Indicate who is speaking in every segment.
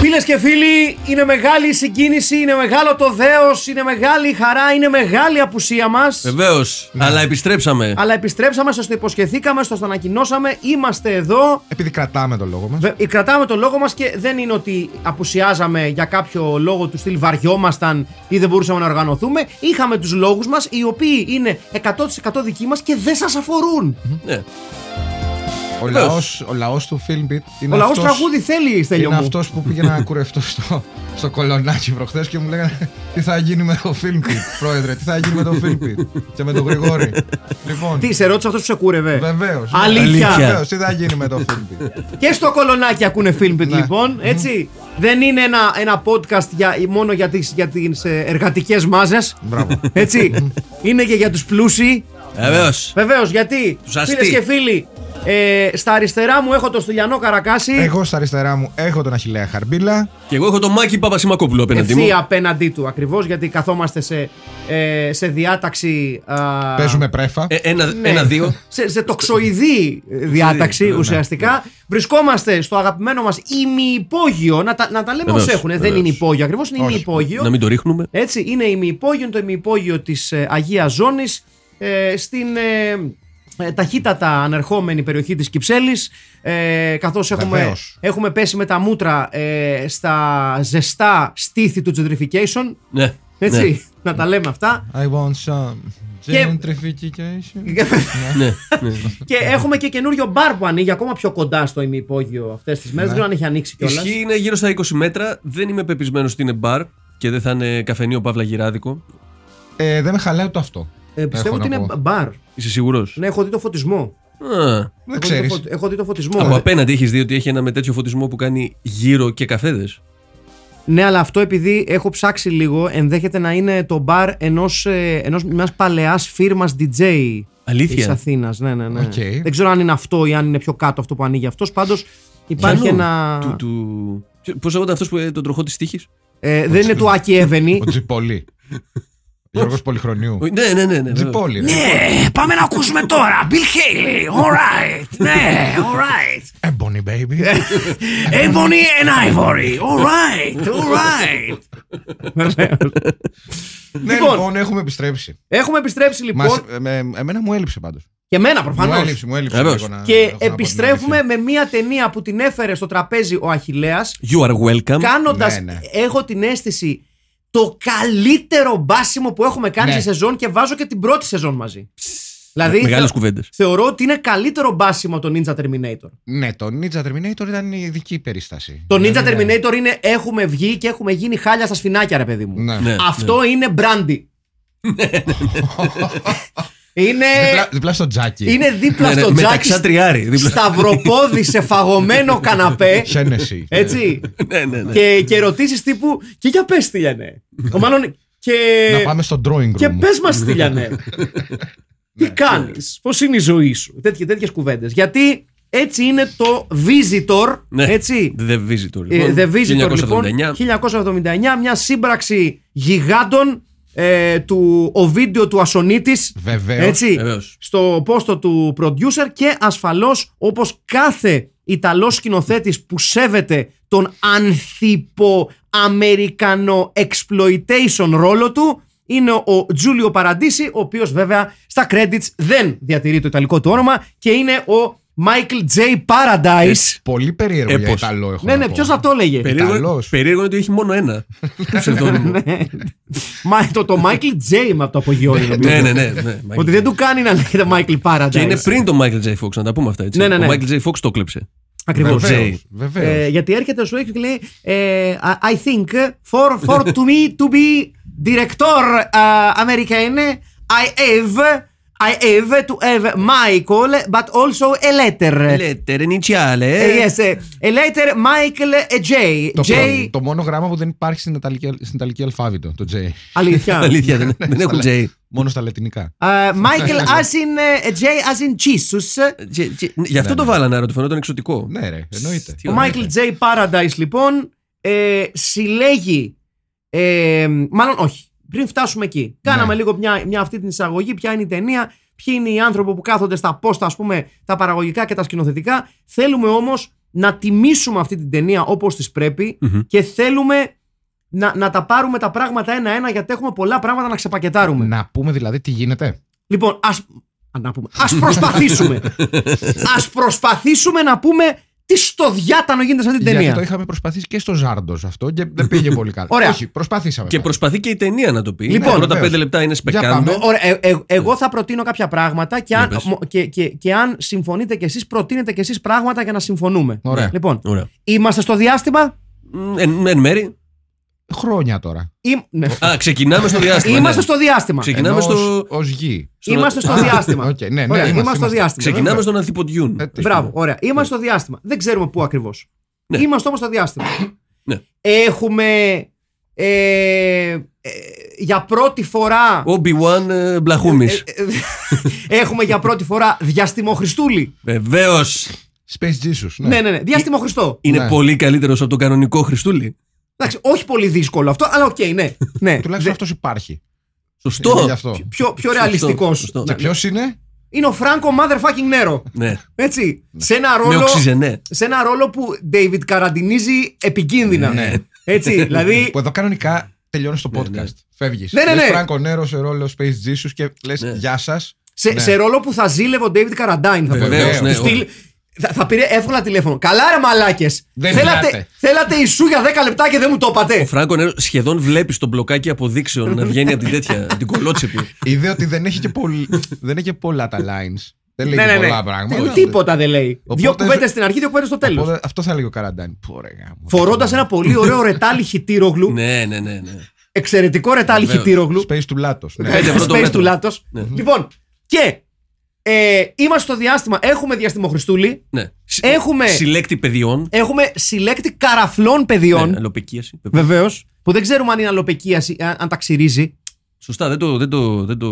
Speaker 1: Φίλε και φίλοι, είναι μεγάλη η συγκίνηση, είναι μεγάλο το δέος, είναι μεγάλη η χαρά, είναι μεγάλη η απουσία μας.
Speaker 2: Ε,
Speaker 3: Βεβαίως.
Speaker 1: Ναι.
Speaker 3: Αλλά επιστρέψαμε.
Speaker 1: Αλλά επιστρέψαμε, σας το υποσχεθήκαμε, σας το ανακοινώσαμε. Είμαστε εδώ.
Speaker 2: Επειδή κρατάμε τον λόγο μας.
Speaker 1: Βε- Κρατάμε τον λόγο μας και δεν είναι ότι απουσιάζαμε για κάποιο λόγο του στυλ βαριόμασταν ή δεν μπορούσαμε να οργανωθούμε. Είχαμε τους λόγους μας, οι οποίοι είναι 100% δικοί μας και δεν σας αφορούν.
Speaker 3: Ναι.
Speaker 2: Ο
Speaker 3: Βεβαίως.
Speaker 2: λαός ο λαός του Film Beat είναι
Speaker 1: Ο λαός
Speaker 2: αυτός-
Speaker 1: τραγούδι θέλει, Στέλιο
Speaker 2: Είναι
Speaker 1: μου.
Speaker 2: αυτός που πήγε να κουρευτώ στο, στο κολονάκι προχθές και μου λέγανε Τι θα γίνει με το Film Beat, πρόεδρε, τι θα γίνει με το Film Beat και με τον Γρηγόρη. λοιπόν,
Speaker 1: Τι, σε ρώτησε αυτός που σε κούρευε.
Speaker 2: βεβαίως.
Speaker 1: Αλήθεια.
Speaker 2: Βεβαίως, τι θα γίνει με το Film Beat.
Speaker 1: Και στο κολονάκι ακούνε Filmbit
Speaker 2: Ναι.
Speaker 1: λοιπόν, έτσι. Δεν είναι ένα, ένα podcast για, μόνο για τις, για τις ε, εργατικές μάζες.
Speaker 2: Μπράβο.
Speaker 1: Έτσι. είναι και για τους πλούσιοι.
Speaker 3: Βεβαίως.
Speaker 1: Βεβαίως, γιατί
Speaker 3: Τους αστεί.
Speaker 1: φίλες και φίλοι, ε, στα αριστερά μου έχω τον Στυλιανό Καρακάση.
Speaker 2: Εγώ στα αριστερά μου έχω τον Αχηλέα Χαρμπίλα.
Speaker 3: Και εγώ έχω τον Μάκη Παπασημακόπουλο απέναντί μου.
Speaker 1: Ευθεία απέναντί του ακριβώς γιατί καθόμαστε σε, ε, σε διάταξη α,
Speaker 2: Παίζουμε πρέφα.
Speaker 3: Ε, ένα,
Speaker 1: Ναι.
Speaker 3: ένα, δύο.
Speaker 1: Σε, σε τοξοειδή διάταξη
Speaker 3: ναι, ναι.
Speaker 1: ουσιαστικά. Βρισκόμαστε στο αγαπημένο μας ημιυπόγειο. Να τα, να τα λέμε όσοι
Speaker 3: Βεβαίως,
Speaker 1: έχουν. Δεν
Speaker 3: βεβαίως.
Speaker 1: είναι υπόγειο ακριβώς, είναι
Speaker 2: Όχι.
Speaker 1: ημιυπόγειο.
Speaker 3: Να μην το ρίχνουμε.
Speaker 1: Έτσι, είναι ημιυπόγειο, είναι το ημιυπόγειο της ε, Αγίας Ζώνης ε, στην ε, ε, ταχύτατα ανερχόμενη περιοχή της Κυψέλης ε, καθώς έχουμε,
Speaker 2: Βεβαίως.
Speaker 1: έχουμε πέσει με τα μούτρα ε, στα ζεστά στήθη του gentrification
Speaker 3: Ναι.
Speaker 1: έτσι, να τα λέμε αυτά
Speaker 2: I want some
Speaker 1: Και-
Speaker 2: gentrification.
Speaker 3: Ναι. ναι, ναι.
Speaker 1: Και έχουμε και καινούριο μπαρ που ανοίγει ακόμα πιο κοντά στο ημιυπόγειο αυτές τις
Speaker 2: Ναι.
Speaker 1: μέρε. Δεν ξέρω αν έχει ανοίξει κιόλας.
Speaker 3: Ισχύει είναι γύρω στα 20 μέτρα. Δεν είμαι πεπισμένος ότι είναι μπαρ και δεν θα είναι καφενείο Παύλα Γυράδικο.
Speaker 2: Ε, δεν με χαλάει ούτε αυτό.
Speaker 1: Ε, πιστεύω
Speaker 2: Έχω
Speaker 1: ότι
Speaker 2: να
Speaker 1: είναι
Speaker 2: πω.
Speaker 1: μπαρ.
Speaker 3: Είσαι σίγουρος.
Speaker 1: Ναι, έχω δει το φωτισμό.
Speaker 2: Δεν
Speaker 1: Έχω δει
Speaker 2: ξέρει.
Speaker 1: το φω- Έχω δει το φωτισμό.
Speaker 3: Από
Speaker 1: Ε,
Speaker 3: απέναντι έχεις δει ότι έχει ένα με τέτοιο φωτισμό που κάνει γύρω και καφέδες.
Speaker 1: Ναι, αλλά αυτό επειδή έχω ψάξει λίγο, ενδέχεται να είναι το μπαρ ενός ενός, μιας παλαιάς φίρμας DJ. Τη
Speaker 3: Αλήθεια.
Speaker 1: Αθήνας, ναι, ναι. ναι.
Speaker 2: Οκ.
Speaker 1: Δεν ξέρω αν είναι αυτό ή αν είναι πιο κάτω αυτό που ανοίγει αυτός. Πάντως υπάρχει
Speaker 3: Μυαλό.
Speaker 1: ένα.
Speaker 3: Του, του... Πώ λέγεται αυτός που ε, τον τροχό της τύχης.
Speaker 1: Ε, δεν είναι του Άκη Εύενη.
Speaker 2: Ο Τζιπολί. Γιώργος Πολυχρονιού.
Speaker 3: Ναι, ναι, ναι. ναι βέβαια.
Speaker 2: Τζιπολί. ρε.
Speaker 1: Ναι, πάμε να ακούσουμε τώρα. Bill Haley, alright. Ναι, alright.
Speaker 2: Ebony baby.
Speaker 1: Ναι. Ebony and Ivory. All right, all right.
Speaker 2: ναι,
Speaker 1: Λοιπόν.
Speaker 2: λοιπόν, έχουμε επιστρέψει.
Speaker 1: Έχουμε επιστρέψει λοιπόν.
Speaker 2: Μας, ε, με- εμένα μου έλειψε πάντως.
Speaker 1: Και εμένα
Speaker 2: Μου
Speaker 1: προφανώ.
Speaker 2: έλειψε, μου έλειψε.
Speaker 3: Βεβαίως.
Speaker 2: λίγο να- έχω
Speaker 1: Και
Speaker 2: να πω την
Speaker 1: επιστρέφουμε
Speaker 2: αλήθεια.
Speaker 1: με μια ταινία που την έφερε στο τραπέζι ο Αχηλέας
Speaker 3: You are welcome.
Speaker 1: Κάνοντας
Speaker 2: Ναι, ναι.
Speaker 1: έχω την αίσθηση, το καλύτερο μπάσιμο που έχουμε κάνει
Speaker 2: Ναι.
Speaker 1: σε σεζόν και βάζω και την πρώτη σεζόν μαζί. Δηλαδή,
Speaker 3: Μεγάλες
Speaker 1: θε-
Speaker 3: κουβέντες.
Speaker 1: θεωρώ ότι είναι καλύτερο μπάσιμο από το Ninja Terminator.
Speaker 2: Ναι, το Ninja Terminator ήταν η ειδική περίσταση.
Speaker 1: Το Ninja
Speaker 2: Δηλαδή, ναι.
Speaker 1: Terminator είναι έχουμε βγει και έχουμε γίνει χάλια στα σφινάκια, ρε παιδί μου.
Speaker 2: Ναι.
Speaker 3: Ναι.
Speaker 1: Αυτό είναι μπράντι. είναι,
Speaker 2: Διπλά- Διπλά στο τζάκι.
Speaker 1: είναι δίπλα
Speaker 3: Ναι, ναι,
Speaker 1: στο τζάκι.
Speaker 3: μεταξά τριάρι. δίπλα.
Speaker 1: Σταυροπόδι σε φαγωμένο καναπέ.
Speaker 2: Χένεση.
Speaker 1: έτσι.
Speaker 3: Ναι, ναι, ναι.
Speaker 1: και, και ερωτήσεις τύπου. Και για πες τι λένε. Ο μάλλον. Και,
Speaker 2: Να πάμε στο Ναι, drawing room.
Speaker 1: και πες μας τι λένε.
Speaker 2: ναι.
Speaker 1: τι κάνεις. Πώς είναι η ζωή σου. Τέτοιες κουβέντες. Γιατί έτσι είναι το Visitor.
Speaker 3: Ναι.
Speaker 1: Έτσι.
Speaker 3: The Visitor.
Speaker 1: Ε,
Speaker 3: Λοιπόν,
Speaker 1: The Visitor
Speaker 3: 1979.
Speaker 1: λοιπόν, 1979, μια σύμπραξη γιγάντων ε, του ο βίντεο του Ασονίτης
Speaker 2: Βεβαίως.
Speaker 1: έτσι,
Speaker 3: Βεβαίως.
Speaker 1: στο πόστο του producer και ασφαλώς όπως κάθε Ιταλός σκηνοθέτης που σέβεται τον ανθιπο Αμερικανό exploitation ρόλο του είναι ο Τζούλιο Παραντίση, ο οποίος βέβαια στα credits δεν διατηρεί το ιταλικό του όνομα και είναι ο Michael J. Paradise.
Speaker 2: Πολύ περίεργο για
Speaker 3: Έπος.
Speaker 2: Ιταλό έχω
Speaker 1: Ναι,
Speaker 2: να
Speaker 1: ναι,
Speaker 2: πω.
Speaker 1: ποιος θα το έλεγε.
Speaker 3: Περίεργο,
Speaker 2: Ιταλός.
Speaker 3: περίεργο είναι ότι έχει μόνο ένα ψευδόνυμο.
Speaker 1: Ναι. Μα το, το Michael J. με αυτό απογειώνει. νομίζω.
Speaker 3: ναι, ναι, ναι. ναι Michael
Speaker 1: Ε, Ότι
Speaker 3: J.
Speaker 1: δεν του κάνει να λέγεται Michael Paradise.
Speaker 3: Και είναι πριν τον Michael J. Fox, να τα πούμε αυτά έτσι.
Speaker 1: Ναι, ναι, ναι.
Speaker 3: Ο Michael J. Fox το κλέψε.
Speaker 1: Ακριβώς.
Speaker 2: Βεβαίως,
Speaker 3: Jay.
Speaker 2: βεβαίως.
Speaker 1: Λοιπόν, Ε, γιατί έρχεται σου έχει και λέει ε, I think for, for to me to be director uh, American I have I have to have Michael but also a letter.
Speaker 2: Ε,
Speaker 3: Λέτερ, ενιτσιάλε.
Speaker 1: Ε, yes, ε, a letter Michael ε, J.
Speaker 2: Το,
Speaker 1: J.
Speaker 2: το μόνο γράμμα που δεν υπάρχει στην Ιταλική, στην Ιταλική αλφάβητο, το J.
Speaker 1: Αλήθεια.
Speaker 3: Αλήθεια, δεν- δεν
Speaker 1: Ναι.
Speaker 3: έχουν J.
Speaker 2: Μόνο στα λατινικά.
Speaker 1: Uh, Michael as in ε, J as in Jesus.
Speaker 3: J- J- ναι, Γι' αυτό το βάλανε, άρα του φαινόταν εξωτικό.
Speaker 2: Ναι, ρε, εννοείται.
Speaker 3: Τι
Speaker 1: Ο
Speaker 3: ωραία.
Speaker 1: Michael J. Paradise λοιπόν ε, συλλέγει. Ε, μάλλον όχι. Πριν φτάσουμε εκεί,
Speaker 2: Ναι.
Speaker 1: κάναμε λίγο μια, μια αυτή την εισαγωγή. Ποια είναι η ταινία, ποιοι είναι οι άνθρωποι που κάθονται στα πόστα, ας πούμε, τα παραγωγικά και τα σκηνοθετικά. Θέλουμε όμως να τιμήσουμε αυτή την ταινία όπως της πρεπει
Speaker 3: Μμμ.
Speaker 1: και θέλουμε να, να τα πάρουμε τα πράγματα ένα-ένα γιατί έχουμε πολλά πράγματα να ξεπακετάρουμε.
Speaker 2: Να πούμε δηλαδή τι γίνεται.
Speaker 1: Λοιπόν, ας, α, να πούμε, ας προσπαθήσουμε. ας προσπαθήσουμε να πούμε τι στο διάτανο γίνεται σε αυτή την ταινία.
Speaker 2: Γιατί το είχαμε προσπαθήσει και στο Ζάρντος αυτό και δεν πήγε πολύ καλά.
Speaker 1: Ωραία.
Speaker 2: Όχι, προσπαθήσαμε.
Speaker 3: Και
Speaker 2: πάλι.
Speaker 3: προσπαθεί και η ταινία να το πει.
Speaker 1: Λοιπόν,
Speaker 3: τα πρώτα
Speaker 2: βεβαίως.
Speaker 3: πέντε λεπτά είναι
Speaker 2: πάμε.
Speaker 3: σπεκάντο.
Speaker 1: Ωραία, ε, ε, εγώ θα προτείνω κάποια πράγματα και αν,
Speaker 3: Για Ναι. πες.
Speaker 1: μο- και, και, και αν συμφωνείτε κι εσείς, προτείνετε κι εσείς πράγματα για να συμφωνούμε.
Speaker 2: Ωραία.
Speaker 1: Λοιπόν,
Speaker 3: Ωραία.
Speaker 1: είμαστε στο διάστημα.
Speaker 3: Μ, Εν, εν μέρη.
Speaker 2: Χρόνια τώρα.
Speaker 1: Ή- ναι.
Speaker 3: Α, ξεκινάμε στο διάστημα.
Speaker 1: Είμαστε
Speaker 3: ναι.
Speaker 1: στο διάστημα.
Speaker 3: Ξεκινάμε
Speaker 2: Ενώ
Speaker 3: στο-
Speaker 2: ως- ως γη.
Speaker 3: στο-
Speaker 1: Είμαστε στο
Speaker 2: Α,
Speaker 1: διάστημα.
Speaker 2: οκ, ναι, ναι,
Speaker 1: Ωραία,
Speaker 2: είμαστε,
Speaker 1: είμαστε, στο
Speaker 2: είμαστε.
Speaker 1: διάστημα.
Speaker 3: Ξεκινάμε στον Ανθιποντιούν.
Speaker 2: Ε, τι
Speaker 1: Μπράβο,
Speaker 2: πούμε.
Speaker 1: ωραία. Είμαστε στο διάστημα. Δεν ξέρουμε πού ακριβώς.
Speaker 3: Ναι.
Speaker 1: Είμαστε όμως στο διάστημα.
Speaker 3: Ναι.
Speaker 1: Έχουμε ε, ε, για πρώτη φορά.
Speaker 3: Obi-Wan ε, Μπλαχούμη.
Speaker 1: ε, έχουμε για πρώτη φορά διαστημό Χριστούλη.
Speaker 2: ε,
Speaker 3: Βεβαίως.
Speaker 2: Space Jesus. Ναι.
Speaker 1: Ναι, ναι, ναι. Διαστημό Χριστό.
Speaker 3: Είναι
Speaker 2: Ναι.
Speaker 3: πολύ καλύτερος από τον κανονικό Χριστούλη.
Speaker 1: Εντάξει, όχι πολύ δύσκολο αυτό, αλλά οκ, ναι. ναι.
Speaker 2: Τουλάχιστον αυτός υπάρχει. Είναι Ε, γι'
Speaker 3: Σωστό.
Speaker 2: αυτό.
Speaker 1: Πιο, πιο
Speaker 3: Σωστό,
Speaker 1: ρεαλιστικός.
Speaker 3: σωστό.
Speaker 2: Και ποιος είναι.
Speaker 1: Είναι ο Φράγκο Motherfucking Νέρο.
Speaker 3: Ναι.
Speaker 1: Έτσι. Σε ένα
Speaker 3: Με
Speaker 1: ρόλο.
Speaker 3: οξυζενέ.
Speaker 1: Σε ένα ρόλο που David καραντινίζει επικίνδυνα.
Speaker 2: Ναι.
Speaker 1: Έτσι. Δηλαδή.
Speaker 2: Που εδώ κανονικά τελειώνεις το
Speaker 3: ναι.
Speaker 2: podcast. Φεύγεις.
Speaker 1: Ναι, ναι, ναι.
Speaker 2: Φράγκο Νέρο σε ρόλο Space Jesus και λες
Speaker 3: Ναι.
Speaker 2: γεια σας.
Speaker 1: Σε,
Speaker 2: Ναι.
Speaker 1: σε ρόλο που θα ζήλευε ο David Καραντάιν, θα
Speaker 2: Βεβαίως,
Speaker 1: πω εγώ.
Speaker 2: ναι,
Speaker 1: Του στυλ- θα, θα πήρε εύκολα τηλέφωνο. Καλά, ρε μαλάκες.
Speaker 2: Δεν
Speaker 1: Θέλατε,
Speaker 2: μιλάτε.
Speaker 1: θέλατε ισού για 10 λεπτά και δεν μου το
Speaker 3: Ο
Speaker 1: είπατε.
Speaker 3: Φράγκο Νέρο σχεδόν βλέπεις τον μπλοκάκι αποδείξεων να βγαίνει από την τέτοια, από την κολότσεπη.
Speaker 2: Είδε ότι δεν έχει και, πολύ, δεν έχει και πολλά τα lines. Δεν λέει
Speaker 1: Ναι,
Speaker 2: και
Speaker 1: ναι, ναι.
Speaker 2: πολλά πράγματα.
Speaker 1: Τι- Τίποτα δεν λέει.
Speaker 2: Οπότε-
Speaker 1: Δύο κουβέντες στην αρχή, δύο κουβέντες στο τέλος.
Speaker 2: Οπότε αυτό θα λέει ο Καραντάνη. Πω, ρε, γάμο.
Speaker 1: Φορώντα ένα πολύ ωραίο ρετάλι χιτήρογλου.
Speaker 3: ναι, ναι, ναι. ναι.
Speaker 1: Εξαιρετικό ρετάλι
Speaker 3: Βεβαίως.
Speaker 1: χιτήρογλου. Ε,
Speaker 2: Space του Λάτος. Ναι.
Speaker 3: Ε, Πέντε ευρώ το
Speaker 1: Space
Speaker 3: μέτρο. Ναι.
Speaker 1: του λάτο. Λοιπόν, και ε, είμαστε στο διάστημα. Έχουμε διαστημό Χριστούλη.
Speaker 3: ναι. Συ-
Speaker 1: Έχουμε-
Speaker 3: Συλλέκτη παιδιών.
Speaker 1: Έχουμε συλλέκτη καραφλών παιδιών.
Speaker 3: Ναι, αλλοπικίαση.
Speaker 1: Βεβαίως. Που δεν ξέρουμε αν είναι αλοπεκίαση, αν, αν τα ξυρίζει.
Speaker 3: Σωστά, δεν το, δεν το, δεν το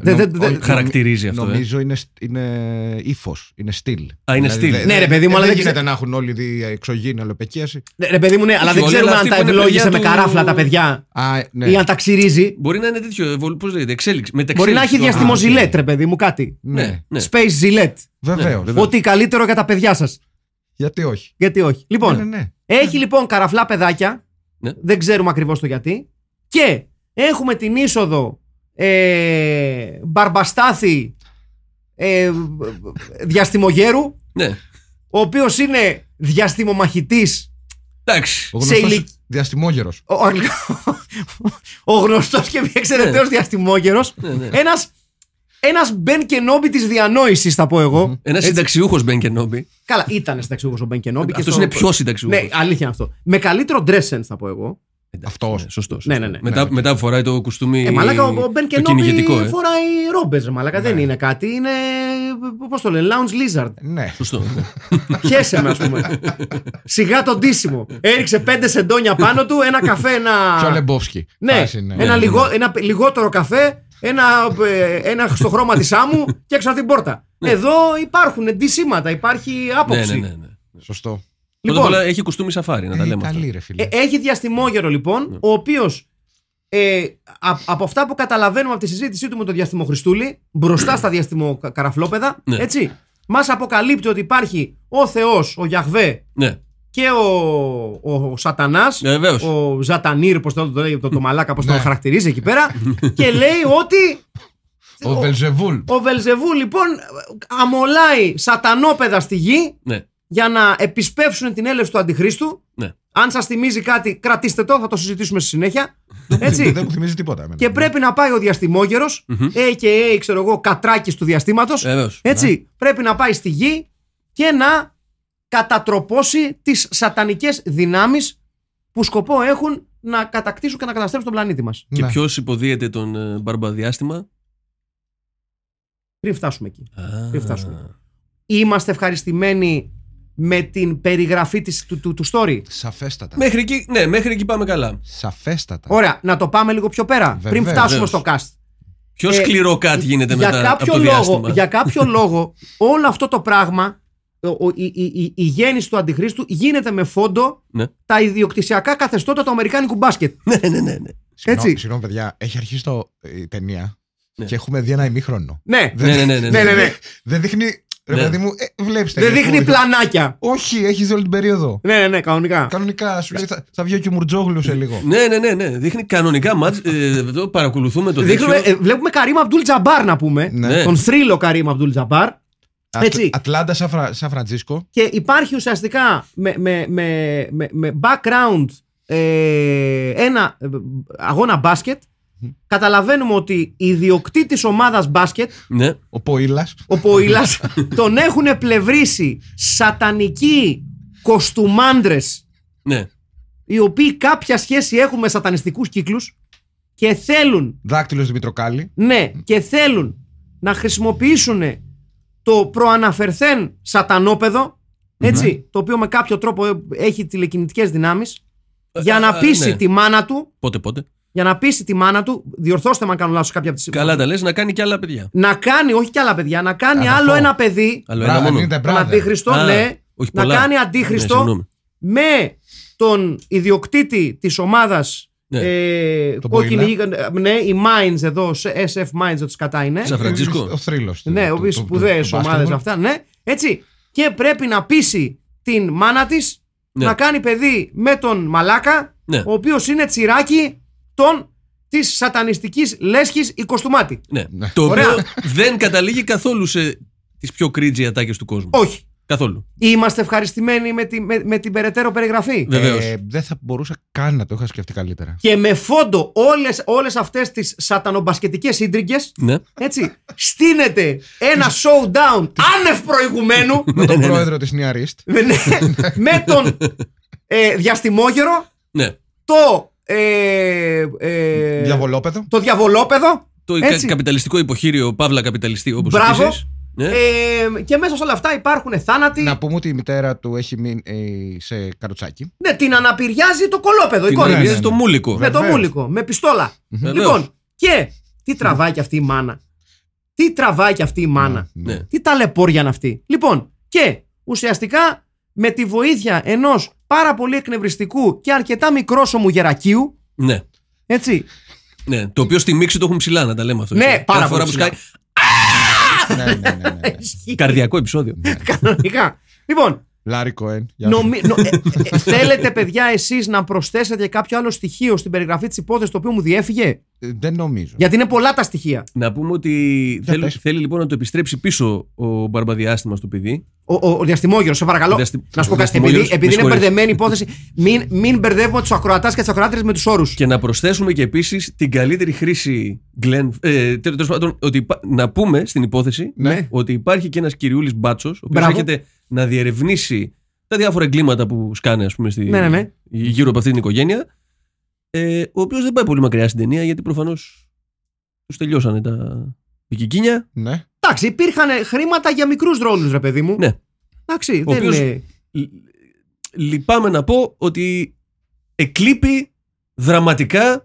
Speaker 1: Δεν- δεν-
Speaker 3: νομ-
Speaker 1: δεν-
Speaker 3: όχι, χαρακτηρίζει αυτό. ε.
Speaker 2: Νομίζω είναι, σ- είναι ύφος. Είναι στυλ.
Speaker 3: Α, είναι στυλ.
Speaker 2: δεν-
Speaker 1: Ναι, ρε, παιδί μου,
Speaker 2: ε,
Speaker 1: αλλά
Speaker 2: δεν
Speaker 1: δεν
Speaker 2: γίνεται να έχουν όλοι δι- εξωγήινη αλλοπεκίαση.
Speaker 1: Ναι, Ρε παιδί μου, ναι, αλλά δεν
Speaker 3: όλοι,
Speaker 1: ξέρουμε
Speaker 3: αλλά
Speaker 1: αν τα
Speaker 3: αυτοί που είναι
Speaker 1: ευλόγησε
Speaker 3: παιδιά
Speaker 1: με
Speaker 3: του-
Speaker 1: καράφλα τα παιδιά
Speaker 2: Α, ναι.
Speaker 1: ή αν τα ξυρίζει.
Speaker 3: Μπορεί να είναι τέτοιο. ευολ- Πώς λέγεται, εξέλιξη.
Speaker 1: Μπορεί να έχει διαστημό
Speaker 2: Α,
Speaker 1: ζιλέτ, ρε παιδί μου, κάτι.
Speaker 2: ναι.
Speaker 3: Ναι.
Speaker 1: Space Gillette.
Speaker 2: Βεβαίω.
Speaker 3: βεβαίως.
Speaker 1: Ό,τι καλύτερο για τα παιδιά σας.
Speaker 2: Γιατί όχι.
Speaker 1: Γιατί όχι. Λοιπόν,
Speaker 2: Ναι, ναι, ναι.
Speaker 1: έχει λοιπόν καραφλά παιδάκια.
Speaker 3: Ναι.
Speaker 1: Δεν ξέρουμε ακριβώς το γιατί. Και έχουμε την είσοδο ε, μπαρμπαστάθη ε, διαστημογέρου,
Speaker 3: Ναι.
Speaker 1: ο οποίος είναι διαστημομαχητής
Speaker 3: Εντάξει.
Speaker 2: Ο γνωστός
Speaker 1: ηλικ-
Speaker 2: διαστημόγερος.
Speaker 1: ο, ο γνωστός και μη
Speaker 3: Ναι.
Speaker 1: εξαιρεταίο διαστημόγερο. Ένας ένας Μπεν Κενόμπι της διανόησης, θα πω εγώ.
Speaker 3: Ένα συνταξιούχος Μπεν Κενόμπι.
Speaker 1: Καλά, ήταν συνταξιούχος ο Μπεν Κενόμπι.
Speaker 3: Αυτό Ναι, είναι πιο συνταξιούχος.
Speaker 1: Ναι, αλήθεια είναι αυτό. Με καλύτερο dress sense, θα πω εγώ.
Speaker 2: Αυτό.
Speaker 3: Σωστός.
Speaker 1: Ναι, ναι, ναι.
Speaker 3: Μετά, μετά φοράει το κουστούμι.
Speaker 1: Ε, μαλάκα, ο Μπεν
Speaker 3: το
Speaker 1: Κενόμπι
Speaker 3: κυνηγητικό, ε. Ναι.
Speaker 1: φοράει ρόμπες, μαλάκα. Δεν είναι κάτι. Είναι. Πώς το λένε, lounge lizard.
Speaker 2: Ναι.
Speaker 3: Σωστό.
Speaker 1: Χέσε με, ας πούμε. Σιγά το ντύσιμο. Έριξε πέντε σεντόνια πάνω του, ένα καφέ, ένα.
Speaker 2: Πιο Λεμπόφσκι.
Speaker 1: Ναι,
Speaker 2: Φάση, ναι.
Speaker 1: ένα, λιγό- ένα λιγότερο καφέ, ένα, ε, ένα στο χρώμα της άμμου και έξω από την πόρτα. Εδώ υπάρχουν ντύσιματα, υπάρχει
Speaker 3: ναι,
Speaker 1: άποψη.
Speaker 3: ναι, ναι. ναι.
Speaker 2: Σωστό.
Speaker 3: Πρώτα απ'
Speaker 1: Λοιπόν,
Speaker 3: όλα έχει κουστούμι σαφάρι, να τα
Speaker 2: Ε,
Speaker 3: λέμε. αυτά.
Speaker 2: Καλή ρε φίλε.
Speaker 1: ε, έχει διαστημόγερο λοιπόν,
Speaker 3: Ναι.
Speaker 1: ο οποίος ε, α- από αυτά που καταλαβαίνουμε από τη συζήτησή του με τον Διαστημό Χριστούλη, μπροστά στα διαστημοκαραφλόπεδα,
Speaker 3: Ναι.
Speaker 1: έτσι, μας αποκαλύπτει ότι υπάρχει ο Θεός, ο Γιαχβέ
Speaker 3: Ναι,
Speaker 1: και ο, ο, Σατανάς,
Speaker 3: Ε, βεβαίως.
Speaker 1: ο Ζατανίρ, πώς το, το λέει, το, το μαλάκα, πώς το
Speaker 2: Ναι.
Speaker 1: χαρακτηρίζει εκεί πέρα, και λέει ότι
Speaker 2: Ο Βελζεβούλ.
Speaker 1: Ο Βελζεβού λοιπόν αμολάει σατανόπεδα στη γη
Speaker 3: Ναι,
Speaker 1: για να επισπεύσουν την έλευση του Αντιχρίστου.
Speaker 3: ναι.
Speaker 1: Αν σας θυμίζει κάτι, κρατήστε το, θα το συζητήσουμε στη συνέχεια. Έτσι.
Speaker 2: Δεν μου θυμίζει τίποτα. εμένα.
Speaker 1: Και πρέπει να πάει ο διαστημόγερος, a.k.a. ξέρω εγώ, κατράκης του διαστήματος.
Speaker 2: Ε,
Speaker 3: Βεβαίως.
Speaker 1: Έτσι,
Speaker 2: ναι.
Speaker 1: πρέπει να πάει στη γη και να κατατροπώσει τις σατανικές δυνάμεις που σκοπό έχουν να κατακτήσουν και να καταστρέψουν τον πλανήτη μας.
Speaker 3: Και
Speaker 2: Ναι.
Speaker 3: ποιος υποδίεται τον ε, μπαρμπαδιάστημα.
Speaker 1: Πριν φτάσουμε εκεί.
Speaker 3: Α,
Speaker 1: Πριν φτάσουμε. Είμαστε ευχαριστημένοι με την περιγραφή της, του, του, του story.
Speaker 2: Σαφέστατα.
Speaker 3: Μέχρι εκεί, ναι, μέχρι εκεί πάμε καλά.
Speaker 2: Σαφέστατα.
Speaker 1: Ωραία, να το πάμε λίγο πιο πέρα.
Speaker 2: Βεβαίως.
Speaker 1: πριν φτάσουμε στο
Speaker 3: Βεβαίως.
Speaker 1: cast.
Speaker 3: Πιο
Speaker 1: Ε,
Speaker 3: σκληρό κάτι γίνεται
Speaker 1: για
Speaker 3: μετά από
Speaker 1: κάποιο
Speaker 3: το
Speaker 1: λόγο,
Speaker 3: διάστημα.
Speaker 1: για κάποιο λόγο όλο αυτό το πράγμα, ο- ο- η, η, η, η γέννηση του Αντιχρίστου γίνεται με φόντο
Speaker 3: Ναι.
Speaker 1: τα ιδιοκτησιακά καθεστώτα του Αμερικάνικου μπάσκετ.
Speaker 3: ναι, ναι, ναι, ναι.
Speaker 2: Συγγνώ-
Speaker 1: έτσι.
Speaker 2: Συγγνώμη, παιδιά, έχει αρχίσει το, η ταινία
Speaker 3: Ναι.
Speaker 2: και έχουμε δει ένα ημίχρονο.
Speaker 1: Ναι,
Speaker 3: Ναι, ναι, ναι, ναι,
Speaker 1: ναι, ναι, ναι.
Speaker 2: Δεν δείχνει. Ρε
Speaker 3: Ναι.
Speaker 2: παιδί μου, ε, βλέπεις.
Speaker 1: δεν δείχνει πλανάκια.
Speaker 2: Όχι, έχει δει όλη την περίοδο.
Speaker 1: Ναι, ναι, ναι, κανονικά.
Speaker 2: Κανονικά σου λέει θα, θα βγει και ο Μουρτζόγλου σε λίγο.
Speaker 3: Ναι, ναι, ναι, ναι. Δείχνει κανονικά μάτς. Ε, εδώ παρακολουθούμε το
Speaker 1: Δείχνουμε,
Speaker 3: δίκτυο.
Speaker 1: ε, βλέπουμε Καρύμ Αμπτούλ Τζαμπάρ να πούμε.
Speaker 3: Ναι.
Speaker 1: Τον θρύλο Καρύμ Αμπτούλ Τζαμπάρ.
Speaker 2: Ατ-
Speaker 1: έτσι.
Speaker 2: Ατλάντα, Σαν Φρα- Σαν Φραντζίσκο.
Speaker 1: Και υπάρχει ουσιαστικά με, με, με, με, με background ε, ένα ε, αγώνα μπάσκετ. Καταλαβαίνουμε ότι η ιδιοκτήτης ομάδας μπάσκετ,
Speaker 3: Ναι.
Speaker 2: Ο Ποήλα.
Speaker 1: ο Ποήλας, τον έχουν πλευρίσει σατανικοί κοστούμάντρες
Speaker 3: ναι.
Speaker 1: οι οποίοι κάποια σχέση έχουν με σατανιστικούς κύκλους και θέλουν
Speaker 2: Δάκτυλος Δημητροκάλη.
Speaker 1: Ναι, και θέλουν να χρησιμοποιήσουν το προαναφερθέν σατανόπεδο, έτσι,
Speaker 3: Ναι.
Speaker 1: το οποίο με κάποιο τρόπο ε, έχει τηλεκινητικές δυνάμεις, για να
Speaker 3: ε,
Speaker 1: πείσει
Speaker 3: ναι.
Speaker 1: τη μάνα του,
Speaker 3: Πότε, πότε.
Speaker 1: για να πείσει τη μάνα του, διορθώστε με αν κάνω λάθος κάποια από τις
Speaker 3: Καλά τα λες, να κάνει κι άλλα παιδιά.
Speaker 1: Να κάνει, όχι κι άλλα παιδιά, να κάνει
Speaker 2: Αδερφό.
Speaker 1: άλλο ένα παιδί,
Speaker 3: Άλλο ένα
Speaker 2: Μπράβο,
Speaker 3: μόνο.
Speaker 2: είναι
Speaker 1: τον
Speaker 2: brother.
Speaker 1: αντίχριστο,
Speaker 3: Α,
Speaker 1: ναι,
Speaker 3: όχι
Speaker 1: να
Speaker 3: πολλά.
Speaker 1: κάνει
Speaker 3: Ναι,
Speaker 1: αντίχριστο
Speaker 3: συγγνώμη.
Speaker 1: με τον ιδιοκτήτη της ομάδας
Speaker 3: Ναι.
Speaker 1: ε,
Speaker 2: Τον
Speaker 1: κόκκινη,
Speaker 2: Ποήλα.
Speaker 1: γίγαν- ναι, οι Minds εδώ, SF Minds τους κατά είναι.
Speaker 3: Σαν Φραντζίσκο.
Speaker 2: Ο θρύλος.
Speaker 1: Ναι, ο σπουδαίε ομάδε αυτά, ναι. Έτσι. Και πρέπει να πείσει την μάνα της
Speaker 3: Ναι.
Speaker 1: να κάνει παιδί με τον Μαλάκα,
Speaker 3: Ναι.
Speaker 1: ο οποίος είναι τσιράκι των της σατανιστικής λέσχης η Κοστούμάτη.
Speaker 3: Ναι.
Speaker 2: Ναι.
Speaker 3: Το οποίο
Speaker 1: Ωραία.
Speaker 3: δεν καταλήγει καθόλου σε τις πιο cringy ατάκες του κόσμου.
Speaker 1: Όχι.
Speaker 3: Καθόλου.
Speaker 1: Είμαστε ευχαριστημένοι με, τη, με, με την περαιτέρω περιγραφή.
Speaker 3: Βεβαίως.
Speaker 2: Ε,
Speaker 3: Ναι,
Speaker 2: δεν θα μπορούσα καν να το είχα σκεφτεί καλύτερα.
Speaker 1: Και με φόντο όλες, όλες αυτές τις σατανομπασκετικές σύντριγγες,
Speaker 3: Ναι.
Speaker 1: έτσι, στείνεται ένα showdown άνευ προηγουμένου
Speaker 2: Με
Speaker 3: ναι,
Speaker 2: τον πρόεδρο της Νιαρίστ.
Speaker 1: με, ναι, με τον ε, διαστημόγερο
Speaker 3: ναι.
Speaker 1: το. Ε, ε,
Speaker 2: Διαβολόπεδο.
Speaker 1: Το διαβολόπεδο.
Speaker 3: Το κα-
Speaker 1: έτσι.
Speaker 3: καπιταλιστικό υποχείριο, παύλα καπιταλιστή, όπως
Speaker 1: Μπράβο.
Speaker 3: επίσης. Ναι.
Speaker 1: Ε, και μέσα σε όλα αυτά υπάρχουν θάνατοι.
Speaker 2: Να πούμε ότι η μητέρα του έχει μείνει ε, σε καροτσάκι.
Speaker 1: Ναι, την αναπηριάζει το κολόπεδο. Η
Speaker 3: Την
Speaker 1: κόρη.
Speaker 2: ναι,
Speaker 3: ανεβιάζει
Speaker 2: ναι.
Speaker 3: το μούλικο.
Speaker 1: Με το
Speaker 2: βεβαίως.
Speaker 1: μούλικο. Με πιστόλα.
Speaker 3: Βεβαίως.
Speaker 1: Λοιπόν, και τι τραβάει και αυτή η μάνα. Τι τραβάει και αυτή η μάνα.
Speaker 2: Ναι.
Speaker 3: Ναι.
Speaker 1: Τι ταλαιπώρια είναι αυτή. Λοιπόν, και ουσιαστικά με τη βοήθεια ενός πάρα πολύ εκνευριστικού και αρκετά μικρόσωμου γερακίου,
Speaker 3: Ναι.
Speaker 1: έτσι,
Speaker 3: ναι. Το οποίο στη μίξη το έχουν ψηλά, να τα λέμε αυτό.
Speaker 1: Ναι,
Speaker 3: έτσι.
Speaker 1: πάρα
Speaker 3: Κάθε φορά
Speaker 1: πολύ
Speaker 3: που σκάει,
Speaker 2: ναι, ναι, ναι, ναι, ναι.
Speaker 1: ισχύει
Speaker 3: Καρδιακό επεισόδιο.
Speaker 1: κανονικά. Λοιπόν,
Speaker 2: Λάρι Κοέν. γεια σου.
Speaker 1: Νομι... νο- ε, ε, θέλετε, παιδιά, εσείς να προσθέσετε κάποιο άλλο στοιχείο στην περιγραφή της υπόθεσης το οποίο μου διέφυγε.
Speaker 2: Ε, Δεν νομίζω.
Speaker 1: Γιατί είναι πολλά τα στοιχεία.
Speaker 3: Να πούμε ότι
Speaker 2: Για
Speaker 3: θέλει,
Speaker 2: πες.
Speaker 3: θέλει λοιπόν να το επιστρέψει πίσω ο μπαρμπαδιάστημα στο παιδί.
Speaker 1: Ο, ο, ο διαστημόγερο, σε παρακαλώ.
Speaker 3: Ο διαστη-
Speaker 1: Να σου πω
Speaker 3: ο
Speaker 1: κάτι. Επειδή,
Speaker 3: διαστημόγερος,
Speaker 1: επειδή είναι
Speaker 3: με συγχωρείς.
Speaker 1: μπερδεμένη η υπόθεση, μην, μην μπερδεύουμε τους ακροατάς και τις ακροάτρε με τους όρους.
Speaker 3: Και να προσθέσουμε και επίσης την καλύτερη χρήση Glenn. Ε, τέλος- τέλος πάντων, ότι υπά- να πούμε στην υπόθεση
Speaker 1: Ναι.
Speaker 3: ότι υπάρχει και ένας κυριούλης μπάτσος, ο οποίος
Speaker 1: Μπράβο.
Speaker 3: έρχεται να διερευνήσει τα διάφορα εγκλήματα που σκάνε, ας πούμε, στη,
Speaker 1: Ναι, ναι, ναι.
Speaker 3: γύρω από αυτή την οικογένεια. Ε, ο οποίος δεν πάει πολύ μακριά στην ταινία, γιατί προφανώς τους τελειώσανε τα πικικίνια.
Speaker 2: Ναι.
Speaker 1: Εντάξει, υπήρχαν χρήματα για μικρούς ρόλου, ρε παιδί μου.
Speaker 3: Ναι.
Speaker 1: Εντάξει,
Speaker 3: Ο
Speaker 1: δεν
Speaker 3: οποίος-
Speaker 1: είναι.
Speaker 3: Λ- Λυπάμαι να πω ότι εκλείπει δραματικά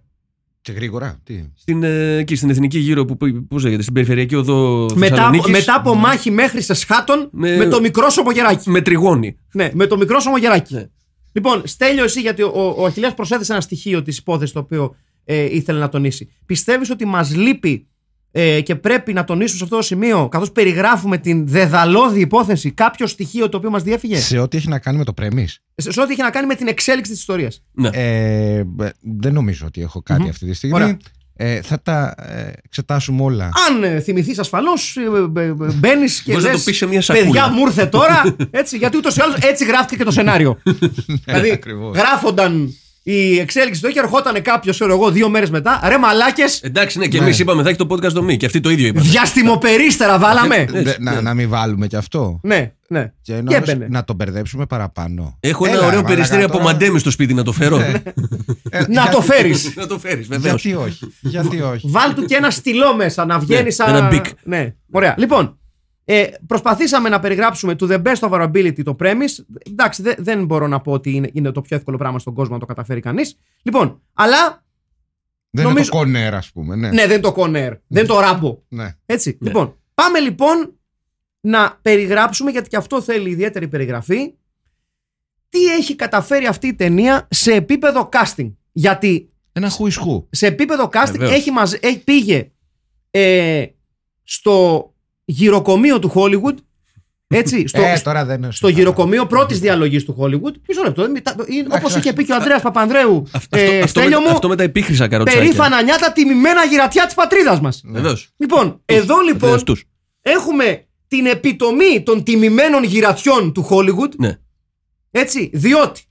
Speaker 2: Και γρήγορα. Τι.
Speaker 3: στην, ε, εκεί, στην εθνική γύρω που πώς λέγεται, στην περιφερειακή οδό
Speaker 1: Μετά,
Speaker 3: Θεσσαλονίκης,
Speaker 1: μετά από μάχη μέχρι σε σχάτων με,
Speaker 3: Με-
Speaker 1: το μικρό σωμογεράκι.
Speaker 3: με τριγώνει.
Speaker 1: Ναι, με το μικρό σωμογεράκι.
Speaker 3: Ναι.
Speaker 1: Λοιπόν, Στέλιο, εσύ, γιατί ο, ο, ο Αχιλέας προσέθεσε ένα στοιχείο της υπόθεσης το οποίο ε, ήθελε να τονίσει. Πιστεύεις ότι μας λείπει ε, και πρέπει να τονίσουμε σε αυτό το σημείο, καθώς περιγράφουμε την δεδαλώδη υπόθεση, κάποιο στοιχείο το οποίο μας διέφυγε. Σε,
Speaker 2: Σε ό,τι έχει να κάνει με το πρέμι.
Speaker 1: σε ό,τι είχε να κάνει με την εξέλιξη της ιστορίας.
Speaker 3: Ναι.
Speaker 2: Ε, δεν νομίζω ότι έχω κάτι αυτή τη στιγμή.
Speaker 1: Ωραία.
Speaker 2: Ε, θα τα ε, εξετάσουμε όλα.
Speaker 1: Αν θυμηθείς ασφαλώς, μπαίνεις και
Speaker 3: Μπορείς να
Speaker 1: λες,
Speaker 3: το πεις σε μια σακούλα.
Speaker 1: Παιδιά μου ήρθε τώρα. Έτσι, γιατί ούτως ή άλλως έτσι γράφτηκε και το σενάριο. δηλαδή,
Speaker 2: ακριβώς.
Speaker 1: γράφονταν η εξέλιξη του και ερχόταν κάποιος, ξέρω εγώ, δύο μέρες μετά. Ρε μαλάκες,
Speaker 3: Εντάξει, ναι, και εμείς είπαμε θα έχει το podcast δομή. Και αυτοί το ίδιο είπαν.
Speaker 1: διαστημοπερίστερα βάλαμε.
Speaker 2: Δε-
Speaker 3: έτσι,
Speaker 2: να,
Speaker 3: ναι.
Speaker 2: να μην βάλουμε κι αυτό.
Speaker 1: ναι, ναι.
Speaker 2: Και
Speaker 1: Και
Speaker 2: να,
Speaker 1: έμπαινε. Ε,
Speaker 2: να τον μπερδέψουμε παραπάνω.
Speaker 3: Έχω
Speaker 2: Έλα,
Speaker 3: ένα
Speaker 2: ρε,
Speaker 3: ωραίο
Speaker 2: μαλάκα,
Speaker 3: περιστέρι από
Speaker 2: τώρα-
Speaker 3: μαντέμι στο σπίτι να το φέρω.
Speaker 2: Ε,
Speaker 1: Να
Speaker 2: για-
Speaker 1: το φέρεις.
Speaker 3: Να το φέρεις, βεβαίως.
Speaker 2: Γιατί όχι. Γιατί όχι.
Speaker 1: Βάλ του και ένα στυλό μέσα να βγαίνει
Speaker 3: Ναι,
Speaker 1: σαν.
Speaker 3: ένα μπικ.
Speaker 1: Ναι, ωραία. Λοιπόν, ε, προσπαθήσαμε να περιγράψουμε to the best of our ability το premise. Εντάξει, δε- δεν μπορώ να πω ότι είναι, είναι το πιο εύκολο πράγμα στον κόσμο να το καταφέρει κανείς. Λοιπόν, αλλά.
Speaker 2: Δεν είναι
Speaker 1: νομίζω-
Speaker 2: το κόνερ, ας πούμε. Ναι.
Speaker 1: Ναι, δεν είναι το Conner. Δεν είναι το Rambo.
Speaker 2: ναι.
Speaker 1: Έτσι. Λοιπόν, πάμε λοιπόν να περιγράψουμε, γιατί και αυτό θέλει ιδιαίτερη περιγραφή, τι έχει καταφέρει αυτή η ταινία σε επίπεδο casting. Γιατί
Speaker 2: Ένα χουισχού.
Speaker 1: σε επίπεδο casting
Speaker 3: Βεβαίως.
Speaker 1: έχει μαζε- έχει- πήγε ε, στο γυροκομείο του Hollywood. Έτσι, στο,
Speaker 2: ε, τώρα δεν είναι
Speaker 1: στο γυροκομείο πρώτης διαλογής του Hollywood. Μισό λεπτό. Όπως είχε πει και ο Ανδρέας Παπανδρέου,
Speaker 3: Αυτό,
Speaker 1: ε,
Speaker 3: αυτό,
Speaker 1: Στέλιο
Speaker 3: με,
Speaker 1: μου,
Speaker 3: αυτό με τα επίχρησα καροτσάκια.
Speaker 1: περήφανα νιάτα τιμημένα γυρατιά της πατρίδας μας.
Speaker 3: Βεβαίως.
Speaker 1: Λοιπόν, εδώ λοιπόν
Speaker 3: Ναι. Τους.
Speaker 1: έχουμε την επιτομή των τιμημένων γυρατιών του Hollywood.
Speaker 3: Ναι.
Speaker 1: Έτσι, διότι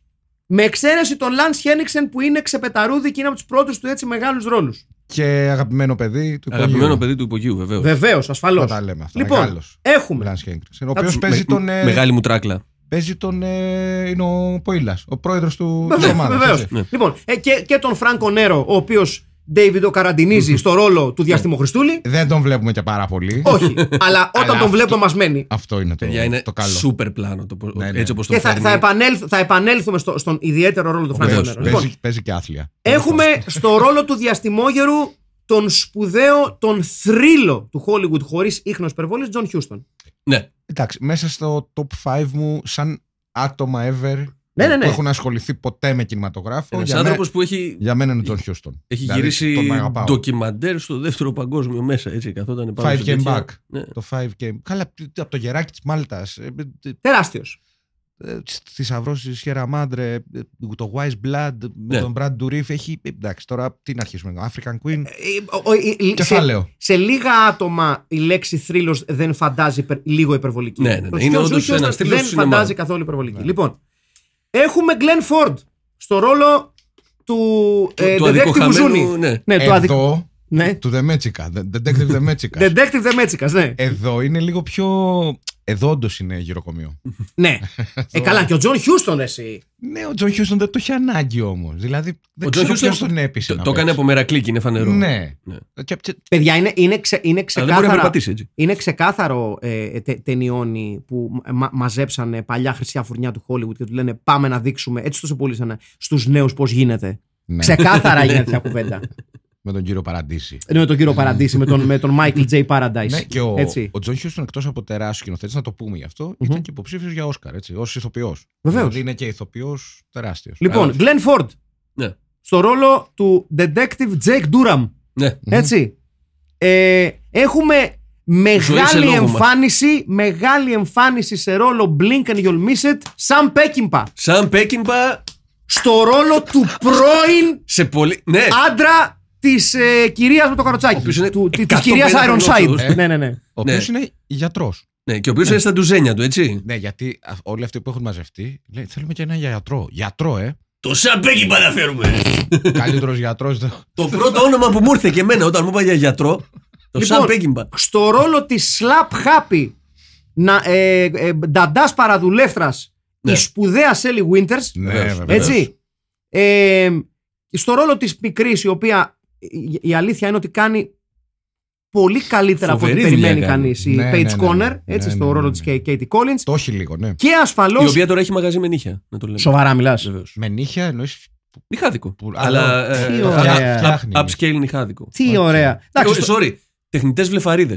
Speaker 1: με εξαίρεση τον Λαν Χένιξεν που είναι ξεπεταρούδι και είναι από τους πρώτους του έτσι μεγάλους ρόλους.
Speaker 2: Και αγαπημένο παιδί του
Speaker 3: Αγαπημένο
Speaker 2: υπογείου.
Speaker 3: παιδί του υπογείου, βεβαίως.
Speaker 1: Βεβαίως, ασφαλώς.
Speaker 2: Δεν τα λέμε αυτά.
Speaker 1: Λοιπόν,
Speaker 2: Μεγάλος.
Speaker 1: έχουμε.
Speaker 2: Lance Henriksen, Ο οποίος
Speaker 1: τους-
Speaker 2: παίζει τον. ε,
Speaker 3: Μεγάλη μου τράκλα.
Speaker 2: Παίζει τον. ε, Είναι ο Ποήλα. Ο πρόεδρος του της
Speaker 1: Βεβαίω.
Speaker 2: ομάδας,
Speaker 1: βεβαίως.
Speaker 2: έτσι.
Speaker 3: Ναι.
Speaker 1: Λοιπόν, ε, και, και τον Φράνκο Νέρο, ο οποίος Ντέιβιντ ο Καραντινίζει στο ρόλο του Διαστημο Χριστούλη.
Speaker 2: Δεν τον βλέπουμε και πάρα πολύ.
Speaker 1: Όχι. Αλλά όταν
Speaker 2: Αλλά
Speaker 1: τον βλέπω, μας μένει.
Speaker 2: Αυτό είναι το,
Speaker 3: Παιδιά, είναι
Speaker 2: το καλό.
Speaker 3: σούπερ πλάνο. Το, πο-
Speaker 2: Ναι, ναι.
Speaker 3: Έτσι όπως το
Speaker 1: Και θα,
Speaker 3: φέρνει.
Speaker 1: θα, επανέλθ- θα επανέλθουμε στο, στον ιδιαίτερο ρόλο του Φράνκο
Speaker 2: Βεβαίως.
Speaker 1: Νέρο.
Speaker 2: Παίζει,
Speaker 1: Λοιπόν,
Speaker 2: παίζει και άθλια.
Speaker 1: έχουμε στο ρόλο του Διαστημόγερου τον σπουδαίο, τον θρύλο του Hollywood χωρίς ίχνος υπερβολής, Τζον Χιούστον.
Speaker 3: Ναι.
Speaker 2: Εντάξει, μέσα στο top 5 μου, σαν άτομα ever
Speaker 1: Ναι, ναι, ναι.
Speaker 2: που έχουν ασχοληθεί ποτέ με κινηματογράφο.
Speaker 3: Ένας
Speaker 2: Για, μέ-
Speaker 3: άνθρωπος που έχει,
Speaker 2: για μένα είναι ο Τζον Χιούστον.
Speaker 3: έχει
Speaker 2: Δηλαδή,
Speaker 3: γυρίσει
Speaker 2: τον αγαπάω.
Speaker 3: ντοκιμαντέρ στο δεύτερο παγκόσμιο μέσα. Έτσι, καθόταν πάνω
Speaker 2: Five
Speaker 3: σε
Speaker 2: Game
Speaker 3: τέτοια-
Speaker 2: Back.
Speaker 3: Ναι.
Speaker 2: Το 5 Game. Καλά, από το γεράκι ε, τη Μάλτα.
Speaker 1: Τεράστιος.
Speaker 2: ε, Θησαυρό τη Χέρα Μάντρε. ε, Το Wise Blood με
Speaker 3: Ναι.
Speaker 2: τον Brad Dourif. Έχει. ε, Εντάξει, τώρα τι να αρχίσουμε. African Queen.
Speaker 1: Ε, Σε,
Speaker 2: Κεφάλαιο.
Speaker 1: σε λίγα άτομα η λέξη θρύλο δεν φαντάζει υπερ- λίγο υπερβολική.
Speaker 3: Ναι, ναι, ναι.
Speaker 1: Το
Speaker 3: Είναι
Speaker 1: John
Speaker 3: όντως
Speaker 1: Huston
Speaker 3: ένας θρύλος
Speaker 1: Δεν
Speaker 3: του σινεμά. Ναι.
Speaker 1: φαντάζει καθόλου υπερβολική. Λοιπόν, έχουμε Glenn Ford στο ρόλο του ε,
Speaker 3: του
Speaker 1: Detective
Speaker 3: αδικοχαμένου,
Speaker 1: Ζούνη.
Speaker 3: ναι.
Speaker 2: Ε,
Speaker 1: το αδικο-
Speaker 2: Εδώ.
Speaker 1: Ναι.
Speaker 2: Του Δεμέτσικας. The- Detective Δεμέτσικα.
Speaker 1: Detective Demetsikas, ναι.
Speaker 2: Εδώ είναι λίγο πιο. Εδώ όντως είναι γυροκομείο.
Speaker 1: Ναι. Ε, καλά, και ο Τζον Χιούστον, εσύ.
Speaker 2: Ναι, ο Τζον Χιούστον δεν το είχε ανάγκη όμως. Δηλαδή δεν
Speaker 3: Ο Τζον
Speaker 2: ξέρω
Speaker 3: Χιούστον
Speaker 2: ποιος τον έπεισε.
Speaker 3: Το,
Speaker 2: να
Speaker 3: το έκανε
Speaker 2: παίξει.
Speaker 3: από μερακλίκι, είναι φανερό.
Speaker 2: Ναι.
Speaker 3: Ναι.
Speaker 2: Και- και-
Speaker 1: Παιδιά, είναι, είναι, ξε, είναι
Speaker 3: Αλλά δεν μπορεί να
Speaker 1: ξεκάθαρα.
Speaker 3: περπατήσει έτσι.
Speaker 1: Είναι ξεκάθαρο ε, τε, ταινιόνι που μα, μαζέψανε παλιά χρυσιά φουρνιά του Hollywood και του λένε πάμε να δείξουμε έτσι τόσο πολύ σαν στους νέους πώς γίνεται.
Speaker 2: ναι,
Speaker 1: Ξεκάθαρα έγινε αυτή η κουβέντα.
Speaker 2: Με τον κύριο Παραντήση.
Speaker 1: Ενώ με τον κύριο Παραντήση, με τον, με τον Michael J. Paradise.
Speaker 2: Ναι, και ο,
Speaker 1: Έτσι.
Speaker 2: ο Τζον Χιούστον εκτός από τεράστιος σκηνοθέτης, να το πούμε γι' αυτο ήταν και υποψήφιος για Όσκαρ, έτσι, ως ηθοποιός.
Speaker 1: Βεβαίως.
Speaker 2: Δηλαδή είναι και Ε, ηθοποιός τεράστιος.
Speaker 1: Λοιπόν, Glenn Ford
Speaker 3: Ναι.
Speaker 1: στο ρόλο του detective Jake Durham.
Speaker 3: ναι.
Speaker 1: Έτσι. Ε, έχουμε
Speaker 3: σε
Speaker 1: μεγάλη
Speaker 3: λόγο μας.
Speaker 1: εμφάνιση, μεγάλη εμφάνιση σε ρόλο Blink and You'll Miss It, Sam Peckinpah.
Speaker 3: Σαν Πέκινπα
Speaker 1: Στο ρόλο του πρώην
Speaker 3: σε πολύ. Ναι,
Speaker 1: άντρα της ε, κυρίας με το
Speaker 3: οποίος
Speaker 1: καροτσάκι.
Speaker 3: είναι
Speaker 1: Του- Τη
Speaker 3: 150
Speaker 1: κυρία Ironside.
Speaker 3: χρονών,
Speaker 2: ε.
Speaker 1: Ναι, ναι, ναι.
Speaker 2: ο οποίο
Speaker 3: ναι.
Speaker 2: είναι γιατρός.
Speaker 3: ναι. και ο οποίος είναι στα ντουζένια του, έτσι.
Speaker 2: Ναι, γιατί α- όλοι αυτοί που έχουν μαζευτεί λέει, θέλουμε και ένα γιατρό. Γιατρό, ε.
Speaker 3: Το Σαν Πέκινπα να φέρουμε.
Speaker 2: Καλύτερος γιατρός.
Speaker 3: Το πρώτο όνομα που μου ήρθε και εμένα όταν μου είπα για γιατρό. Το
Speaker 1: Λοιπόν,
Speaker 3: Σαν Πέκινπα.
Speaker 1: Στο ρόλο της Slap Happy να, ε, ε, νταντάς παραδουλεύτρας
Speaker 3: Ναι.
Speaker 1: η σπουδαία Σέλι Winters.
Speaker 2: Ναι, βέβαια.
Speaker 1: έτσι. Ε, στο ρόλο της μικρής η οποία η, η αλήθεια είναι ότι κάνει πολύ καλύτερα από ό,τι
Speaker 3: Φοβερή δουλειά
Speaker 1: περιμένει
Speaker 3: κάνει.
Speaker 1: κανείς η
Speaker 2: Ναι,
Speaker 1: Paige
Speaker 2: ναι, ναι,
Speaker 1: Conner,
Speaker 2: ναι.
Speaker 1: έτσι,
Speaker 2: Ναι,
Speaker 1: στο
Speaker 2: ναι,
Speaker 1: ρόλο
Speaker 2: ναι,
Speaker 1: της
Speaker 2: ναι.
Speaker 1: Katie Collins
Speaker 2: Το έχει λίγο, ναι.
Speaker 1: και
Speaker 3: Η
Speaker 1: ασφαλώς...
Speaker 3: οποία τώρα έχει μαγαζί με νύχια. Να το λέμε.
Speaker 1: Σοβαρά μιλάς.
Speaker 3: Βεβαίως.
Speaker 2: Με νύχια εννοείς.
Speaker 3: Είχα δίκο.
Speaker 2: Που-
Speaker 3: Αλλά.
Speaker 2: άλλο.
Speaker 3: ε,
Speaker 1: Τι
Speaker 3: up-
Speaker 1: ωραία.
Speaker 3: up- Upscale είχα δίκο.
Speaker 1: Τι
Speaker 2: Οκ.
Speaker 1: ωραία. Εντάξει, στο-
Speaker 3: Sorry. Τεχνητές βλεφαρίδες.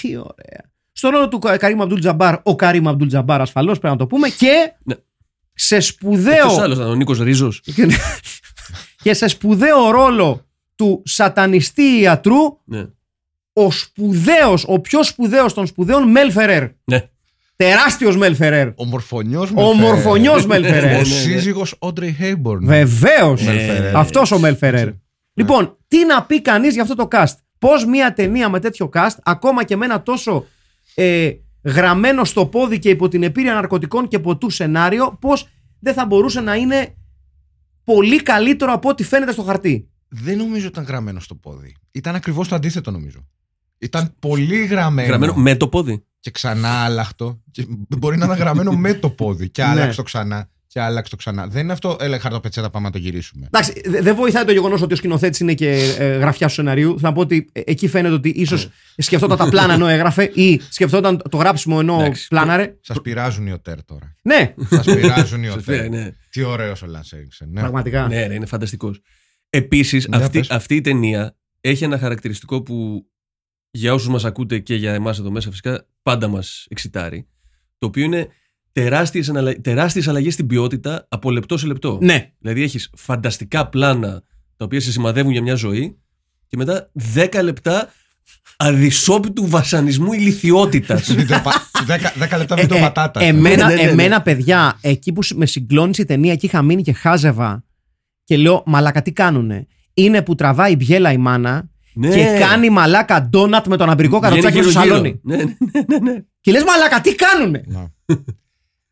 Speaker 1: Τι ωραία. Στον ρόλο του Κα- Καρύμ Αμπτούλ Τζαμπάρ, ο Καρύμ Αμπτούλ Τζαμπάρ ασφαλώς πρέπει να το πούμε και
Speaker 3: Ναι.
Speaker 1: σε
Speaker 3: Ποιο
Speaker 1: σπουδαίο.
Speaker 3: άλλος ήταν, ο Νίκος Ρίζος.
Speaker 1: και σε σπουδαίο ρόλο του σατανιστή ιατρού,
Speaker 3: Ναι.
Speaker 1: ο σπουδαίος, ο πιο σπουδαίος των σπουδαίων Μέλ Φερέρ.
Speaker 3: Ναι.
Speaker 1: Τεράστιος Μέλ Φερέρ.
Speaker 2: Ο μορφωνιός
Speaker 1: Ο μορφωνιό Μέλ
Speaker 3: Ναι,
Speaker 2: Ο
Speaker 1: Φερέρ.
Speaker 3: ναι.
Speaker 2: σύζυγο Όντρι Χέιμπορν.
Speaker 1: Βεβαίω.
Speaker 3: Ε,
Speaker 2: Μελ Φερέρ. Ναι.
Speaker 1: Αυτός ο Μέλ Φερέρ. Λοιπόν, τι να πει κανείς για αυτό το cast. Πώς μια ταινία με τέτοιο cast, ακόμα και με ένα τόσο ε, γραμμένο στο πόδι και υπό την επίρρεια ναρκωτικών και ποτού σενάριο, πώς δεν θα μπορούσε να είναι πολύ καλύτερο από ό,τι φαίνεται στο χαρτί.
Speaker 2: Δεν νομίζω ότι ήταν γραμμένο στο πόδι. Ήταν ακριβώς το αντίθετο, νομίζω. Ήταν πολύ γραμμένο.
Speaker 3: Γραμμένο με το πόδι.
Speaker 2: Και ξανά άλλαχτο. Και μπορεί να ήταν γραμμένο με το πόδι. Και
Speaker 1: Ναι.
Speaker 2: άλλαξε το ξανά. Και άλλαξε το ξανά. Δεν είναι αυτό. Έλα, χαρτοπετσέτα, πάμε να το γυρίσουμε.
Speaker 1: Εντάξει, δε- δεν βοηθάει το γεγονός ότι ο σκηνοθέτης είναι και ε, γραφιά του σενάριου. Θα πω ότι ε, εκεί φαίνεται ότι ίσως
Speaker 3: Ναι.
Speaker 1: σκεφτόταν τα πλάνα ενώ έγραφε ή σκεφτόταν το γράψιμο ενώ
Speaker 3: Εντάξει.
Speaker 1: πλάναρε.
Speaker 2: Σας πειράζουν οι οτέρ τώρα.
Speaker 1: Ναι,
Speaker 2: Σας πειράζουν οι
Speaker 3: Σας
Speaker 2: οτέρ.
Speaker 3: πήρα, ναι.
Speaker 2: Τι ωραίος ο Λαν Έριξεν. Ναι.
Speaker 1: πραγματικά.
Speaker 3: Ναι, ρε, είναι φανταστικός. Επίσης,
Speaker 2: Για
Speaker 3: αυτή,
Speaker 2: πες.
Speaker 3: αυτή η ταινία έχει ένα χαρακτηριστικό που για όσους μας ακούτε και για εμάς εδώ μέσα, φυσικά πάντα μας εξητάρει. Το οποίο είναι τεράστιες τεράστιες αλλαγές στην ποιότητα από λεπτό σε λεπτό.
Speaker 1: Ναι.
Speaker 3: Δηλαδή, έχεις φανταστικά πλάνα τα οποία σε σημαδεύουν για μια ζωή και μετά 10 λεπτά αδυσόπιτου βασανισμού ηλικιότητας.
Speaker 2: Βίντεο πα- δέκα- Δέκα λεπτά
Speaker 1: Ε,
Speaker 2: βίντεο
Speaker 1: ε,
Speaker 2: πατάτας.
Speaker 1: εμένα,
Speaker 3: Ναι, ναι, ναι, ναι.
Speaker 1: εμένα, παιδιά, εκεί που με συγκλώνησε η ταινία και είχα μείνει και χάζευα και λέω Μαλακα τι κάνουνε. Είναι που τραβάει μπιέλα η μάνα
Speaker 3: ναι.
Speaker 1: και κάνει μαλάκα ντόνατ με τον αμπρικό καροτσάκι στο σαλόνι.
Speaker 3: Ναι, ναι, ναι, ναι, ναι.
Speaker 1: Και λες Μαλακα τι κάνουνε.
Speaker 2: Να.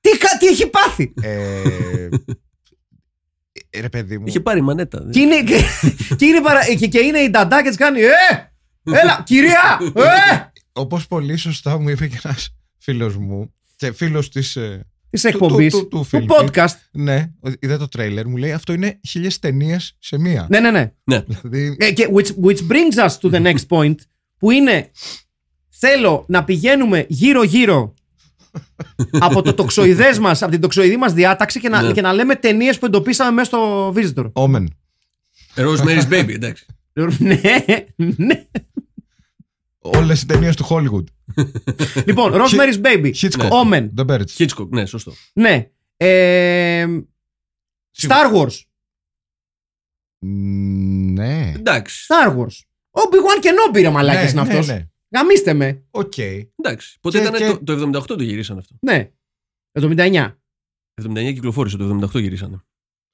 Speaker 1: Τι, κα- τι έχει πάθει.
Speaker 2: Ε, ε, Ρε παιδί μου.
Speaker 3: Είχε πάρει μανέτα.
Speaker 1: Και είναι, και, και είναι, παρα, και, και είναι η νταντά και της κάνει «Ε! Έλα, κυρία! Ε!
Speaker 2: Όπως πολύ σωστά μου είπε και ένας φίλος μου και φίλος της.
Speaker 1: Της εκπομπής,
Speaker 2: του- του- του
Speaker 1: του,
Speaker 2: Φίλιππη.
Speaker 1: podcast.
Speaker 2: Ναι, είδα το τρέιλερ, μου λέει αυτό είναι χίλιες ταινίες σε μία.
Speaker 1: Ναι, ναι, ναι.
Speaker 3: Ναι.
Speaker 2: Δηλαδή,
Speaker 1: Ε, και which, which brings us to the next point, που είναι θέλω να πηγαίνουμε γύρω-γύρω από το τοξοειδές μας, από την τοξοειδή μας διάταξη και να,
Speaker 3: Ναι.
Speaker 1: και να λέμε ταινίες που εντοπίσαμε μέσα στο Visitor.
Speaker 2: Όμεν.
Speaker 3: Rosemary's Baby, εντάξει.
Speaker 1: ναι, ναι.
Speaker 2: Όλες οι ταινίες του Hollywood.
Speaker 1: λοιπόν, Rosemary's Baby,
Speaker 2: Hitchcock.
Speaker 1: Omen,
Speaker 2: The Birds.
Speaker 3: Hitchcock, ναι, σωστό.
Speaker 1: ναι. Ε, Star Wars.
Speaker 2: Μ, Ναι.
Speaker 3: Εντάξει.
Speaker 1: Star Wars. Ο Obi-Wan Kenobi ρε μαλάκες είναι
Speaker 2: ναι,
Speaker 1: αυτός.
Speaker 2: ναι.
Speaker 1: Γαμίστε με.
Speaker 2: Οκ.
Speaker 3: Εντάξει. Πότε
Speaker 2: Και-
Speaker 3: ήταν
Speaker 2: και-
Speaker 3: Το, το 78 το γυρίσανε αυτό.
Speaker 1: Ναι. 79.
Speaker 3: 79 κυκλοφόρησε, το 78 γυρίσανε.
Speaker 1: Ε,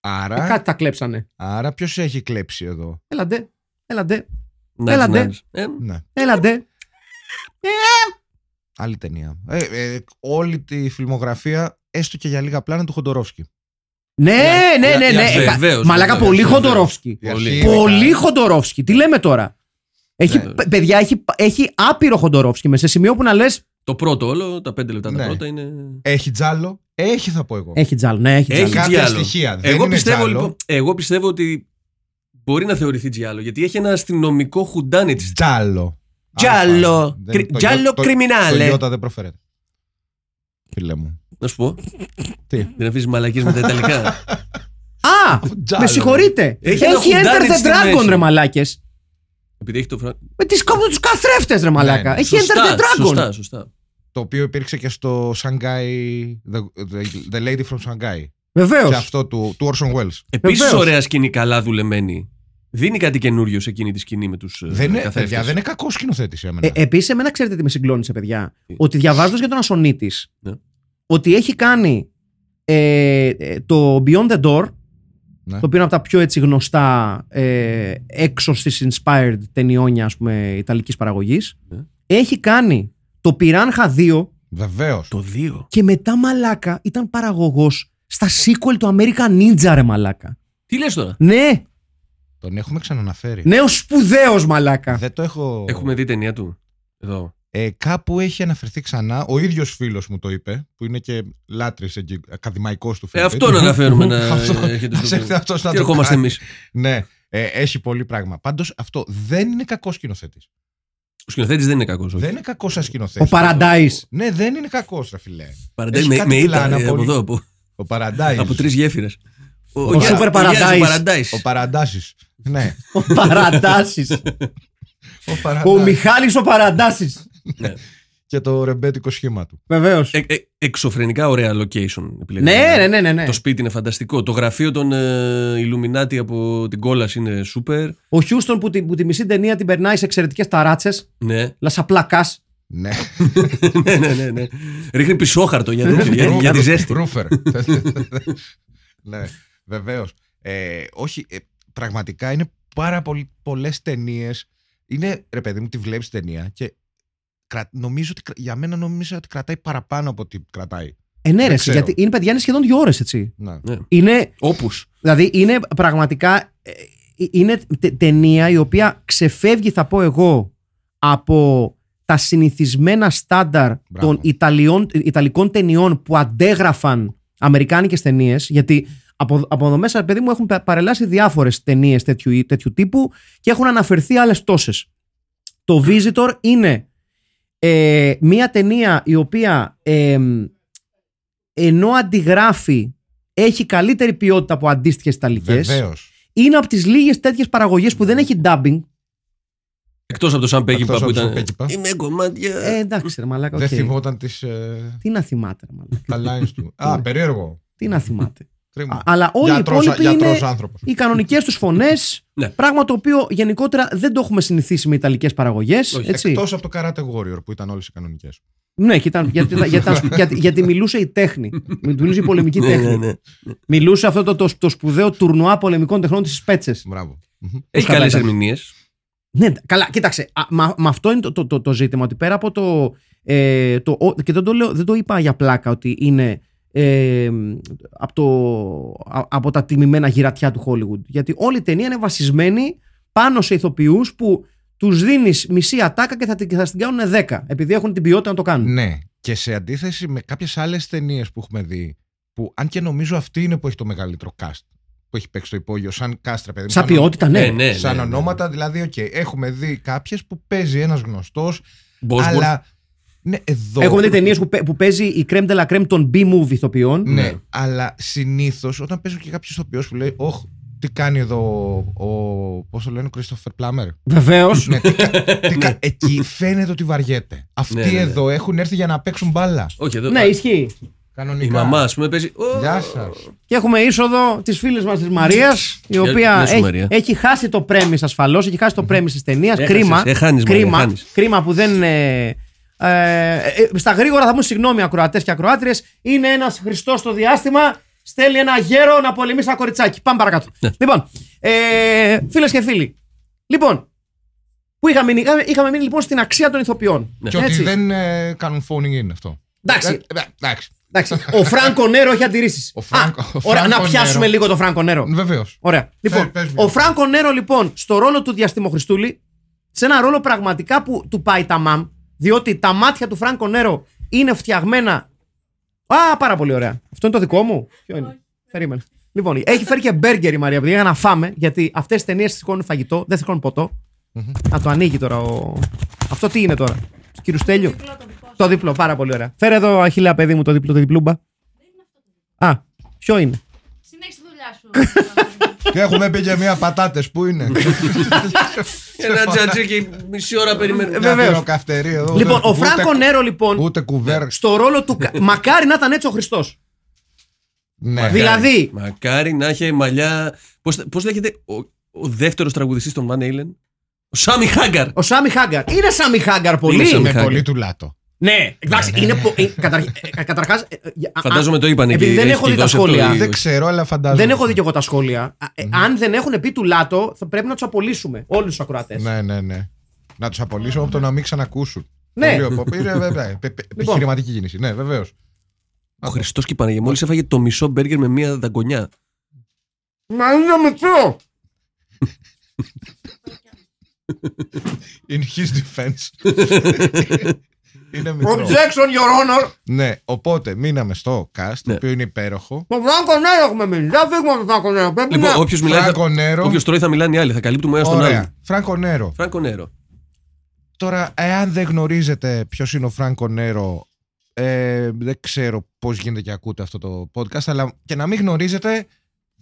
Speaker 2: Άρα,
Speaker 1: Κάτι τα κλέψανε.
Speaker 2: άρα ποιος έχει κλέψει εδώ.
Speaker 1: Έλαντε. Έλαντε.
Speaker 3: Να,
Speaker 1: Έλα,
Speaker 3: να,
Speaker 1: ντε.
Speaker 3: να. Ε,
Speaker 2: Ναι.
Speaker 1: Έλαντε.
Speaker 2: Άλλη ταινία. Ε, ε, όλη τη φιλμογραφία, έστω και για λίγα πλάνα του Χοντορόφσκι.
Speaker 1: Ναι, ναι,
Speaker 3: για-
Speaker 1: ναι.
Speaker 3: για-
Speaker 1: ναι.
Speaker 3: βεβαίως,
Speaker 1: Κα-
Speaker 3: βεβαίως,
Speaker 1: Μαλάκα πολύ
Speaker 3: βεβαίως.
Speaker 1: χοντορόφσκι.
Speaker 2: Η
Speaker 3: Πολύ.
Speaker 2: αρχή είναι
Speaker 1: Πολύ
Speaker 2: καλά.
Speaker 1: χοντορόφσκι. Τι λέμε τώρα. Έχει,
Speaker 3: Ναι.
Speaker 1: παι- Παιδιά, έχει, έχει άπειρο χοντορόφσκι με σε σημείο που να λες.
Speaker 3: Το πρώτο όλο, τα πέντε λεπτά
Speaker 2: Ναι.
Speaker 3: τα πρώτα είναι.
Speaker 2: Έχει τζάλο. Έχει, θα πω εγώ.
Speaker 1: Έχει τζάλο. Ναι, έχει
Speaker 3: Έχει
Speaker 1: τζάλο.
Speaker 2: κάποια
Speaker 3: τζιάλο.
Speaker 2: στοιχεία. Δεν
Speaker 3: Εγώ
Speaker 2: είναι
Speaker 3: πιστεύω,
Speaker 2: τζάλο.
Speaker 3: λοιπόν, εγώ πιστεύω ότι μπορεί να θεωρηθεί τζιάλο γιατί έχει ένα αστυνομικό χουντάνι της.
Speaker 2: Τζάλο.
Speaker 3: Τζάλο.
Speaker 2: Αλφα. Ναι, Δεν-
Speaker 3: Κρι-
Speaker 2: το
Speaker 3: τζάλο
Speaker 2: γιώ- το-
Speaker 3: κριμινάλε.
Speaker 2: Το γιώτα δεν προφέρεται. Φίλε μου.
Speaker 3: Να σου πω.
Speaker 2: Τι?
Speaker 3: Δεν αφήσεις μαλακή με τα Ιταλικά.
Speaker 1: Α!
Speaker 2: Τζάλο.
Speaker 1: Με συγχωρείτε.
Speaker 3: Έχει
Speaker 1: Έχει,
Speaker 3: ένα
Speaker 1: Enter
Speaker 3: χουντάρι
Speaker 1: the
Speaker 3: στη
Speaker 1: Dragon,
Speaker 3: μέση.
Speaker 1: ρε μαλάκες.
Speaker 3: Επειδή έχει το φρα...
Speaker 1: Με τις, τους καθρέφτες ρε μαλάκα.
Speaker 2: ναι.
Speaker 1: Έχει Enter the Dragon.
Speaker 3: σωστά, σωστά.
Speaker 2: Το οποίο υπήρξε και στο Shanghai. The, the- the Lady from Shanghai.
Speaker 1: Βεβαίως.
Speaker 2: Και αυτό του, του Orson Welles.
Speaker 3: Επίσης,
Speaker 1: Βεβαίως.
Speaker 3: ωραία σκηνή, καλά δουλεμένη. Δίνει κάτι καινούριο σε εκείνη τη σκηνή με ε, του
Speaker 2: Δεν είναι, παιδιά, δεν είναι κακό σκηνοθέτη εμένα.
Speaker 1: Ε, Επίσης, εμένα ξέρετε τι με συγκλώνησε, παιδιά.
Speaker 3: Ναι. Τι?
Speaker 1: Ότι διαβάζοντας για τον Ασονίτης,
Speaker 3: Ναι.
Speaker 1: ότι έχει κάνει ε, ε, το Beyond the Door,
Speaker 2: Ναι.
Speaker 1: το οποίο είναι από τα πιο έτσι γνωστά ε, έξω στις inspired ταινιόνια, ας πούμε, ιταλικής παραγωγής.
Speaker 3: Ναι.
Speaker 1: Έχει κάνει το Πυράνχα 2
Speaker 2: Βεβαίως.
Speaker 3: Το δύο.
Speaker 1: και μετά μαλάκα ήταν παραγωγός στα sequel του American Ninja, ρε μαλάκα.
Speaker 3: Τι λες τώρα.
Speaker 1: Ναι,
Speaker 2: Τον έχουμε ξαναναφέρει.
Speaker 1: νέος σπουδαίος μαλάκα.
Speaker 2: Δεν το έχω.
Speaker 3: Ναι. Έχουμε δει ταινία του. Εδώ.
Speaker 2: Ε, κάπου έχει αναφερθεί ξανά. Ο ίδιος φίλος μου το είπε, που είναι και λάτρης, ακαδημαϊκός του
Speaker 3: Ε,
Speaker 2: φίλου.
Speaker 3: αυτό να αναφέρουμε να
Speaker 2: Αυτό-
Speaker 3: έχετε
Speaker 2: Ας
Speaker 3: στο
Speaker 2: έρθει
Speaker 3: νου.
Speaker 2: αυτό να
Speaker 3: Τι
Speaker 2: το
Speaker 3: ερχόμαστε
Speaker 2: κάνει.
Speaker 3: εμείς.
Speaker 2: Ναι, ε, έχει πολύ πράγμα. Πάντως αυτό δεν είναι κακός σκηνοθέτης.
Speaker 3: Ο σκηνοθέτης δεν είναι κακός.
Speaker 2: Δεν είναι κακός σαν σκηνοθέτης.
Speaker 1: Ο Paradise.
Speaker 2: Ναι, δεν είναι κακός, ρε φιλέ.
Speaker 3: Παραντάει
Speaker 2: Έχει
Speaker 3: με,
Speaker 2: κάτι
Speaker 3: με ήττα
Speaker 2: πλάνα
Speaker 3: ε, από
Speaker 2: πολύ.
Speaker 3: εδώ, από,
Speaker 2: Ο Paradise.
Speaker 3: από τρεις γέφυρες.
Speaker 1: Ο Super Paradise.
Speaker 2: Ο Παραντάσης. Ναι.
Speaker 1: Ο Παραντάσης.
Speaker 2: Ο
Speaker 1: Ο
Speaker 2: Παραντάσης.
Speaker 1: Μιχάλης ο Παραντάσης.
Speaker 2: Και το ρεμπέτικο σχήμα του.
Speaker 1: Βεβαίως.
Speaker 3: Ε, Εξωφρενικά ωραία location. επιλέγει.
Speaker 1: Ναι, ναι, ναι, ναι. ναι.
Speaker 3: Το σπίτι είναι φανταστικό. Το γραφείο των ε, Illuminati από την κόλαση είναι super.
Speaker 1: Ο Χιούστον που, τη, που τη μισή ταινία την περνάει σε εξαιρετικές ταράτσες,
Speaker 3: Ναι,
Speaker 1: λασαπλακάς.
Speaker 2: Ναι.
Speaker 3: ναι, ναι, ναι, ναι. Ρίχνει πισόχαρτο για,
Speaker 2: Ναι,
Speaker 3: τέτοιο, για, για τη ζέστη.
Speaker 2: Ρούφερ. ναι, βεβαίως. όχι, ε, πραγματικά είναι πάρα πολλές ταινίες. Είναι, ρε παιδί μου, τη βλέπεις ταινία και κρα- νομίζω ότι, κρα- για μένα νομίζω ότι κρατάει παραπάνω από ότι κρατάει.
Speaker 1: Ενέρεση.
Speaker 2: ξέρω.
Speaker 1: Ε, ναι, Γιατί είναι παιδιά, είναι σχεδόν δύο ώρες, έτσι.
Speaker 2: Να.
Speaker 3: Ναι.
Speaker 1: Είναι
Speaker 3: Όπω.
Speaker 1: Δηλαδή είναι πραγματικά ε, είναι τε- ταινία η οποία ξεφεύγει θα πω εγώ από τα συνηθισμένα στάνταρ
Speaker 2: Μπράβο.
Speaker 1: των Ιταλιών, Ιταλικών ταινιών που αντέγραφαν Αμερικάνικες ταινίες, γιατί από, από εδώ μέσα, παιδί μου, έχουν πα- παρελάσει διάφορες ταινίες τέτοιου, τέτοιου τύπου και έχουν αναφερθεί άλλες τόσες. Το Visitor είναι ε, μία ταινία η οποία ε, ενώ αντιγράφει έχει καλύτερη ποιότητα από αντίστοιχες Ιταλικέ.
Speaker 2: Βεβαίως.
Speaker 1: Είναι από τις λίγες τέτοιες παραγωγές που δεν έχει dubbing.
Speaker 3: Εκτός από το Σαν Πέγκυπα
Speaker 2: Εκτός
Speaker 3: που
Speaker 2: από το
Speaker 3: ήταν.
Speaker 2: Σαν Πέγκυπα.
Speaker 3: Είμαι κομμάτια. Ναι,
Speaker 1: Ε, εντάξει, ρε Μαλάκα.
Speaker 2: Δεν
Speaker 1: οκ.
Speaker 2: θυμόταν τις, ε,
Speaker 1: Τι να θυμάται, ρε Μαλάκα.
Speaker 2: τα lines του. Α, περίεργο.
Speaker 1: Τι να θυμάται.
Speaker 2: Κρίμα.
Speaker 1: Α, Αλλά όλοι οι
Speaker 2: Γιατρός-
Speaker 1: υπόλοιποι
Speaker 2: γιατρός
Speaker 1: είναι
Speaker 2: άνθρωπος.
Speaker 1: οι κανονικές τους φωνές.
Speaker 3: Ναι.
Speaker 1: Πράγμα το οποίο γενικότερα δεν το έχουμε συνηθίσει με ιταλικές παραγωγές.
Speaker 3: Όχι,
Speaker 1: Έτσι.
Speaker 2: Εκτός από το Karate Warrior που ήταν όλες οι κανονικές.
Speaker 1: Ναι, και ήταν- γιατί, γιατί, ήταν- γιατί- γιατί μιλούσε η τέχνη. Μιλούσε η πολεμική
Speaker 3: Ναι, ναι,
Speaker 1: τέχνη.
Speaker 3: ναι.
Speaker 1: Μιλούσε αυτό το, το, το σπουδαίο τουρνουά πολεμικών τεχνών της Σπέτσες.
Speaker 2: Μπράβο. Μμμ.
Speaker 3: Έχει
Speaker 1: καλά
Speaker 3: καλέ
Speaker 1: ήταν.
Speaker 3: ερμηνείες.
Speaker 1: Ναι, καλά, κοίταξε. α, μα, μα αυτό είναι το, το, το, το ζήτημα. Ότι πέρα από το. Ε, το ο- και δεν το, λέω, δεν το είπα για πλάκα ότι είναι ε, από, το, α- από τα τιμημένα γυρατιά του Hollywood. Γιατί όλη η ταινία είναι βασισμένη πάνω σε ηθοποιούς που τους δίνεις μισή ατάκα και θα, την- και θα την κάνουν 10 επειδή έχουν την ποιότητα να το κάνουν.
Speaker 2: Ναι. Και σε αντίθεση με κάποιες άλλες ταινίες που έχουμε δει, που αν και νομίζω αυτή είναι που έχει το μεγαλύτερο cast που έχει παίξει το υπόγειο, σαν cast, ρε παιδί μου,
Speaker 1: Σαν
Speaker 2: σαν
Speaker 1: ποιότητα, ναι.
Speaker 3: Ε, ναι, ναι,
Speaker 2: σαν
Speaker 3: ναι.
Speaker 2: ονόματα, δηλαδή, οκ, έχουμε δει κάποιες που παίζει ένας γνωστός,
Speaker 3: Bosworth.
Speaker 2: αλλά. Ναι, εδώ.
Speaker 1: Έχουμε δει ταινίες που, παί- που παίζει η creme de la creme των B-movie ηθοποιών.
Speaker 2: Ναι,
Speaker 3: Ναι.
Speaker 2: αλλά συνήθως όταν παίζει και κάποιος ηθοποιός που λέει, Ωχ, τι κάνει εδώ ο. Πώς το λένε, ο Κρίστοφερ Πλάμερ.
Speaker 1: Βεβαίως.
Speaker 2: ναι, τι, κα- τι κα- εκεί φαίνεται ότι βαριέται. Αυτοί
Speaker 3: Ναι, ναι, ναι.
Speaker 2: εδώ έχουν έρθει για να παίξουν μπάλα.
Speaker 3: Όχι, εδώ.
Speaker 1: ναι, ισχύει.
Speaker 3: Η
Speaker 2: Κανονικά.
Speaker 3: μαμά, ας πούμε, παίζει. Ω,
Speaker 2: Γεια σας.
Speaker 1: Και έχουμε είσοδο της φίλης μας της Μαρίας, η οποία
Speaker 3: γεια σου,
Speaker 1: έχει,
Speaker 3: Μαρία.
Speaker 1: έχει χάσει το πρέμις ασφαλώς, έχει χάσει το πρέμις της ταινίας. Κρίμα.
Speaker 3: ε, χάνεις, Μαρία,
Speaker 1: κρίμα,
Speaker 3: χάνεις.
Speaker 1: κρίμα που δεν. Ε, ε, ε, στα γρήγορα θα μου συγγνώμη, ακροατές και ακροάτριες. Είναι ένας Χριστός στο διάστημα, στέλνει ένα γέρο να πολεμήσει ένα κοριτσάκι. Πάμε παρακάτω.
Speaker 3: Ναι.
Speaker 1: Λοιπόν, ε, φίλες και φίλοι. Λοιπόν, που είχαμε μείνει, είχαμε, είχαμε μείνει λοιπόν στην αξία των ηθοποιών.
Speaker 3: Ναι.
Speaker 2: Και ότι δεν ε, κάνουν phoning in αυτό.
Speaker 1: Ναι. Εντάξει.
Speaker 2: Ε, ε, εντάξει.
Speaker 1: Εντάξει, ο Φράνκο Νέρο έχει αντιρρήσεις.
Speaker 2: Ο Φράνκο- ο
Speaker 1: Ωραία, να
Speaker 2: Φράνκο
Speaker 1: πιάσουμε
Speaker 2: Νέρο. Ναι,
Speaker 1: λίγο το Φράνκο Νέρο.
Speaker 2: Βεβαίως.
Speaker 1: Ωραία. Λοιπόν,
Speaker 2: πες μου.
Speaker 1: ο Φράνκο Νέρο, λοιπόν, στο ρόλο του Διαστημοχριστούλη, σε ένα ρόλο πραγματικά που του πάει τα μαμ, διότι τα μάτια του Φράνκο Νέρο είναι φτιαγμένα. Α, πάρα πολύ ωραία. Αυτό είναι το δικό μου. Ποιο είναι. Περίμενε. Λοιπόν, έχει φέρει και μπέργκερ η Μαρία, παιδιά, για να φάμε, γιατί αυτές τι ταινίες σηκώνουν φαγητό, δεν σηκώνουν ποτό. Να το ανοίγει τώρα ο. Αυτό τι είναι τώρα, του κύριου Στέλιου. Το δίπλο, πάρα πολύ ωραία. Φέρε εδώ, Αχιλέα, παιδί μου, το δίπλο, το διπλούμπα. Α, ποιο είναι.
Speaker 4: Συνέχισε τη δουλειά σου.
Speaker 2: Και έχουμε πει και μία πατάτες. Πού είναι.
Speaker 3: Ένα τζατζίκι, μισή ώρα περιμένουμε.
Speaker 1: βεβαίως.
Speaker 2: Βεβαίως. Καυτερή εδώ.
Speaker 1: Λοιπόν,
Speaker 2: ούτε-
Speaker 1: ο Φράνκο
Speaker 2: ούτε-
Speaker 1: Νέρο, λοιπόν,
Speaker 2: Ούτε κουβέρ.
Speaker 1: στο ρόλο του. Κα- Μακάρι να ήταν έτσι ο Χριστός.
Speaker 2: Ναι.
Speaker 1: δηλαδή.
Speaker 3: Μακάρι να είχε μαλλιά. Πώς λέγεται ο, ο δεύτερος τραγουδιστής των Van Halen, ο Σάμι Χάγκαρ.
Speaker 1: Ο Σάμι Χάγκαρ. Είναι Σάμι Χάγκαρ πολύ.
Speaker 3: Είναι Σάμι
Speaker 2: Με
Speaker 3: Χάγκαρ.
Speaker 2: πολύ του λάτο.
Speaker 1: Ναι, εντάξει, είναι. πο- ε, καταρχ- ε, Καταρχά.
Speaker 3: Φαντάζομαι το είπανε
Speaker 1: Επειδή
Speaker 3: και
Speaker 1: δεν
Speaker 3: έχει
Speaker 1: έχω δει τα
Speaker 3: δώσει αυτό
Speaker 1: σχόλια.
Speaker 3: η-
Speaker 2: Δεν ξέρω, αλλά φαντάζομαι.
Speaker 1: Δεν έχω δει κι εγώ τα σχόλια. Α, ε, Αν δεν έχουν πει του Λάτο, θα πρέπει να τους απολύσουμε όλους τους ακροατές.
Speaker 2: Ναι, ναι, ναι. Να τους απολύσω από το να μην ξανακούσουν.
Speaker 1: Ναι. Λοιπόν.
Speaker 2: Πολύ οπό- Είναι βέβαια. πε- πε- Επιχειρηματική κίνηση. Ναι, βεβαίως.
Speaker 3: Ο Χριστός και η Παναγία μόλις έφαγε το μισό μπέργκερ με μία δαγκονιά.
Speaker 1: Μα είναι μικρό.
Speaker 2: In his defense. είναι μικρό.
Speaker 1: Objection, your honor.
Speaker 2: ναι, οπότε μείναμε στο cast, το
Speaker 3: Ναι.
Speaker 2: οποίο είναι υπέροχο.
Speaker 1: Το Φράγκο Νέρο έχουμε μείνει. Δεν φύγουμε από το Φράγκο Νέρο. Πρέπει
Speaker 3: Λοιπόν,
Speaker 1: να-
Speaker 3: όποιος μιλάει. θα-
Speaker 2: Φράγκο Νέρο.
Speaker 3: Όποιος τρώει θα μιλάνε οι άλλοι. Θα καλύπτουμε ένας τον άλλο.
Speaker 2: Ωραία. Φράνκο Νέρο.
Speaker 3: Φράγκο Νέρο.
Speaker 2: Τώρα, εάν δεν γνωρίζετε ποιος είναι ο Φράνκο Νέρο, ε, δεν ξέρω πώς γίνεται και ακούτε αυτό το podcast, αλλά και να μην γνωρίζετε,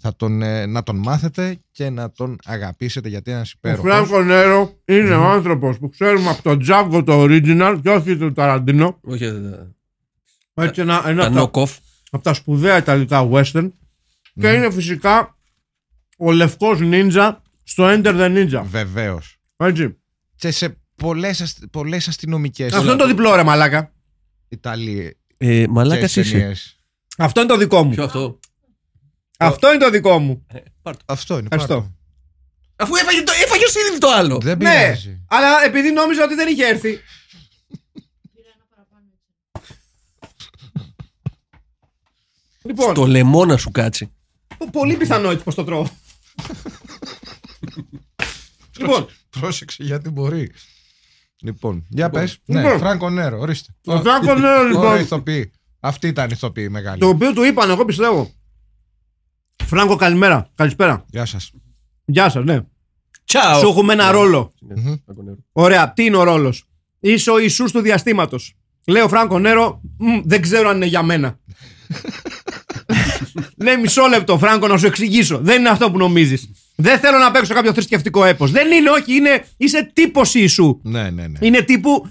Speaker 2: θα τον, ε, να τον μάθετε και να τον αγαπήσετε γιατί είναι ένας
Speaker 1: Ο
Speaker 2: υπέροχος.
Speaker 1: Φράγκο Νέρο είναι ο άνθρωπος που ξέρουμε από τον Τζάγκο το original και όχι τον Ταραντίνο.
Speaker 3: Όχι, ε, τα-
Speaker 1: Έτσι, ένα, ένα
Speaker 3: τα
Speaker 1: από τα-
Speaker 3: knock-off.
Speaker 1: από τα σπουδαία Ιταλικά western
Speaker 2: Ναι,
Speaker 1: και είναι φυσικά ο λευκός νίντζα στο Enter the Ninja.
Speaker 2: Βεβαίως.
Speaker 1: Έτσι.
Speaker 2: Και σε πολλές αστι, πολλές αστυνομικές
Speaker 1: Αυτό είναι το διπλό ρε μαλάκα.
Speaker 2: Ιταλίε
Speaker 3: Ε, Μαλάκας είσαι.
Speaker 2: ταινίες.
Speaker 1: Αυτό είναι το δικό μου.
Speaker 3: Ποιο αυτό.
Speaker 1: Αυτό είναι το δικό μου.
Speaker 3: Ε, πάρ' το.
Speaker 2: Αυτό είναι.
Speaker 1: Ευχαριστώ.
Speaker 2: πάρ' το.
Speaker 3: Αφού έφαγε το, έφαγες ήδη το άλλο.
Speaker 2: Δεν
Speaker 1: Ναι,
Speaker 2: πειράζει.
Speaker 1: αλλά επειδή νόμιζα ότι δεν είχε έρθει. Λοιπόν,
Speaker 3: Το λαιμό να σου κάτσει.
Speaker 1: πολύ πιθανό έτσι πως το τρώω. λοιπόν,
Speaker 2: Πρόσεξε γιατί μπορεί. Λοιπόν, για
Speaker 3: Λοιπόν.
Speaker 2: πες. Ναι,
Speaker 1: Λοιπόν.
Speaker 2: Φράνκο Νέρο, ορίστε.
Speaker 1: ο Δράκο Νέρο,
Speaker 2: Ωραία
Speaker 1: λοιπόν,
Speaker 2: ηθοποιή. Αυτή ήταν η ηθοποιή μεγάλη.
Speaker 1: το οποίο του είπαν, εγώ πιστεύω. Φράγκο, καλημέρα. Καλησπέρα.
Speaker 2: Γεια σας.
Speaker 1: Γεια σας, ναι.
Speaker 3: Τσάω.
Speaker 1: Σου έχουμε ένα ρόλο.
Speaker 2: Μμμ.
Speaker 1: Ωραία, τι είναι ο ρόλος. Είσαι ο Ιησούς του διαστήματος. Λέω Φράνκο Νέρο, «Μμ, δεν ξέρω αν είναι για μένα. Λέει μισό λεπτό, Φράνκο, να σου εξηγήσω. Δεν είναι αυτό που νομίζεις. Δεν θέλω να παίξω κάποιο θρησκευτικό έπος. Δεν είναι, όχι, είναι, είσαι τύπος Ιησού.
Speaker 2: Ναι, ναι, ναι.
Speaker 1: Είναι τύπου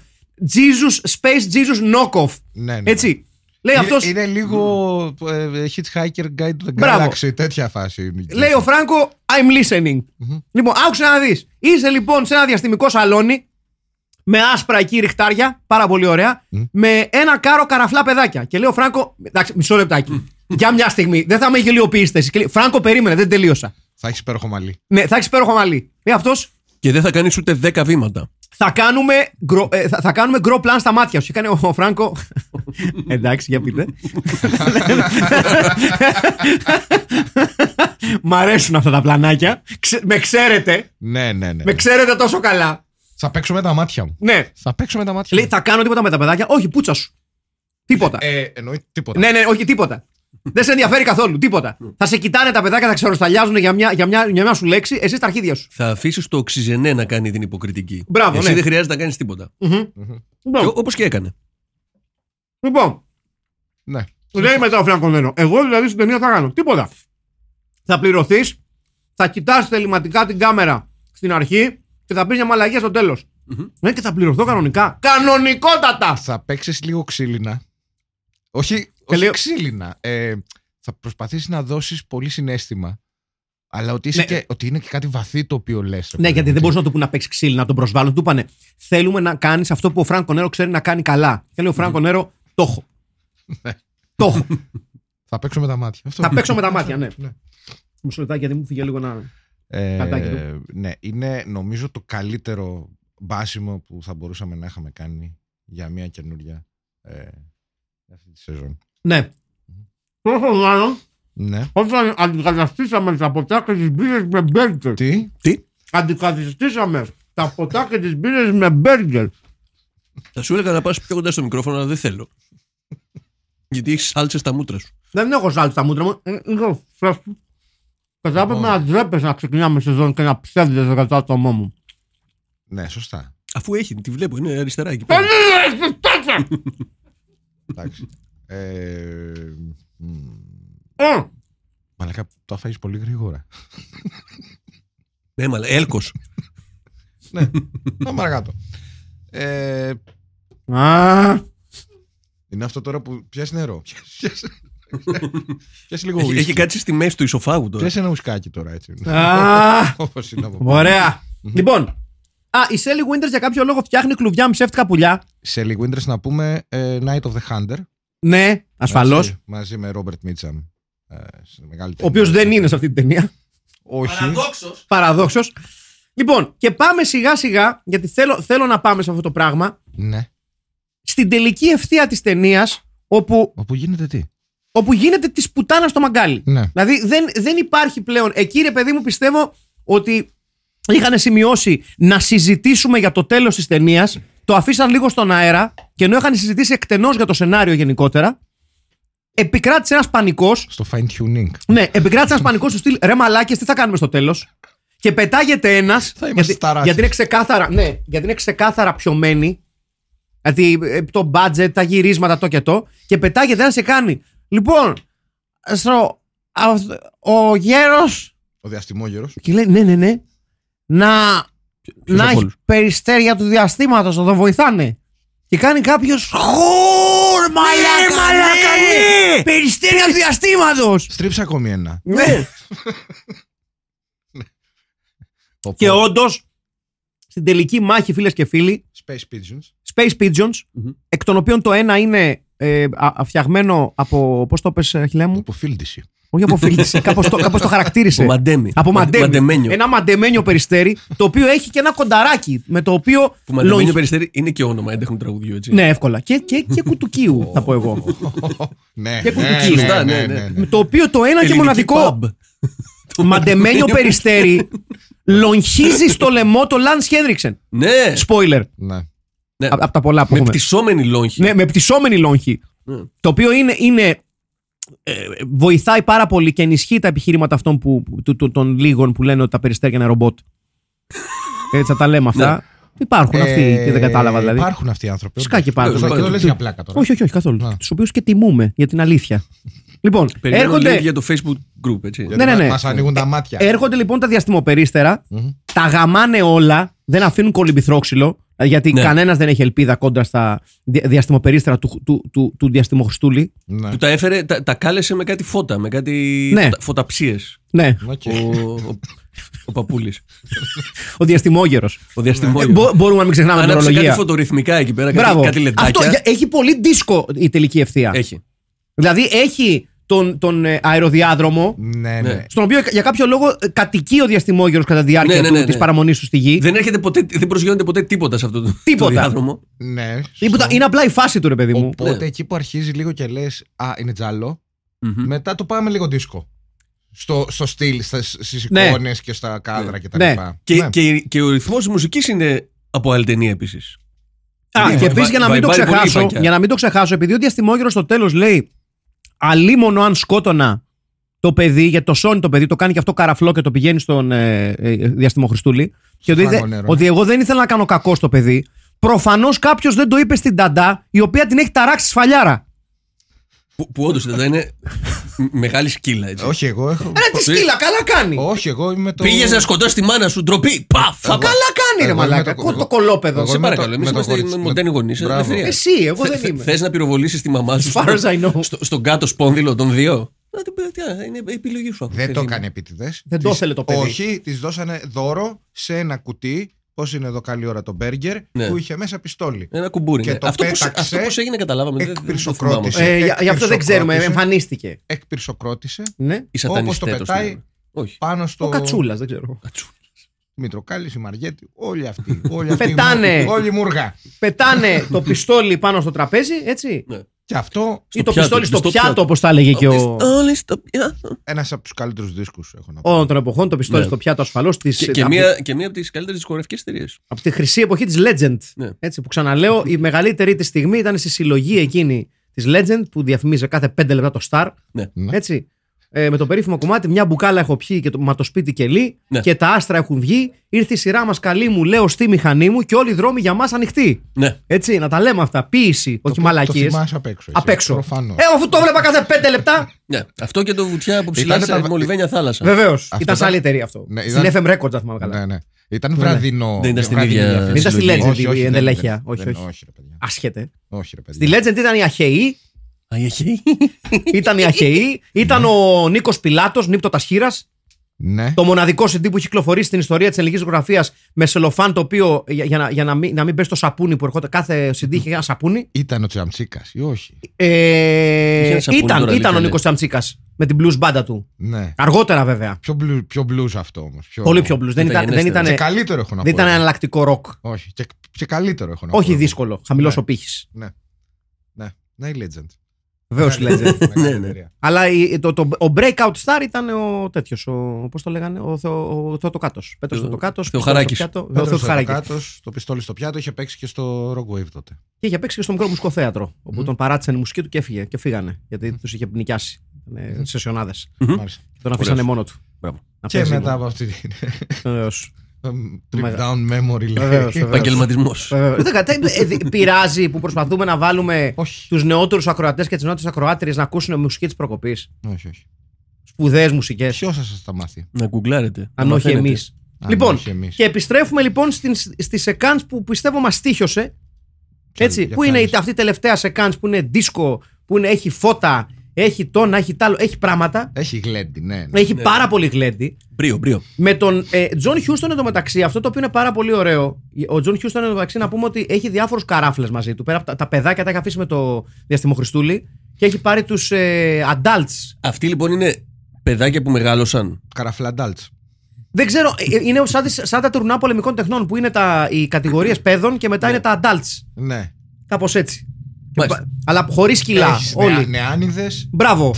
Speaker 1: Jesus, Space Jesus Knockoff.
Speaker 2: Ναι, ναι.
Speaker 1: Έτσι. Λέει
Speaker 2: Είναι-
Speaker 1: αυτός.
Speaker 2: Είναι λίγο ε, Hitchhiker Guide to the
Speaker 1: Μπράβο.
Speaker 2: Galaxy, τέτοια φάση. είναι.
Speaker 1: Λέει ο Φράγκο, I'm listening. Λοιπόν, άκουσε να δεις. Είσαι λοιπόν σε ένα διαστημικό σαλόνι με άσπρα εκεί ρηχτάρια, πάρα πολύ ωραία, με ένα κάρο καραφλά παιδάκια. Και λέει ο Φράγκο, εντάξει, μισό λεπτάκι. Για μια στιγμή, δεν θα με γελιοποιήσετε εσείς. Και λέει, Φράγκο, περίμενε, δεν τελείωσα.
Speaker 2: Θα έχεις υπέροχο μαλλί.
Speaker 1: Ναι, θα έχεις υπέροχο μαλλί. Λέει αυτός,
Speaker 3: Και δεν θα κάνεις ούτε 10 βήματα.
Speaker 1: θα κάνουμε, γκρο, ε, θα, θα κάνουμε γκρο πλάν στα μάτια σου. Και κάνει ο, ο Φράγκο. Εντάξει, για πείτε. Μ' αρέσουν αυτά τα πλανάκια. Ξε- με ξέρετε.
Speaker 2: Ναι, ναι, ναι.
Speaker 1: Με ξέρετε τόσο καλά.
Speaker 2: Θα παίξω με τα μάτια μου.
Speaker 1: Ναι.
Speaker 2: Θα παίξω με τα μάτια
Speaker 1: Λέει,
Speaker 2: μου.
Speaker 1: θα κάνω τίποτα με τα παιδάκια. Όχι, πούτσα σου. Τίποτα.
Speaker 2: Ε, εννοεί τίποτα.
Speaker 1: ναι, ναι, όχι, τίποτα. Δεν σε ενδιαφέρει καθόλου. Τίποτα. θα σε κοιτάνε τα παιδάκια, θα ξεροσταλιάζουν για μια, για μια, για μια σου λέξη, εσύ τα αρχίδια σου.
Speaker 3: Θα αφήσεις το οξυζενέ να κάνει την υποκριτική.
Speaker 1: Μπράβο,
Speaker 3: Εσύ
Speaker 1: ναι.
Speaker 3: δεν χρειάζεται να κάνεις τίποτα.
Speaker 1: Λοιπόν,
Speaker 3: Όπως και έκανε.
Speaker 1: λοιπόν
Speaker 2: Ναι.
Speaker 1: του λέει μετά ο Φρανκο Νέρο, Εγώ δηλαδή στην ταινία θα κάνω. Τίποτα. Θα πληρωθείς, θα κοιτάς θεληματικά την κάμερα στην αρχή και θα πεις μια μαλαγία στο τέλος. Ναι, και θα πληρωθώ κανονικά. Κανονικότατα!
Speaker 2: Θα παίξεις λίγο ξύλινα. Όχι, όχι
Speaker 1: Τελείω-
Speaker 2: ξύλινα. Ε, θα προσπαθήσεις να δώσεις πολύ συνέστημα. Αλλά ότι, είσαι
Speaker 1: Ναι.
Speaker 2: και, ότι είναι και κάτι βαθύ το οποίο λες.
Speaker 1: Ναι, γιατί δεν μπορούσαν να το πούνε να παίξει ξύλι, να τον προσβάλλουν. Του είπανε, θέλουμε να κάνεις αυτό που ο Φράνκο Νέρο ξέρει να κάνει καλά. Και λέει ο Φράνκο Νέρο, το έχω. Ναι. το έχω.
Speaker 2: Θα παίξω με τα μάτια. Αυτό
Speaker 1: Θα
Speaker 2: είναι.
Speaker 1: παίξω με τα μάτια, ναι.
Speaker 2: Ναι.
Speaker 1: Μισό λεπτάκι, γιατί μου φύγε λίγο να. Κατάκι
Speaker 2: Ε,
Speaker 1: του.
Speaker 2: ναι, είναι νομίζω το καλύτερο μπάσιμο που θα μπορούσαμε να είχαμε κάνει για μια καινούρια ε, αυτή τη σεζόν.
Speaker 1: Ναι. Τόσο μάλλον
Speaker 2: Ναι.
Speaker 1: όταν αντικαταστήσαμε τα ποτά και τις μπύρες με μπέργκερ.
Speaker 2: Τι,
Speaker 1: Αντικαταστήσαμε τα ποτά και τις μπύρες με μπέργκερ.
Speaker 3: Θα σου έλεγα να πας πιο κοντά στο μικρόφωνο, αλλά δεν θέλω. Γιατί έχεις σάλτσε στα μούτρα σου.
Speaker 1: Δεν έχω ζάλει στα μούτρα μου. Ε, Είναι φρέσκο. Και θα έπρεπε να ντρέπεσαι να ξεκινάμε σεζόν και να ψεύδεσαι κατά το άτομό μου.
Speaker 2: ναι, σωστά.
Speaker 3: Αφού έχει, τη βλέπω, είναι αριστερά εκεί πέρα.
Speaker 1: Πενήντα τέσσερα!
Speaker 2: Εντάξει. ε, μ,
Speaker 1: Ε,
Speaker 2: μαλάκα, το αφαείς πολύ γρήγορα.
Speaker 3: Ναι, μα έλκος.
Speaker 2: ναι, πάμε παρακάτω. Ε,
Speaker 1: Α,
Speaker 2: είναι αυτό τώρα που πιάσει νερό. Πιάσει- Πιάσει πιάσει λίγο
Speaker 3: Έχει, έχει
Speaker 2: ουίσκι.
Speaker 3: κάτσει στη μέση του ισοφάγου τώρα.
Speaker 2: Πιάσει ένα ουσκάκι τώρα έτσι.
Speaker 1: Α,
Speaker 2: Όπως είναι από πάνω.
Speaker 1: Ναι. Ωραία. Λοιπόν, α, η Σέλι Winters για κάποιο λόγο φτιάχνει κλουβιά με ψεύτικα πουλιά.
Speaker 2: Σε Lee Winters να πούμε ε, Night of the Hunter.
Speaker 1: Ναι, ασφαλώς.
Speaker 2: Έτσι, μαζί με Ρόμπερτ Μίτσαμ. Ε, σε μεγάλη
Speaker 1: Ο οποίος δεν είναι σε αυτή την ταινία.
Speaker 2: Όχι.
Speaker 1: Παραδόξως. Λοιπόν, και πάμε σιγά σιγά, γιατί θέλω, θέλω να πάμε σε αυτό το πράγμα.
Speaker 2: Ναι.
Speaker 1: Στην τελική ευθεία της ταινίας, όπου,
Speaker 2: Όπου γίνεται τι.
Speaker 1: όπου γίνεται της πουτάνας στο μαγκάλι.
Speaker 2: Ναι.
Speaker 1: Δηλαδή δεν, δεν υπάρχει πλέον. Εκεί ρε παιδί μου πιστεύω ότι είχαν σημειώσει να συζητήσουμε για το τέλος της ταινίας. Το αφήσαν λίγο στον αέρα και ενώ είχαν συζητήσει εκτενώς για το σενάριο γενικότερα, επικράτησε ένας πανικός.
Speaker 2: Στο fine tuning.
Speaker 1: Ναι, επικράτησε ένας πανικός του στυλ «Ρε μαλάκες, τι θα κάνουμε στο τέλος» και πετάγεται ένας
Speaker 2: είμαστε
Speaker 1: γιατί,
Speaker 2: ταράσες.
Speaker 1: γιατί, είναι ξεκάθαρα, ναι, γιατί είναι ξεκάθαρα πιωμένη Δηλαδή ε, το budget, τα γυρίσματα, το και το. Και πετάγεται ένας και κάνει. Λοιπόν, στο, αυ- ο γέρος.
Speaker 2: Ο διαστημόγερος.
Speaker 1: Και λέει: Ναι, ναι, ναι. Να, να
Speaker 3: από
Speaker 1: έχει
Speaker 3: όλους?
Speaker 1: περιστέρια του διαστήματος, να τον βοηθάνε. Και κάνει κάποιος. Χουρ, μαλάκα, ναι! Περιστέρια του διαστήματος!
Speaker 2: Στρίψε ακόμη ένα.
Speaker 1: ναι.
Speaker 2: Το
Speaker 1: Και
Speaker 2: Paul
Speaker 1: όντως, στην τελική μάχη, φίλες και φίλοι,
Speaker 2: Space Pigeons.
Speaker 1: Space Pigeons,
Speaker 3: Μμμ.
Speaker 1: εκ των οποίων το ένα είναι ε, α- α- φτιαγμένο από. Πώς το πες, Αχιλέα μου.
Speaker 2: Αποφύλτιση.
Speaker 1: Όχι αποφύγει. Κάπως το, κάπως το χαρακτήρισε.
Speaker 3: Από Μαντέμι.
Speaker 1: Από Μαντέμι.
Speaker 3: Μαντεμένιο.
Speaker 1: Ένα μαντεμένιο περιστέρι, το οποίο έχει και ένα κονταράκι. Με το οποίο.
Speaker 3: Που Μαντεμένιο
Speaker 1: λογι-
Speaker 3: Περιστέρι είναι και όνομα έντεχνου τραγουδιού, έτσι.
Speaker 1: Ναι, εύκολα. Και, και, και κουτουκίου, θα πω εγώ.
Speaker 2: Ναι,
Speaker 1: Και
Speaker 2: ναι,
Speaker 1: κουτουκίου.
Speaker 2: ναι, ναι,
Speaker 3: Ναι,
Speaker 2: ναι, ναι.
Speaker 1: Με το οποίο το ένα και
Speaker 3: Ελληνική
Speaker 1: μοναδικό.
Speaker 3: pub.
Speaker 1: Μαντεμένιο περιστέρι λονχίζει στο λαιμό το Λαν Χένριξεν.
Speaker 3: Ναι,
Speaker 1: Spoiler.
Speaker 2: Ναι.
Speaker 3: ναι.
Speaker 1: Από τα πολλά που
Speaker 3: με
Speaker 1: έχουμε.
Speaker 3: πτυσσόμενη λόγχη.
Speaker 1: Ναι, με πτυσσόμενη λόγχη.
Speaker 3: Ναι.
Speaker 1: Το οποίο είναι, είναι ε, βοηθάει πάρα πολύ και ενισχύει τα επιχείρηματα αυτών που, του- του- των λίγων που λένε ότι τα περιστέρια είναι ρομπότ. Έτσι θα τα λέμε αυτά. Υπάρχουν αυτοί
Speaker 2: Ε,
Speaker 1: και δεν κατάλαβα δηλαδή.
Speaker 2: Υπάρχουν αυτοί οι άνθρωποι.
Speaker 1: Φυσικά
Speaker 2: όντως.
Speaker 1: και υπάρχουν.
Speaker 2: Και
Speaker 3: Υπάρχουν.
Speaker 2: το λες για πλάκα τώρα.
Speaker 1: Όχι, όχι, όχι καθόλου.
Speaker 2: Α.
Speaker 1: Τους οποίους και τιμούμε για την αλήθεια. Λοιπόν,
Speaker 3: Περιμένω
Speaker 1: έρχονται,
Speaker 3: link για το facebook group, έτσι.
Speaker 2: Γιατί
Speaker 1: ναι, ναι.
Speaker 2: Μας ανοίγουν τα μάτια.
Speaker 1: έρχονται λοιπόν τα διαστημοπερίστερα,
Speaker 2: Μμμ.
Speaker 1: τα γαμάνε όλα, δεν αφήνουν κολυμπηθρόξυλο, γιατί
Speaker 3: Ναι.
Speaker 1: κανένας κανένα δεν έχει ελπίδα κόντρα στα δια- διαστημοπερίστερα του, του, του, του διαστημοχριστούλη.
Speaker 2: Ναι.
Speaker 3: Που τα έφερε, τα, τα κάλεσε με κάτι φώτα, με κάτι
Speaker 1: Ναι.
Speaker 3: φωτα- φωταψίες.
Speaker 1: Ναι,
Speaker 2: Οκ.
Speaker 3: Ο, ο, ο παππούλης.
Speaker 1: ο διαστημόγερος.
Speaker 3: Ο διαστημόγιος.
Speaker 1: Ε, Μπο- μπορούμε να μην ξεχνάμε την
Speaker 3: Άναψε κάτι
Speaker 1: ορολογία.
Speaker 3: φωτορυθμικά εκεί πέρα, κάτι,
Speaker 1: Μπράβο.
Speaker 3: κάτι λεντάκια.
Speaker 1: Αυτό για- έχει πολύ δίσκο η τελική ευθεία.
Speaker 3: Έχει.
Speaker 1: Δηλαδή έχει τον, τον ε, αεροδιάδρομο,
Speaker 2: Ναι, ναι.
Speaker 3: Ναι.
Speaker 1: στον οποίο για κάποιο λόγο ε, κατοικεί ο διαστημόγερος κατά τη διάρκεια
Speaker 3: Ναι, ναι, ναι,
Speaker 1: του-
Speaker 3: ναι.
Speaker 1: της παραμονής του στη γη.
Speaker 3: Δεν, έρχεται ποτέ, δεν προσγειώνεται ποτέ τίποτα σε αυτό το,
Speaker 1: Τίποτα.
Speaker 3: το διάδρομο.
Speaker 2: ναι.
Speaker 1: Είναι που τα- Είναι απλά η φάση του ρε παιδί μου.
Speaker 2: Οπότε
Speaker 3: Ναι.
Speaker 2: εκεί που αρχίζει λίγο και λες, Α, είναι τζάλο.
Speaker 1: Ναι.
Speaker 3: Μμμ.
Speaker 2: Μετά το πάμε λίγο δίσκο. Στο, στο στυλ, στις
Speaker 1: Ναι.
Speaker 2: εικόνες και στα κάδρα κτλ.
Speaker 1: Ναι.
Speaker 3: Και, και, και ο ρυθμός της μουσικής είναι από άλλη ταινία επίσης.
Speaker 1: Α,
Speaker 3: Ναι,
Speaker 1: και
Speaker 3: βα-
Speaker 1: επίση για, να
Speaker 3: βα-
Speaker 1: μην το
Speaker 3: βα- πολύ
Speaker 1: ξεχάσω,
Speaker 3: βαγκιά.
Speaker 1: για να μην το ξεχάσω, επειδή ο διαστημόγερος στο τέλος λέει αλίμονο αν σκότωνα το παιδί, γιατί το σώνει το παιδί, το κάνει και αυτό καραφλό και το πηγαίνει στον ε, ε, διαστημοχριστούλη. Και ότι,
Speaker 2: Φράγκο
Speaker 1: δεν-
Speaker 2: Νέρο.
Speaker 1: ότι εγώ δεν ήθελα να κάνω κακό στο παιδί. Προφανώς κάποιος δεν το είπε στην Ταντά, η οποία την έχει ταράξει σφαλιάρα.
Speaker 3: Που, που όντως δεν είναι μεγάλη σκύλα έτσι.
Speaker 2: Όχι, εγώ έχω.
Speaker 1: Ρε Ε, τη σκύλα, καλά κάνει.
Speaker 2: Όχι, εγώ είμαι το.
Speaker 3: Πήγες να σκοτώσεις τη μάνα σου, ντροπή. Πα, φα, πα.
Speaker 1: Καλά κάνει, ρε
Speaker 2: Εγώ είμαι
Speaker 1: μαλάκα.
Speaker 2: το-
Speaker 1: Κο-
Speaker 2: εγώ-
Speaker 1: Το κολόπεδο.
Speaker 2: εγώ
Speaker 3: Σε
Speaker 2: είμαι
Speaker 3: παρακαλώ,
Speaker 2: το-
Speaker 3: εμεί
Speaker 2: με το
Speaker 3: είμαστε
Speaker 2: κορίτσι.
Speaker 3: μοντέρνοι γονείς.
Speaker 2: Μπράβο.
Speaker 1: Εσύ, εγώ δεν είμαι.
Speaker 3: Θες να πυροβολήσεις τη μαμά σου
Speaker 1: As far as I know.
Speaker 3: στο- στον κάτω σπόνδυλο των δύο. Να την πει, τι, α, είναι η επιλογή σου.
Speaker 2: Δεν
Speaker 3: Θες
Speaker 2: το
Speaker 3: να-
Speaker 2: έκανε επίτηδες.
Speaker 1: Δεν το ήθελε το παιδί.
Speaker 2: Όχι, της δώσανε δώρο σε ένα κουτί. Πώς είναι εδώ καλή ώρα το μπέργκερ,
Speaker 3: Ναι.
Speaker 2: που είχε μέσα πιστόλι.
Speaker 3: Ένα κουμπούρι.
Speaker 2: Και
Speaker 3: ναι.
Speaker 2: το
Speaker 3: Αυτό πώς-
Speaker 2: πέταξε
Speaker 3: αυτό πώ έγινε, καταλάβαμε. δεν- Δεν το θυμάμαι.
Speaker 2: εκπυρσοκρότησε.
Speaker 1: Ε, για-
Speaker 2: Ε,
Speaker 1: Γι' αυτό δεν ξέρουμε,
Speaker 2: εξοκρότησε.
Speaker 1: εμφανίστηκε.
Speaker 2: Εκπυρσοκρότησε
Speaker 1: Ναι.
Speaker 3: Η
Speaker 2: Όπως το
Speaker 3: σατανιστέτος,
Speaker 2: πετάει-
Speaker 3: ναι. Όχι.
Speaker 2: πάνω στο.
Speaker 1: Ο Κατσούλας, δεν ξέρω.
Speaker 3: Κατσούλας.
Speaker 2: Μητροκάλης, η Μαριέτη, όλοι αυτοί. Όλοι αυτοί
Speaker 1: Πετάνε.
Speaker 2: Όλοι μούργα.
Speaker 1: Πετάνε το πιστόλι πάνω στο τραπέζι, έτσι.
Speaker 2: Και αυτό
Speaker 1: Ή το
Speaker 3: ναι. πιάτο, ναι,
Speaker 1: πιστόλι στο
Speaker 3: στο
Speaker 1: πιάτο,
Speaker 3: πιάτο.
Speaker 1: όπως τα έλεγε και ο.
Speaker 3: Όλοι στο πιάτο.
Speaker 2: ένας από τους καλύτερους δίσκους έχω να πω.
Speaker 1: Όλων των εποχών, το πιστόλι
Speaker 3: Ναι.
Speaker 1: στο πιάτο ασφαλώς.
Speaker 3: Και, και, μία, και μία από τις καλύτερες δισκογραφικές εταιρείες.
Speaker 1: Από τη χρυσή εποχή της Legend.
Speaker 3: Ναι.
Speaker 1: Έτσι, που ξαναλέω, η μεγαλύτερη τη στιγμή ήταν στη συλλογή εκείνη της Legend που διαφημίζει κάθε 5 λεπτά το Star.
Speaker 3: Ναι.
Speaker 2: Ναι.
Speaker 1: Έτσι. Ε, με το περίφημο κομμάτι, μια μπουκάλα έχω πιει και το, μα το σπίτι κελί
Speaker 3: Ναι.
Speaker 1: και τα άστρα έχουν βγει. Ήρθε η σειρά μας καλή μου, λέω στη μηχανή μου και όλοι οι δρόμοι για μας ανοιχτοί.
Speaker 3: Ναι.
Speaker 1: Έτσι, να τα λέμε αυτά. Ποιήση, όχι
Speaker 2: Το
Speaker 1: μαλακίες.
Speaker 2: θυμάσαι απ' έξω.
Speaker 1: Απ' έξω.
Speaker 2: Προφανώς.
Speaker 1: Ε, αφού το βλέπα κάθε 5 λεπτά,
Speaker 3: ναι. Αυτό και το βουτιά από ψηλά
Speaker 2: Ήτανε
Speaker 3: σε
Speaker 2: τα-
Speaker 3: μολυβένια θάλασσα.
Speaker 1: Βεβαίως. Ήταν
Speaker 2: Ναι. ήταν-
Speaker 1: σε άλλη εταιρεία αυτό.
Speaker 2: Ναι,
Speaker 1: στην
Speaker 2: ήταν-
Speaker 1: FM Records, αν θυμάμαι καλά.
Speaker 2: Ναι, ναι. Ήταν βραδινό.
Speaker 3: Δεν ήταν στην
Speaker 2: βραδινή
Speaker 3: ίδια
Speaker 2: διαφήμιση.
Speaker 1: Δεν ήταν στη
Speaker 3: συλλογή.
Speaker 1: Legend
Speaker 2: Όχι, όχι,
Speaker 1: η
Speaker 2: δεν-
Speaker 1: ενδελέχεια.
Speaker 2: δεν-
Speaker 1: Όχι,
Speaker 2: δεν-
Speaker 1: όχι.
Speaker 2: ρε παιδιά.
Speaker 1: Άσχετε.
Speaker 2: Όχι, ρε
Speaker 1: Στη
Speaker 2: παιδιά.
Speaker 1: Legend ήταν η Αχαιή.
Speaker 3: Α, έχει.
Speaker 1: Ήταν η Αχαιή. Ήταν ο Νίκος Πιλάτος, νύπτο Τασχήρας.
Speaker 2: Ναι.
Speaker 1: Το μοναδικό CD που έχει κυκλοφορήσει στην ιστορία της ελληνικής γραφεία με σελοφάν το οποίο για, για να, για να μην, να μην μπει στο σαπούνι που ερχόταν. Κάθε CD είχε ένα σαπούνι.
Speaker 2: Ήταν ο Τσαμτσίκα ή όχι.
Speaker 1: Ε,
Speaker 3: ένα σαπούνι
Speaker 1: ήταν
Speaker 3: τώρα,
Speaker 1: ήταν ο
Speaker 3: αλήθεια,
Speaker 1: Νίκο Τσαμτσίκα με την blues μπάντα του.
Speaker 2: Ναι.
Speaker 1: Αργότερα βέβαια.
Speaker 2: Πιο blues, πιο blues αυτό όμως.
Speaker 1: Πολύ πιο blues. Δεν ήταν, δεν
Speaker 3: Μεταγενέστερα.
Speaker 1: ήταν,
Speaker 2: Και καλύτερο έχω να πω.
Speaker 1: δεν ήταν
Speaker 2: εγώ.
Speaker 1: εναλλακτικό ροκ.
Speaker 2: Όχι. Και, και καλύτερο έχω να πω.
Speaker 1: Όχι
Speaker 2: εγώ.
Speaker 1: δύσκολο. Χαμηλός
Speaker 2: Ναι.
Speaker 1: ο πύχης.
Speaker 2: Ναι, η Legend.
Speaker 1: Βεβαίως η Legend.
Speaker 2: Ναι,
Speaker 3: ναι.
Speaker 2: ναι.
Speaker 1: Αλλά η- το, το, ο breakout star ήταν ο τέτοιος. Ο, Πώς το λέγανε, ο, Θεο, ο Θεοτοκάτος. Πέτρος
Speaker 3: Ο-
Speaker 1: Θεοτοκάτος.
Speaker 3: Θεοχαράκης.
Speaker 1: Ο Θεοτοκάτο.
Speaker 2: Το πιστόλι στο πιάτο είχε παίξει και στο Rock Wave τότε.
Speaker 1: Και είχε παίξει και στο μικρό μουσικό θέατρο. Όπου τον παράτησαν η μουσική του και έφυγε. Και φύγανε. Γιατί τους είχε νοικιάσει. Ε, Σεσιονάδε.
Speaker 3: Μμμ.
Speaker 2: Μάλιστα.
Speaker 1: Τον αφήσανε
Speaker 3: Ωραίος.
Speaker 1: μόνο του.
Speaker 3: Μπράβο.
Speaker 1: Να
Speaker 2: Και
Speaker 1: παίζει
Speaker 2: μετά
Speaker 1: μόνο.
Speaker 2: από αυτή την.
Speaker 1: Βεβαίως.
Speaker 2: Trip
Speaker 1: Μεγάλο.
Speaker 2: down memory
Speaker 1: Βεβαίως,
Speaker 2: lane.
Speaker 1: βεβαίως.
Speaker 3: Επαγγελματισμός.
Speaker 1: Βεβαίως. Δεν κατέ- ε, δι- Πειράζει που προσπαθούμε να βάλουμε
Speaker 2: Όχι.
Speaker 1: τους νεότερους ακροατές και τις νεότερες ακροάτριες να ακούσουν μουσική της προκοπής.
Speaker 2: Όχι, όχι.
Speaker 1: Σπουδαίες μουσικές.
Speaker 2: Ποιος θα σα τα μάθει.
Speaker 3: Να γκουγκλάρετε.
Speaker 1: Αν
Speaker 3: να
Speaker 1: όχι
Speaker 3: μαθαίνετε.
Speaker 1: εμείς.
Speaker 2: Αν
Speaker 1: Λοιπόν,
Speaker 2: όχι εμείς.
Speaker 1: και επιστρέφουμε λοιπόν στην, στη σεκάνς που πιστεύω μας τύχιωσε.
Speaker 2: Ποια-
Speaker 1: έτσι,
Speaker 2: για
Speaker 1: που
Speaker 2: ποια
Speaker 1: είναι η-
Speaker 2: λες?
Speaker 1: αυτή η τελευταία σεκάνς που είναι δίσκο, που είναι, έχει φώτα, έχει τόνα, έχει τάλο, έχει πράγματα.
Speaker 2: Έχει γλέντι, ναι. ναι.
Speaker 1: Έχει πάρα πολύ γλέντι.
Speaker 3: Μπρίο, μπρίο.
Speaker 1: Με τον ε, Τζον Χιούστον εντωμεταξύ, αυτό το οποίο είναι πάρα πολύ ωραίο. Ο Τζον Χιούστον εντωμεταξύ να πούμε ότι έχει διάφορους καράφλες μαζί του. Πέρα από τα, τα παιδάκια τα έχει αφήσει με το διαστημοχριστούλη και έχει πάρει τους ε, adults.
Speaker 3: Αυτή λοιπόν είναι Παιδάκια που μεγάλωσαν.
Speaker 2: Καραφλαντάλτ.
Speaker 1: Δεν ξέρω, ε, ε, είναι σαν, τις- σαν τα τουρνά πολεμικών τεχνών που είναι τα, οι κατηγορίες παιδών και μετά είναι τα adults.
Speaker 2: Ναι.
Speaker 1: Κάπως έτσι. Και
Speaker 3: Μάλιστα. ναι,
Speaker 1: πα- Αλλά χωρίς κιλά.
Speaker 2: Έχεις νεα-
Speaker 1: Όλοι.
Speaker 2: νεάνιδες,
Speaker 1: Μπράβο.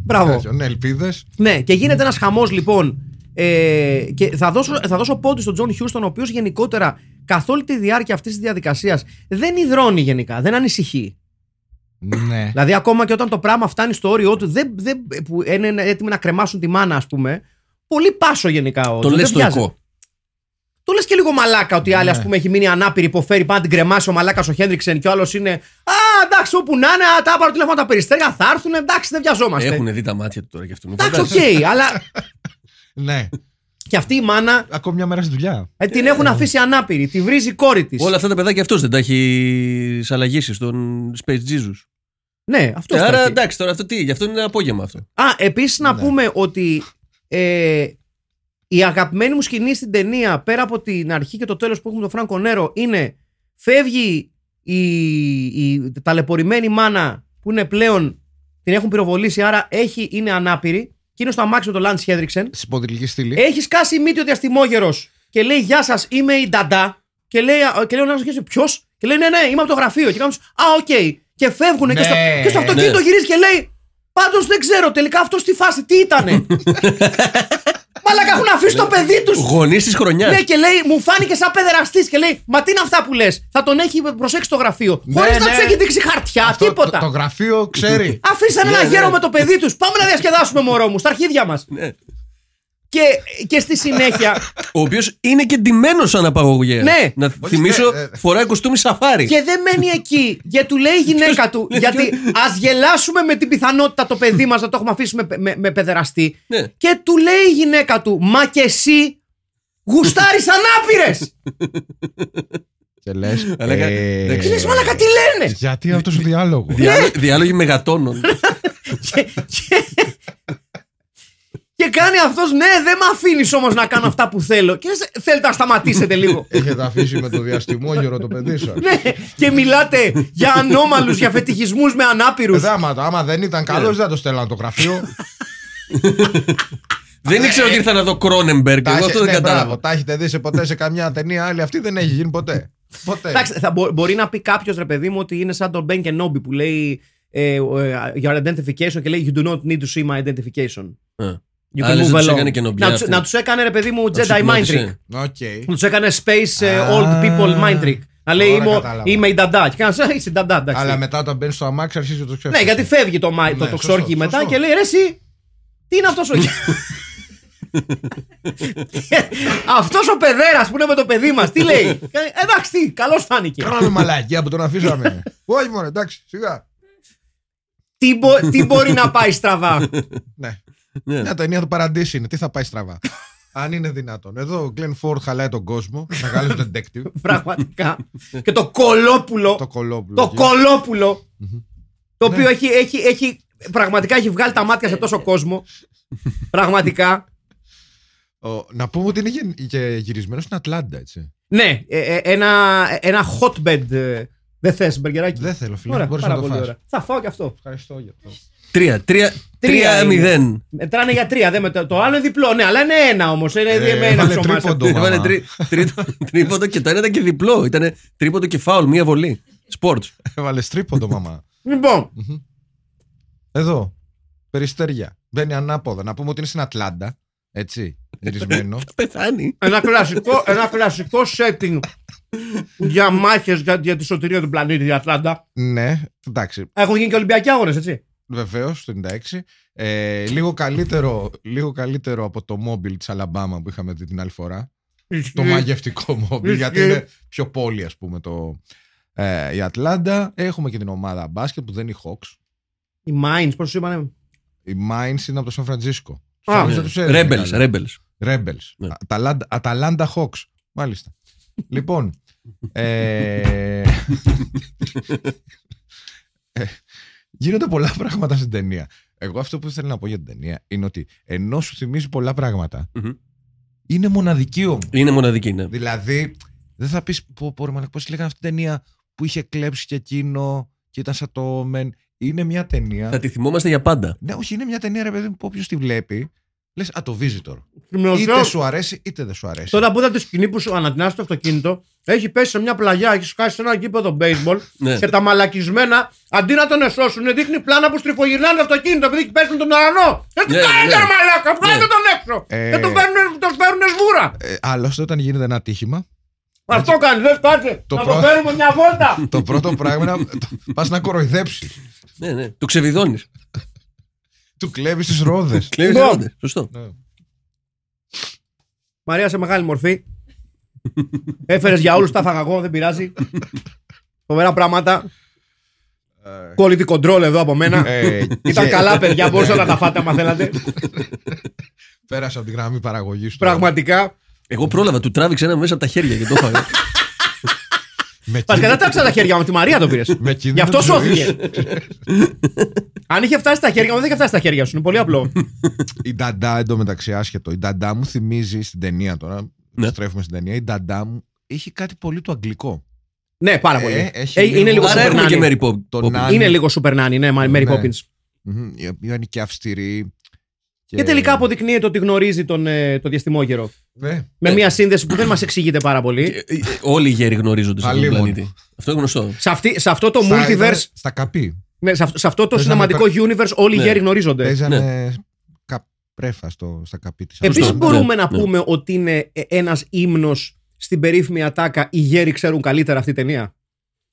Speaker 1: Μπράβο.
Speaker 2: τέτοιον, ελπίδες.
Speaker 1: Ναι, και γίνεται ένας χαμός λοιπόν. Ε, και θα δώσω, θα δώσω πόντους στον Τζον Χιούστον, ο οποίος γενικότερα καθ' όλη τη διάρκεια αυτής της διαδικασίας δεν υδρώνει γενικά, δεν ανησυχεί.
Speaker 2: Ναι.
Speaker 1: Δηλαδή, ακόμα και όταν το πράγμα φτάνει στο όριό του, δεν, δεν, που είναι έτοιμοι να κρεμάσουν τη μάνα, ας πούμε. Πολύ πάσο γενικά ο
Speaker 3: Το
Speaker 1: Τζον,
Speaker 3: λες
Speaker 1: δεν βιάζεται.
Speaker 3: στοικό.
Speaker 1: Το λες και λίγο μαλάκα ότι η άλλη,
Speaker 2: Ναι.
Speaker 1: α πούμε, έχει μείνει ανάπηρη, υποφέρει, πάνε να την κρεμάσει ο μαλάκας ο Χέντριξεν και ο άλλος είναι. Α, εντάξει, όπου να είναι, α, τα πάρω τηλέφωνο τα περιστέρια, θα έρθουν, εντάξει, δεν βιαζόμαστε.
Speaker 3: Έχουν δει τα μάτια του τώρα κι αυτού.
Speaker 1: Εντάξει, οκ, αλλά
Speaker 2: ναι.
Speaker 1: και αυτή η μάνα
Speaker 2: Ακόμη μια μέρα στη δουλειά.
Speaker 1: ε, την έχουν αφήσει ανάπηρη. Τη βρίζει η κόρη της.
Speaker 3: Όλα αυτά τα παιδάκια αυτός δεν τα έχει σαλλαγήσει στον Space Jesus.
Speaker 1: Ναι, αυτός
Speaker 3: Ε, άρα εντάξει, τώρα αυτό τι, γι' αυτό είναι ένα απόγευμα αυτό.
Speaker 1: Α, επίσης να
Speaker 2: Ναι.
Speaker 1: πούμε ότι ε, η αγαπημένη μου σκηνή στην ταινία, πέρα από την αρχή και το τέλος που έχουμε τον Φρανκο Νέρο, είναι φεύγει η, η ταλαιπωρημένη μάνα που είναι πλέον την έχουν πυροβολήσει, άρα έχει, είναι ανάπηρη και είναι στο αμάξι με τον Λάντ Χέντριξεν.
Speaker 2: Σπονδυλική στήλη.
Speaker 1: Έχει σκάσει η μύτη ο διαστημόγερος και λέει Γεια σας, είμαι η Νταντά. Και λέει, α, και λέει ο Νάνο Ποιος? Και λέει Ναι, ναι, είμαι από το γραφείο. Και κάνουν Α, οκ. Και φεύγουν και, στο,
Speaker 2: Ναι,
Speaker 1: και στο αυτοκίνητο
Speaker 3: ναι.
Speaker 1: γυρίζει και λέει Πάντως δεν ξέρω τελικά αυτός στη φάση τι ήτανε. Μαλάκα έχουν αφήσει το παιδί τους.
Speaker 3: Γονείς της χρονιάς.
Speaker 1: Ναι, και λέει, μου φάνηκε σαν παιδεραστής. Και λέει, Μα τι είναι αυτά που λες. Θα τον έχει προσέξει το γραφείο.
Speaker 2: Ναι,
Speaker 1: Χωρίς να
Speaker 2: ναι.
Speaker 1: τους έχει δείξει χαρτιά,
Speaker 2: Αυτό
Speaker 1: τίποτα.
Speaker 2: Το, το γραφείο ξέρει.
Speaker 1: Αφήσανε ένα
Speaker 3: Ναι, ναι.
Speaker 1: γέρο με το παιδί τους. Πάμε να διασκεδάσουμε, μωρό μου, στα αρχίδια μας.
Speaker 3: Ναι.
Speaker 1: Και, και στη συνέχεια,
Speaker 3: Ο οποίος είναι και ντυμένος σαν απαγωγέας.
Speaker 1: Ναι.
Speaker 3: Να θυμίσω,
Speaker 2: ε, ε.
Speaker 3: φοράει κοστούμι σαφάρι.
Speaker 1: Και δεν μένει εκεί. Γιατί του λέει η γυναίκα του, γιατί ας γελάσουμε με την πιθανότητα το παιδί μας να το έχουμε αφήσει με, με, με παιδεραστή.
Speaker 3: Ναι.
Speaker 1: Και του λέει η γυναίκα του, Μα και εσύ γουστάρεις ανάπηρες!
Speaker 2: Και λες,
Speaker 3: Αλλά κα-
Speaker 2: ε,
Speaker 3: δεν
Speaker 1: Και λες, Μαλάκα, τι λένε!
Speaker 2: Γιατί αυτός ο διάλογος.
Speaker 3: Διάλο-
Speaker 1: Ναι.
Speaker 3: Διάλογοι μεγατόνων.
Speaker 1: και, και, και κάνει αυτός, Ναι, δεν με αφήνεις όμως να κάνω αυτά που θέλω. Και λες, θέλετε να σταματήσετε λίγο.
Speaker 2: Έχετε αφήσει με το διαστημόγερο το παιδί σας.
Speaker 1: ναι, και μιλάτε για ανώμαλους, για φετιχισμούς με ανάπηρους.
Speaker 2: Ε, Άμα, άμα δεν
Speaker 1: Ε.
Speaker 2: ήταν καλός, δεν θα το στέλναν το γραφείο.
Speaker 3: δεν ήξερα ότι ήρθα να δω Κρόνεμπεργκ.
Speaker 2: Ε, Τα
Speaker 3: Εγώ
Speaker 2: έχε-
Speaker 3: αυτό δεν
Speaker 2: ναι, μπράβο,
Speaker 3: κατάλαβα.
Speaker 2: Τα έχετε δει σε ποτέ σε καμιά ταινία άλλη. Αυτή δεν έχει γίνει ποτέ. Ποτέ.
Speaker 1: Εντάξει, θα μπο- μπορεί να πει κάποιος ρε παιδί μου ότι είναι σαν τον Ben Kenobi που λέει ε, ε, Your identification και λέει You do not need to see my identification.
Speaker 3: Ε.
Speaker 1: You
Speaker 3: Α, λες να τους
Speaker 1: along.
Speaker 3: έκανε
Speaker 1: να,
Speaker 3: Kenobi,
Speaker 1: τους,
Speaker 3: αυτό.
Speaker 1: να τους έκανε ρε παιδί μου
Speaker 3: τους
Speaker 1: Jedi mind
Speaker 3: υπνώτισε.
Speaker 1: trick.
Speaker 2: Οκ.
Speaker 1: Να τους έκανε space ε,
Speaker 2: Α,
Speaker 1: old people mind trick. Να λέει
Speaker 2: τώρα
Speaker 1: είμαι, ο-
Speaker 2: κατάλαβα.
Speaker 1: είμαι η νταντά. Και κάνεις, «Ε, είσαι η νταντά, εντάξει.
Speaker 2: Αλλά μετά όταν μπαίνεις στο αμάξι αρχίζεις να το ξέρεις.
Speaker 1: Ναι, γιατί φεύγει το, μα- το,
Speaker 2: Ναι,
Speaker 1: το
Speaker 2: σωστό,
Speaker 1: ξόρκι μετά
Speaker 2: σωστό.
Speaker 1: και λέει ρε εσύ, τι είναι αυτός ο... αυτός ο παιδέρας που είναι με το παιδί μας, τι λέει. Ε, Εντάξει, τι, καλώς φάνηκε.
Speaker 2: Κάναμε μαλακία που τον αφήσαμε. Όχι μόνο, εντάξει, σιγά.
Speaker 1: τι, μπο- τι μπορεί να πάει στραβά.
Speaker 2: Ναι.
Speaker 3: Ναι.
Speaker 2: Μια ταινία του παραντήσι είναι. Τι θα πάει στραβά. Αν είναι δυνατόν. Εδώ ο Γκλέν Φόρτ χαλάει τον κόσμο. Μεγάλος detective.
Speaker 1: Πραγματικά. και το κολόπουλο.
Speaker 2: το
Speaker 1: το
Speaker 2: κολόπουλο. εκεί.
Speaker 1: κολόπουλο. το
Speaker 2: Ναι.
Speaker 1: οποίο έχει, έχει, έχει. Πραγματικά έχει βγάλει τα μάτια σε τόσο κόσμο. Πραγματικά.
Speaker 2: Ο- να πούμε ότι είναι γεν- και γυρισμένος στην Ατλάντα, έτσι.
Speaker 1: Ναι, ε, ε, ένα, ένα hotbed. ε, Δεν θες, Μπεργκεράκι.
Speaker 2: Δεν θέλω, φίλε.
Speaker 1: Ωραία,
Speaker 2: Μπορείς
Speaker 1: πάρα
Speaker 2: να το
Speaker 1: πολύ
Speaker 2: φας.
Speaker 1: ωραία. Θα φάω και αυτό.
Speaker 2: Ευχαριστώ για αυτό.
Speaker 3: Τρία, τρία,
Speaker 1: Τρία
Speaker 3: τρία,
Speaker 1: είναι.
Speaker 3: μηδέν.
Speaker 1: Μετράνε για τρία. Δεν μετρα- Το άλλο είναι διπλό, ναι, αλλά είναι ένα όμως. Είναι
Speaker 2: Ε,
Speaker 1: με ένα
Speaker 2: βάλε
Speaker 1: ψωμί.
Speaker 2: τρίποντο. Το
Speaker 3: Έβαλε
Speaker 2: μαμά.
Speaker 3: τρί, τρίτο- τρίποντο και το ένα ήταν και διπλό. Ήταν τρίποντο και φάουλ, μία βολή. Σπορτ.
Speaker 2: Έβαλε τρίποντο, μαμά.
Speaker 1: Λοιπόν,
Speaker 2: Εδώ. Περιστέρια. Μπαίνει ανάποδα. Να πούμε ότι είναι στην Ατλάντα. Έτσι. Γυρισμένο.
Speaker 3: Πεθάνει.
Speaker 1: ένα κλασικό, ένα κλασικό setting για μάχες για, για τη σωτηρία του πλανήτη, η Ατλάντα.
Speaker 2: ναι, εντάξει.
Speaker 1: Έχουν γίνει και Ολυμπιακοί αγώνες, έτσι.
Speaker 2: Βεβαίως, το 96. Ε, λίγο, καλύτερο, λίγο καλύτερο από το μόμπιλ της Αλαμπάμα που είχαμε δει την άλλη φορά.
Speaker 3: Ε,
Speaker 1: Ε,
Speaker 2: το μαγευτικό μόμπιλ,
Speaker 1: Ισχύει.
Speaker 2: γιατί είναι πιο πόλη, ας πούμε, το, ε, η Ατλάντα. Έχουμε και την ομάδα μπάσκετ που δεν είναι η Hawks.
Speaker 1: Οι Mines, πώ είπανε.
Speaker 2: Η Mines είναι από το Σαν Φραντζίσκο.
Speaker 1: Α,
Speaker 2: Σαν
Speaker 1: ναι.
Speaker 2: Φραντζίσκο τους έδινε
Speaker 3: Ρέμπελ,
Speaker 2: καλά.
Speaker 3: ρέμπελ.
Speaker 2: Rebels.
Speaker 3: Ναι.
Speaker 2: Αταλάντα, Αταλάντα Hawks. Μάλιστα. λοιπόν. ε, ε, γίνονται πολλά πράγματα στην ταινία. Εγώ αυτό που ήθελα να πω για την ταινία είναι ότι ενώ σου θυμίζει πολλά πράγματα,
Speaker 3: Μμμ.
Speaker 2: είναι μοναδική όμως.
Speaker 3: Είναι μοναδική, ναι.
Speaker 2: δηλαδή, δεν θα πεις πω, πω, ρε, μαλάκα, πώς λέγανε αυτή την ταινία που είχε κλέψει και εκείνο και ήταν σαν το Omen. είναι μια ταινία.
Speaker 3: Θα τη θυμόμαστε για πάντα.
Speaker 2: Ναι, όχι, είναι μια ταινία, ρε παιδί μου, που όποιος τη βλέπει, λες Α, το Visitor.
Speaker 1: Γυμνοζό.
Speaker 2: Είτε σου αρέσει, είτε δεν σου αρέσει.
Speaker 1: Τώρα που ήταν τη σκηνή που σου ανατινάσει το αυτοκίνητο, έχει πέσει σε μια πλαγιά, έχεις σκάσει σε ένα γήπεδο baseball
Speaker 3: Ναι.
Speaker 1: και τα μαλακισμένα, αντί να τον εσώσουν, δείχνει πλάνα που στριφογυρνάνε το αυτοκίνητο επειδή έχει πέσει με τον αρανό. Ε, τι
Speaker 3: Ναι,
Speaker 1: κάνεις
Speaker 3: ναι.
Speaker 1: ρε μαλάκα, βγάλετε
Speaker 3: Ναι.
Speaker 1: τον έξω.
Speaker 2: Ε.
Speaker 1: Και τον φέρνουν, τον φέρνουν σβούρα.
Speaker 2: Ε, άλλωστε, όταν γίνεται ένα ατύχημα,
Speaker 1: Αυτό κάνεις, δεν κάτσε.
Speaker 2: Ε, Το
Speaker 1: να
Speaker 2: πρώτο-
Speaker 1: το φέρουμε μια βόλτα.
Speaker 2: το πρώτο πράγμα είναι να πας να κοροϊδέψεις.
Speaker 3: Ναι, ναι. Το ξεβιδώνεις.
Speaker 2: Του κλέβεις τις ρόδες.
Speaker 3: Κλέβει
Speaker 1: Λοιπόν.
Speaker 3: ρόντε. Σωστό.
Speaker 1: Μαρία σε μεγάλη μορφή. Έφερες για όλους, τα φάγα εγώ, δεν πειράζει. Φοβερά πράγματα. Quality control εδώ από
Speaker 2: Ε,
Speaker 1: μένα. Ήταν καλά, παιδιά. Μπορούσατε να τα φάτε άμα θέλατε.
Speaker 2: Πέρασα από τη γραμμή παραγωγής.
Speaker 1: Πραγματικά.
Speaker 3: Εγώ πρόλαβα, του τράβηξε ένα μέσα από τα χέρια και το έφαγα.
Speaker 2: Με,
Speaker 1: Βασικά
Speaker 2: κίνδυνο-
Speaker 1: δεν τράβηξα τα χέρια μου, τη Μαρία το πήρες.
Speaker 2: με κίνδυνο
Speaker 1: Γι' αυτό
Speaker 2: της ζωής.
Speaker 1: σώθηκε. Αν είχε φτάσει στα χέρια μου, δεν είχε φτάσει στα χέρια σου. Είναι πολύ απλό.
Speaker 2: Η Νταντά εντωμεταξύ άσχετο. Η Νταντά μου θυμίζει στην ταινία τώρα.
Speaker 3: Ναι.
Speaker 2: Στρέφουμε στην ταινία. Η Νταντά μου έχει κάτι πολύ το αγγλικό.
Speaker 1: ναι, πάρα πολύ.
Speaker 2: Ε, έχει
Speaker 1: Ε,
Speaker 2: λίγο-
Speaker 1: είναι λίγο
Speaker 2: Άρα
Speaker 3: Άρα
Speaker 1: super
Speaker 3: έχουμε και
Speaker 1: nanny.
Speaker 3: Mary Pop.
Speaker 2: Τον
Speaker 3: Poppins.
Speaker 2: Nanny.
Speaker 1: Είναι λίγο super nanny, ναι, Mary
Speaker 2: Ναι.
Speaker 1: Poppins.
Speaker 2: Μμμ, Η οποία είναι και αυστηρή.
Speaker 1: Και τελικά αποδεικνύεται ότι γνωρίζει τον, ε, το διαστημόγερο.
Speaker 2: Ναι.
Speaker 1: Με
Speaker 3: Ναι.
Speaker 1: μια σύνδεση που δεν μας εξηγείται πάρα πολύ.
Speaker 3: Και, ε, ε, Όλοι οι γέροι γνωρίζονται σε αυτόν τον
Speaker 2: Αλίμονο.
Speaker 3: πλανήτη. Αυτό είναι γνωστό.
Speaker 1: Σε, αυτή, σε αυτό το
Speaker 2: Στα- ήταν
Speaker 1: multiverse,
Speaker 2: Στα καπί.
Speaker 1: ναι, σε, αυτό- σε αυτό το
Speaker 2: Παίζανε
Speaker 1: συναματικό universe, όλοι οι
Speaker 3: Ναι.
Speaker 1: γέροι γνωρίζονται.
Speaker 2: Παίζανε καπρέφα στο, στα καπί της.
Speaker 1: Επίσης,
Speaker 3: Σωστό, ναι,
Speaker 1: μπορούμε να
Speaker 3: ναι.
Speaker 1: πούμε ότι είναι ένας ύμνος στην περίφημη ατάκα Οι γέροι ξέρουν καλύτερα αυτή η ταινία.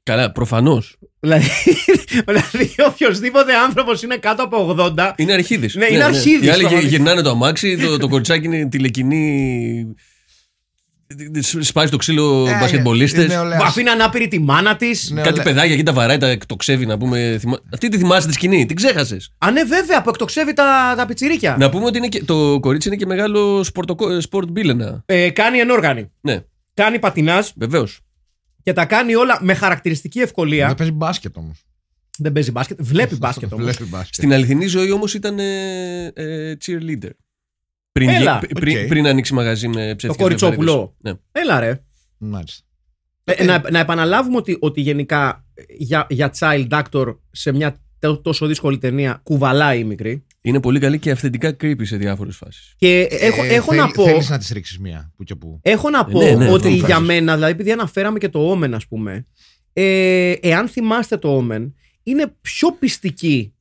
Speaker 3: Καλά, προφανώς.
Speaker 1: Δηλαδή, δηλαδή οποιοδήποτε άνθρωπος είναι κάτω από 80.
Speaker 3: Είναι αρχίδης.
Speaker 1: Ναι, είναι αρχίδης,
Speaker 3: Οι άλλοι γε-
Speaker 1: πραγματικά.
Speaker 3: γυρνάνε το αμάξι, το, το κοριτσάκι είναι τηλεκινή. σ- Σπάζει το ξύλο
Speaker 2: Ε, είναι
Speaker 3: μπασκετμπολίστε.
Speaker 2: όλα-
Speaker 1: Αφήνει ανάπηρη τη μάνα της.
Speaker 2: Ναι,
Speaker 3: Κάτι
Speaker 2: όλα-
Speaker 3: παιδάκια εκεί τα βαράει, τα εκτοξεύει να πούμε. θυμά- Αυτή τη θυμάσαι τη σκηνή, την ξέχασες.
Speaker 1: Α, ναι, βέβαια, που εκτοξεύει τα, τα πιτσιρίκια.
Speaker 3: Να πούμε ότι είναι και, το κορίτσι είναι και μεγάλος σπορτοκο- ε, σπορτ μπίλενα.
Speaker 1: Ε, κάνει ενόργανη.
Speaker 3: Ναι,
Speaker 1: Κάνει πατινάς
Speaker 3: βεβαίως.
Speaker 2: Ε.
Speaker 1: και τα κάνει όλα με χαρακτηριστική ευκολία.
Speaker 3: Ναι,
Speaker 2: Δεν παίζει μπάσκετ όμως.
Speaker 1: Δεν παίζει μπάσκετ. Βλέπει μπάσκετ όμως.
Speaker 2: Βλέπει μπάσκετ.
Speaker 3: Στην αληθινή ζωή όμως ήταν ε, ε, cheerleader. Πριν,
Speaker 1: Έλα.
Speaker 3: γι- πριν,
Speaker 2: Οκ.
Speaker 3: πριν ανοίξει μαγαζί με ψεύτικες
Speaker 1: κοριτσόπουλο.
Speaker 3: βεβαρίδες. Ναι.
Speaker 1: Έλα, ρε.
Speaker 2: Μάλιστα.
Speaker 1: Ε, να, να επαναλάβουμε ότι, ότι γενικά ε, για, για child actor σε μια τέ- τόσο δύσκολη ταινία κουβαλάει η μικρή.
Speaker 3: Είναι πολύ καλή και αυθεντικά creepy σε διάφορες φάσεις.
Speaker 1: Και έχω,
Speaker 2: Ε,
Speaker 1: έχω
Speaker 2: θέλ-
Speaker 1: να πω,
Speaker 2: Θέλεις να τη ρίξεις μία που και που.
Speaker 1: έχω να πω
Speaker 3: ναι, ναι,
Speaker 1: ότι
Speaker 3: τον
Speaker 1: για
Speaker 2: φράζεις.
Speaker 1: μένα, δηλαδή επειδή αναφέραμε και το Omen ας πούμε, ε, εάν θυμάστε το Omen, είναι πιο πιστική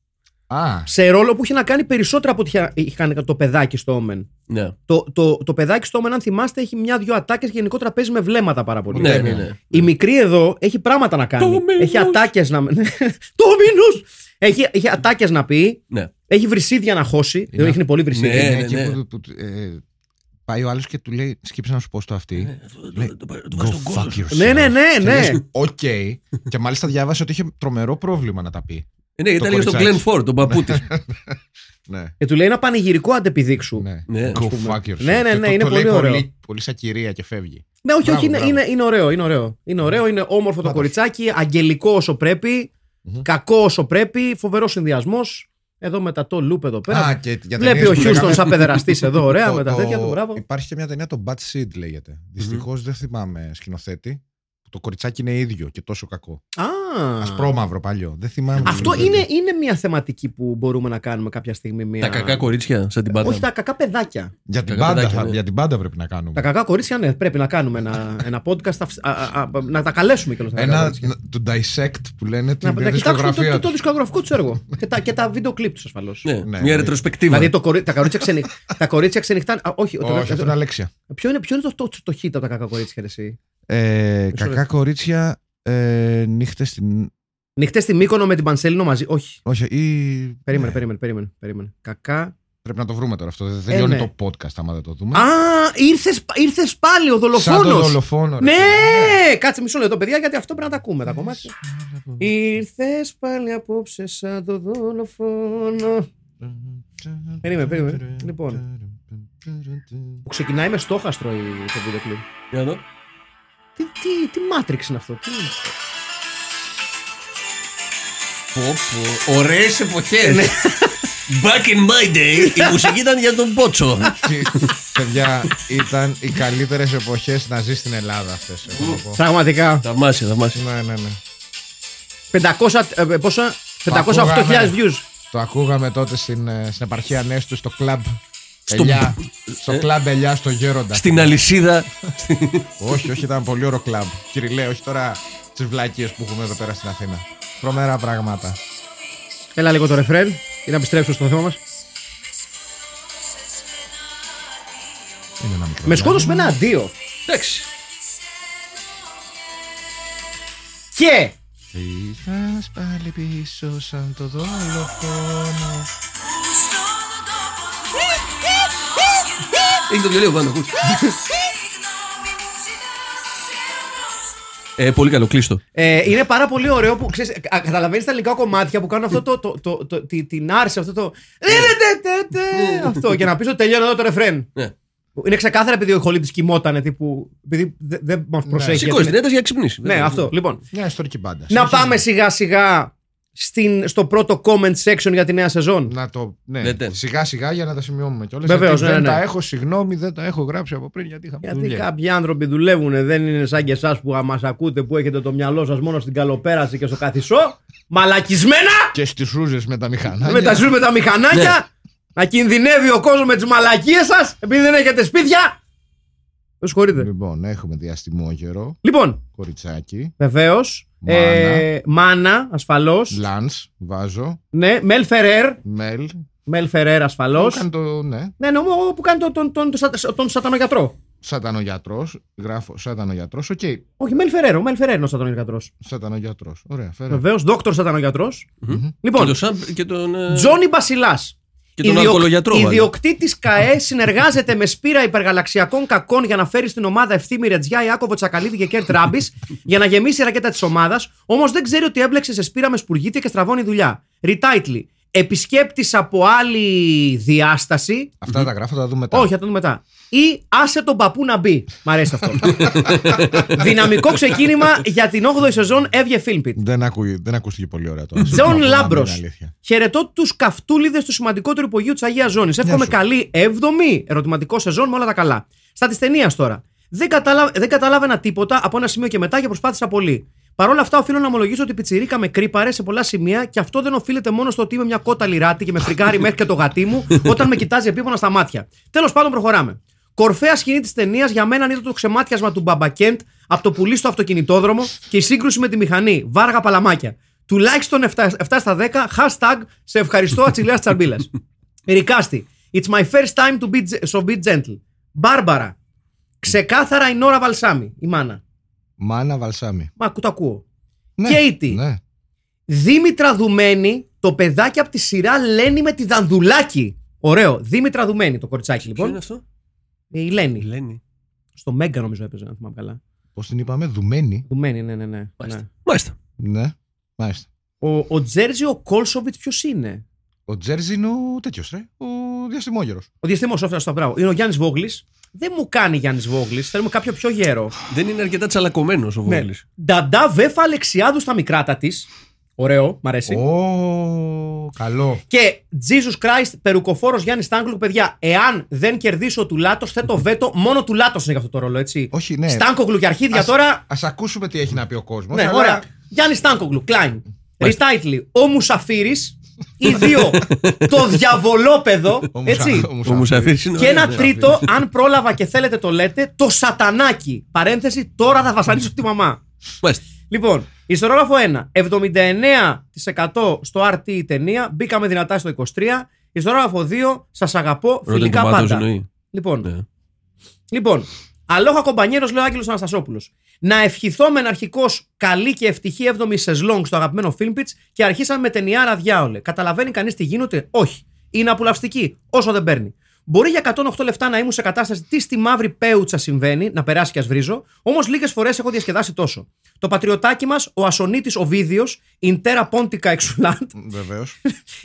Speaker 2: Α,
Speaker 1: σε ρόλο που είχε να κάνει περισσότερα από ό,τι είχε- είχε κάνει το παιδάκι στο Omen.
Speaker 3: Ναι.
Speaker 1: Το, το, το παιδάκι στο Omen, αν θυμάστε, έχει μια-δυο ατάκες και γενικότερα παίζει με βλέμματα πάρα πολύ.
Speaker 3: Ναι, ναι, ναι.
Speaker 1: Η μικρή εδώ έχει πράγματα να κάνει.
Speaker 3: Το μήνος.
Speaker 1: έχει ατάκες να. το μήνο! Έχει, έχει ατάκες να πει.
Speaker 3: ναι.
Speaker 1: Έχει βρυσίδια να χώσει.
Speaker 2: Είναι-
Speaker 1: Δεν έχει πολύ βρυσίδια.
Speaker 3: Ναι,
Speaker 2: είναι
Speaker 3: ναι,
Speaker 2: εκεί
Speaker 3: ναι.
Speaker 2: που- που- που, ε, πάει ο άλλος και του λέει: Σκύψε να σου πω στο
Speaker 3: Ε,
Speaker 2: αυτή. Λέει, Go fuck yourself.
Speaker 1: Ναι, ναι, ναι,
Speaker 2: Και
Speaker 1: ναι.
Speaker 2: λες, Οκ. Και μάλιστα διάβασε ότι είχε τρομερό πρόβλημα να τα πει.
Speaker 3: Ε, Ναι, ήταν
Speaker 2: Το
Speaker 3: λίγο στον Glenn
Speaker 2: κοριτσάκι.
Speaker 3: Ford, τον παππού τη.
Speaker 2: Ναι.
Speaker 1: Και Ε, του λέει ένα πανηγυρικό αντεπιδείξου. Ναι,
Speaker 2: ναι.
Speaker 3: Ναι.
Speaker 2: Go fuck yourself.
Speaker 1: Ναι, ναι,
Speaker 2: Και
Speaker 1: ναι,
Speaker 2: το-
Speaker 1: είναι
Speaker 2: το λέει
Speaker 1: πολύ ωραίο.
Speaker 2: Πολύ, πολύ σαν κυρία και φεύγει.
Speaker 1: Ναι, όχι,
Speaker 2: Μπράβο,
Speaker 1: όχι, είναι,
Speaker 2: μπράβο.
Speaker 1: είναι, είναι ωραίο, είναι ωραίο. Είναι ωραίο, είναι όμορφο το
Speaker 2: Πάντως.
Speaker 1: κοριτσάκι, αγγελικό όσο πρέπει, κακό όσο πρέπει, φοβερός συνδυασμός. Εδώ μετά το loop εδώ πέρα.
Speaker 2: Α, και για
Speaker 1: Βλέπει
Speaker 2: ταινίες
Speaker 1: ο
Speaker 2: που
Speaker 1: Χιούστον
Speaker 2: λέγαμε-
Speaker 1: σαν παιδεραστής εδώ, ωραία,
Speaker 2: Το-
Speaker 1: με τα
Speaker 2: το-
Speaker 1: τέτοια του, μπράβο.
Speaker 2: Υπάρχει και μια ταινία, το Bad Seed λέγεται. Δυστυχώς δεν θυμάμαι σκηνοθέτη. που Το κοριτσάκι είναι ίδιο και τόσο κακό.
Speaker 1: Α,
Speaker 2: Ασπρόμαυρο παλιό. Δεν θυμάμαι.
Speaker 1: αυτό
Speaker 2: σκηνοθέτη.
Speaker 1: είναι, είναι μια θεματική που μπορούμε να κάνουμε κάποια στιγμή. Μια...
Speaker 3: Τα
Speaker 2: Ναι.
Speaker 3: κακά κορίτσια, σαν την πάντα.
Speaker 1: Όχι τα κακά παιδάκια.
Speaker 2: Για την,
Speaker 3: Κακά
Speaker 2: πάντα,
Speaker 3: παιδάκια,
Speaker 2: θα-
Speaker 3: ναι.
Speaker 2: για την πάντα πρέπει να
Speaker 1: Τα
Speaker 2: κάνουμε.
Speaker 1: κακά κορίτσια, ναι, πρέπει να κάνουμε ένα, ένα podcast. θα φ- α, α, α, να τα καλέσουμε κιόλα.
Speaker 2: Ένα του dissect που λένε
Speaker 1: να,
Speaker 2: την
Speaker 1: να κοιτάξουμε το, το,
Speaker 2: δισκογραφία.
Speaker 1: το
Speaker 2: τους.
Speaker 1: δισκογραφικό τους έργο. και τα, και τα βίντεο κλιπ τους ασφαλώς.
Speaker 3: Ναι,
Speaker 2: Ναι,
Speaker 3: μια
Speaker 2: ναι.
Speaker 3: ρετροσπεκτίβα.
Speaker 1: Δηλαδή το κορί- τα κορίτσια, ξενυχ, τα κορίτσια ξενυχτάνε. α, όχι, το-
Speaker 2: Όχι,
Speaker 1: το-
Speaker 2: αυτό είναι Αλέξια.
Speaker 1: ποιο είναι, ποιο είναι το, το, το, hit από τα κακά κορίτσια, ρε, εσύ.
Speaker 2: Ε, κακά
Speaker 1: λεπτό.
Speaker 2: κορίτσια ε, νύχτες στην.
Speaker 1: Νυχτέ στη Μύκονο με την Πανσέλινο μαζί. Όχι.
Speaker 2: Όχι, ή.
Speaker 1: Περίμενε,
Speaker 2: ναι,
Speaker 1: περίμενε, περίμενε, περίμενε. Κακά.
Speaker 2: Πρέπει να το βρούμε τώρα αυτό. Δεν τελειώνει
Speaker 1: ναι.
Speaker 2: το podcast άμα δεν το δούμε.
Speaker 1: Α, ήρθες, ήρθες πάλι ο
Speaker 2: Σαν το
Speaker 1: δολοφόνος.
Speaker 2: δολοφόνο. ρε,
Speaker 1: Ναι!
Speaker 2: παιδί.
Speaker 1: Κάτσε μισό λεπτό, παιδιά, γιατί αυτό πρέπει να τα ακούμε τα κομμάτια. Ήρθες πάλι απόψε σαν το δολοφόνο. Περίμενε, περίμενε. Λοιπόν. Που ξεκινάει με στόχαστρο η- το βίντεο κλιπ.
Speaker 3: Για να δω.
Speaker 1: Τι, τι, τι Matrix είναι αυτό, τι.
Speaker 3: Πω, πω. Ωραίες εποχές.
Speaker 2: Ναι.
Speaker 3: Back in my day, η μουσική ήταν για τον Πότσο.
Speaker 2: Τι- Παιδιά, ήταν οι καλύτερες εποχές να ζει στην Ελλάδα αυτές.
Speaker 1: Πραγματικά.
Speaker 3: Θαυμάσια, θαυμάσια.
Speaker 2: Ναι, ναι, ναι.
Speaker 1: 500. ε, πόσα. 408.000
Speaker 2: Ακούγαμε.
Speaker 1: views.
Speaker 2: Το ακούγαμε τότε στην, ε, στην επαρχία Νέστου στο κλαμπ.
Speaker 3: Στο-
Speaker 2: Ελιά. Στο κλαμπ Ελιά στο Γέροντα.
Speaker 3: Στην αλυσίδα.
Speaker 2: όχι, όχι, ήταν πολύ ωραίο κλαμπ. Κυριλέ, όχι τώρα τις βλακίες που έχουμε εδώ πέρα στην Αθήνα. Τρομερά πράγματα.
Speaker 1: Έλα λίγο το ρεφρέν για να επιστρέψουμε στο θέμα μας.
Speaker 2: Είναι ένα μικρό.
Speaker 1: Με σκότωσε με ένα αντίο.
Speaker 3: Εντάξει.
Speaker 1: Και
Speaker 2: Ήρθας πάλι πίσω σαν το δολοφόνο.
Speaker 3: Έχει το βιολίο πάνω. ακούς. ε, πολύ καλό, κλείστο.
Speaker 1: ε, είναι πάρα πολύ ωραίο που ξέρεις, α, καταλαβαίνεις τα ελληνικά κομμάτια που κάνουν αυτό το, το, το, το- τη- την άρση, αυτό το. αυτό. Και να πεις ότι τελειώνω εδώ το ρεφρέν.
Speaker 3: Ναι.
Speaker 1: Είναι ξεκάθαρα επειδή ο Χολίτης κοιμότανε, τύπου. Επειδή δεν δε μα προσέχει.
Speaker 3: Σηκώνει την
Speaker 1: γιατί-
Speaker 3: ένταση για να ξυπνήσει.
Speaker 1: Ναι,
Speaker 3: Βέβαια.
Speaker 1: αυτό. Λοιπόν,
Speaker 2: Μια ιστορική μπάντα.
Speaker 1: να
Speaker 2: Συνεχίζουμε.
Speaker 1: πάμε σιγά σιγά στην, στο πρώτο comment section για τη νέα σεζόν.
Speaker 2: Να το. Ναι,
Speaker 3: Ναι, ναι.
Speaker 2: σιγά σιγά για να τα σημειώνουμε κιόλας.
Speaker 1: Βεβαίως, ναι,
Speaker 2: δεν
Speaker 1: ναι.
Speaker 2: τα έχω, συγγνώμη, δεν τα έχω γράψει από πριν γιατί είχα
Speaker 1: Γιατί
Speaker 2: δουλειά.
Speaker 1: κάποιοι άνθρωποι δουλεύουν, δεν είναι σαν και εσάς που μας ακούτε που έχετε το μυαλό σας μόνο στην καλοπέραση και στο καθισό. Μαλακισμένα!
Speaker 2: Και στις ρούζες με τα μηχανάκια.
Speaker 1: με τα ζούμε τα μηχανάκια.
Speaker 2: Ναι.
Speaker 1: Να κινδυνεύει ο κόσμος με τις μαλακίες σας επειδή δεν έχετε σπίτια. Με συγχωρείτε.
Speaker 2: Λοιπόν, έχουμε διαστημόγερο,
Speaker 1: Λοιπόν,
Speaker 2: κοριτσάκι,
Speaker 1: βεβαίως.
Speaker 2: Μάνα.
Speaker 1: μάνα, ασφαλώς.
Speaker 2: Λαν, βάζω,
Speaker 1: Ναι, Μελ Φερέρ.
Speaker 2: μελ.
Speaker 1: Μελ Φερέρ, ασφαλώ.
Speaker 2: Έκανε το, ναι,
Speaker 1: Ναι, ναι, ο- ο που κάνει τον, τον, τον, τον, τον σατανογιατρό.
Speaker 2: σατανογιατρός. Γράφω σατανογιατρός. Οκ,
Speaker 1: Όχι, Μελ Φερέρ. Ο Μελ Φερέρ είναι ο σατανογιατρός.
Speaker 2: σατανογιατρός. Ωραία, φέρα.
Speaker 1: Βεβαίως, δόκτωρ σατανογιατρός.
Speaker 3: Μμμ.
Speaker 1: Λοιπόν,
Speaker 3: Και, το Σαμπ- και τον. ε,
Speaker 1: Τζόνι Μπασιλάς.
Speaker 3: Και τον αλκοολογιατρό,
Speaker 1: Ο
Speaker 3: βέβαια.
Speaker 1: ιδιοκτήτης ΚαΕ συνεργάζεται με σπήρα υπεργαλαξιακών κακών για να φέρει στην ομάδα ευθύμη Ρετζιά, Ιάκωβο Τσακαλίδη και Κέρτ Ράμπης για να γεμίσει η ρακέτα της ομάδας, όμως δεν ξέρει ότι έμπλεξε σε σπήρα με σπουργίτη και στραβώνει δουλειά. Ριτάιτλι. Επισκέπτης από άλλη διάσταση.
Speaker 2: Αυτά τα γράφω, θα τα δούμε μετά.
Speaker 1: Όχι, θα το δούμε μετά. Ή άσε τον παππού να μπει. Μ' αρέσει αυτό. Δυναμικό ξεκίνημα για την 8η σεζόν έβγε Filmpit.
Speaker 2: Δεν, ακούει, δεν ακούστηκε πολύ ωραία τώρα.
Speaker 1: Τζον Λάμπρο.
Speaker 2: Αλήθεια.
Speaker 1: Χαιρετώ τους καυτούλιδες του σημαντικότερου υπογείου της Αγίας Ζώνης. Εύχομαι
Speaker 2: σου.
Speaker 1: καλή 7η ερωτηματικό σεζόν με όλα τα καλά. Στα της ταινίας τώρα. Δεν, καταλα... δεν καταλάβαινα τίποτα από ένα σημείο και μετά και προσπάθησα πολύ. Παρ' όλα αυτά, οφείλω να ομολογήσω ότι πιτσιρίκα με κρύπαρε σε πολλά σημεία και αυτό δεν οφείλεται μόνο στο ότι είμαι μια κότα λιράτη και με φρικάρει μέχρι και το γατί μου όταν με κοιτάζει επίπονα στα μάτια. Τέλος πάντων, προχωράμε. Κορφαία σκηνή της ταινίας για μένα είναι το ξεμάτιασμα του Μπαμπακέντ από το πουλί στο αυτοκινητόδρομο και η σύγκρουση με τη μηχανή. Βάργα παλαμάκια. Τουλάχιστον 7, 7 στα 10. Hashtag σε ευχαριστώ Ατσιλέα Τσαρμπίλα. Ρικάστη. It's my first time to be, ge- so be gentle. Μπάρμπαρα. Ξεκάθαρα η Νόρα Βαλσάμι, η μάνα.
Speaker 2: Μάνα Βαλσάμι.
Speaker 1: Μα το ακούω.
Speaker 2: Ναι,
Speaker 1: Κέιτι.
Speaker 2: Ναι.
Speaker 1: Δήμητρα Δουμένη, το παιδάκι από τη σειρά Λένη με τη Δανδουλάκη. Ωραίο. Δήμητρα Δουμένη, το κοριτσάκι
Speaker 3: Ποιος είναι
Speaker 1: λοιπόν.
Speaker 3: αυτό?
Speaker 1: Ε, Η Λένη.
Speaker 3: Λένη.
Speaker 1: Στο Μέγκα νομίζω έπαιζε, αν θυμάμαι καλά.
Speaker 2: Πώς την είπαμε, Δουμένη.
Speaker 1: Δουμένη, ναι, ναι, ναι. ναι.
Speaker 3: Μάλιστα. Μάλιστα.
Speaker 2: Ναι. Μάλιστα.
Speaker 1: Ο, ο Τζέρζι ο Κόλσοβιτ ποιος είναι.
Speaker 2: Ο Τζέρζι είναι ο τέτοιος, ρε. Ο διαστημόγερος.
Speaker 1: Ο διαστημός αυτό στο μπράβο. Είναι ο Γιάννης Βόγλης. Δεν μου κάνει Γιάννης Βόγλης. Θέλουμε κάποιο πιο γέρο.
Speaker 3: Δεν είναι αρκετά τσαλακωμένος ο
Speaker 1: Ναι.
Speaker 3: Βόγγλη.
Speaker 1: Νταντά Βέφα Αλεξιάδου στα μικράτα της. Ωραίο, μ' αρέσει.
Speaker 2: Ω, καλό.
Speaker 1: Και Jesus Christ, περουκοφόρος Γιάννης Στάνκλου, παιδιά. Εάν δεν κερδίσω του Λάτος, θέτω βέτο. Μόνο του Λάτος είναι για αυτό το ρόλο, έτσι.
Speaker 2: Όχι, ναι.
Speaker 1: Στάνκογλου και αρχίδια
Speaker 2: Ας-
Speaker 1: τώρα.
Speaker 2: Ας ακούσουμε τι έχει να πει ο κόσμος.
Speaker 1: Ναι, ωραία. Γιάννη Στάνκογλου, Κλάιν. Ριτάιτλι, ο Μουσαφίρης. Οι δύο, το διαβολόπεδο. έτσι.
Speaker 3: Ο Μουσαφίρης είναι.
Speaker 1: Και
Speaker 3: ωραίος,
Speaker 1: ένα
Speaker 3: ναι.
Speaker 1: τρίτο, αν πρόλαβα και θέλετε το λέτε, το σατανάκι. Παρένθεση, τώρα θα βασανίσω τη μαμά.
Speaker 3: Μάλιστα.
Speaker 1: Λοιπόν, ιστορόγραφο 1. 79% στο RT η ταινία. Μπήκαμε δυνατά στο 23. Ιστορόγραφο 2. Σας αγαπώ.
Speaker 3: Rotten
Speaker 1: Φιλικά
Speaker 3: Tomatoes
Speaker 1: πάντα.
Speaker 3: εννοεί.
Speaker 1: Λοιπόν,
Speaker 3: Ναι.
Speaker 1: λοιπόν. Αλόχα κομπανιέρος, λέει ο Άγγελος Αναστασόπουλος. Να ευχηθώ με αρχικό καλή και ευτυχή 7η σεζλόγκ στο αγαπημένο Filmpits και αρχίσαμε με ταινιάρα διάολε. Καταλαβαίνει κανείς τι γίνεται, όχι. Είναι απολαυστική, όσο δεν παίρνει. Μπορεί για 108 λεφτά να ήμουν σε κατάσταση τι στη μαύρη πέουτσα συμβαίνει, να περάσει και ας βρίζω, όμως λίγες φορές έχω διασκεδάσει τόσο. Το πατριωτάκι μας, ο Ασονίτης Οβίδιο, Intera Pontica Exulant,
Speaker 2: Βεβαίω.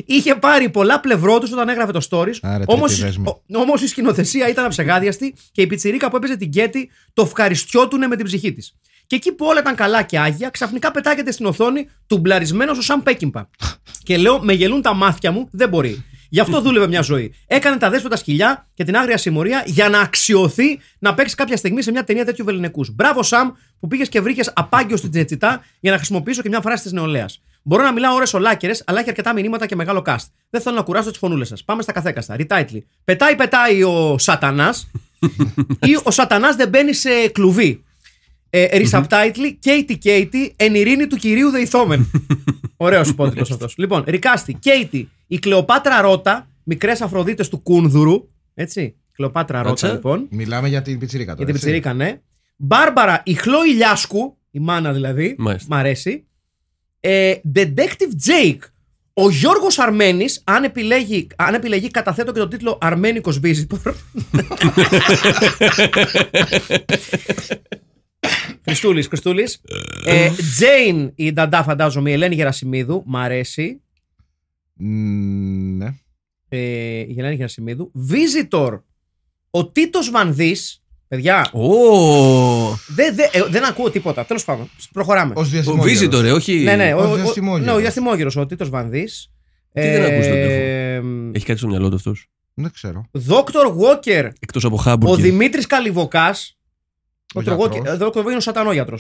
Speaker 1: Είχε πάρει πολλά πλευρό του όταν έγραφε το stories.
Speaker 2: Άρε,
Speaker 1: Όμως,
Speaker 2: τέτοιοι δέσμοι.
Speaker 1: ο- όμως η σκηνοθεσία ήταν αψεγάδιαστη και η πιτσιρίκα που έπαιζε την Κέτη το ευχαριστιότουνε με την ψυχή της. Και εκεί που όλα ήταν καλά και άγια, ξαφνικά πετάγεται στην οθόνη του μπλαρισμένο ο Σαν Πέκυμπα. και λέω, με γελούν τα μάτια μου, δεν μπορεί. Γι' αυτό δούλευε μια ζωή. Έκανε τα δέσποτα σκυλιά και την άγρια συμμορία για να αξιωθεί να παίξει κάποια στιγμή σε μια ταινία τέτοιου βεληνικούς. Μπράβο, Σαμ, που πήγες και βρήκες απάγιο στην τσετσιτά για να χρησιμοποιήσω και μια φράση της νεολαίας. Μπορώ να μιλάω ώρε ολάκερες, αλλά έχει αρκετά μηνύματα και μεγάλο cast. Δεν θέλω να κουράσω τις φωνούλες σας. Πάμε στα καθέκαστα. Retitle. Πετάει, πετάει ο Σατανάς ή ο Σατανάς δεν μπαίνει σε κλουβί. Ε, resubtitle, Katie Katie, εν ειρήνη του κυρίου Δεϊθόμεν. Ωραίος υπότιτλο αυτός. Λοιπόν, Ρικάστη, Katie, η Κλεοπάτρα Ρώτα, μικρές Αφροδίτες του Κούνδουρου. Έτσι. Κλεοπάτρα Ρώτα,
Speaker 3: Άτσα.
Speaker 1: λοιπόν.
Speaker 2: Μιλάμε για την πιτσιρίκα
Speaker 1: Για
Speaker 2: τώρα.
Speaker 1: την
Speaker 2: έτσι.
Speaker 1: πιτσιρίκα, ναι. Μπάρμπαρα, η Χλόη Λιάσκου, η μάνα δηλαδή.
Speaker 3: Μάλιστα.
Speaker 1: Μ' αρέσει. Ε, Detective Jake. Ο Γιώργος Αρμένης, αν επιλέγει, αν επιλεγεί, καταθέτω και τον τίτλο Αρμένικος Visitor. Χριστούλης, Χριστούλης. ε, Jane, η Νταντά, φαντάζομαι, η Ελένη Γερασιμίδου. Μ' αρέσει.
Speaker 2: Μμμ, Ναι.
Speaker 1: Ε, η Ελένη Γερασιμίδου. Visitor, ο Τίτος Βανδύς. Παιδιά,
Speaker 3: Ω,
Speaker 1: Δεν, δεν- ε, δεν ακούω τίποτα. Τέλος πάντων, προχωράμε.
Speaker 2: Ως
Speaker 3: Ο Visitor, ρε, όχι.
Speaker 1: ναι, ναι, ο,
Speaker 2: ο
Speaker 1: ο, ο,
Speaker 2: διαστημόγυρος.
Speaker 1: ναι, ο διαστημόγυρος, ο Τίτος Βανδύς.
Speaker 3: δεν ακούς τον Έχει κάτι στο μυαλό του αυτός.
Speaker 2: Δεν ξέρω.
Speaker 1: Δόκτωρ Walker,
Speaker 3: Εκτός από
Speaker 1: ο
Speaker 3: Χάμπουργκ.
Speaker 1: Δημήτρης Καλυβοκάς. Ο Dr.
Speaker 2: γιατρός.
Speaker 1: Walker- ο Dr. Walker είναι ο σατανόγιατρος.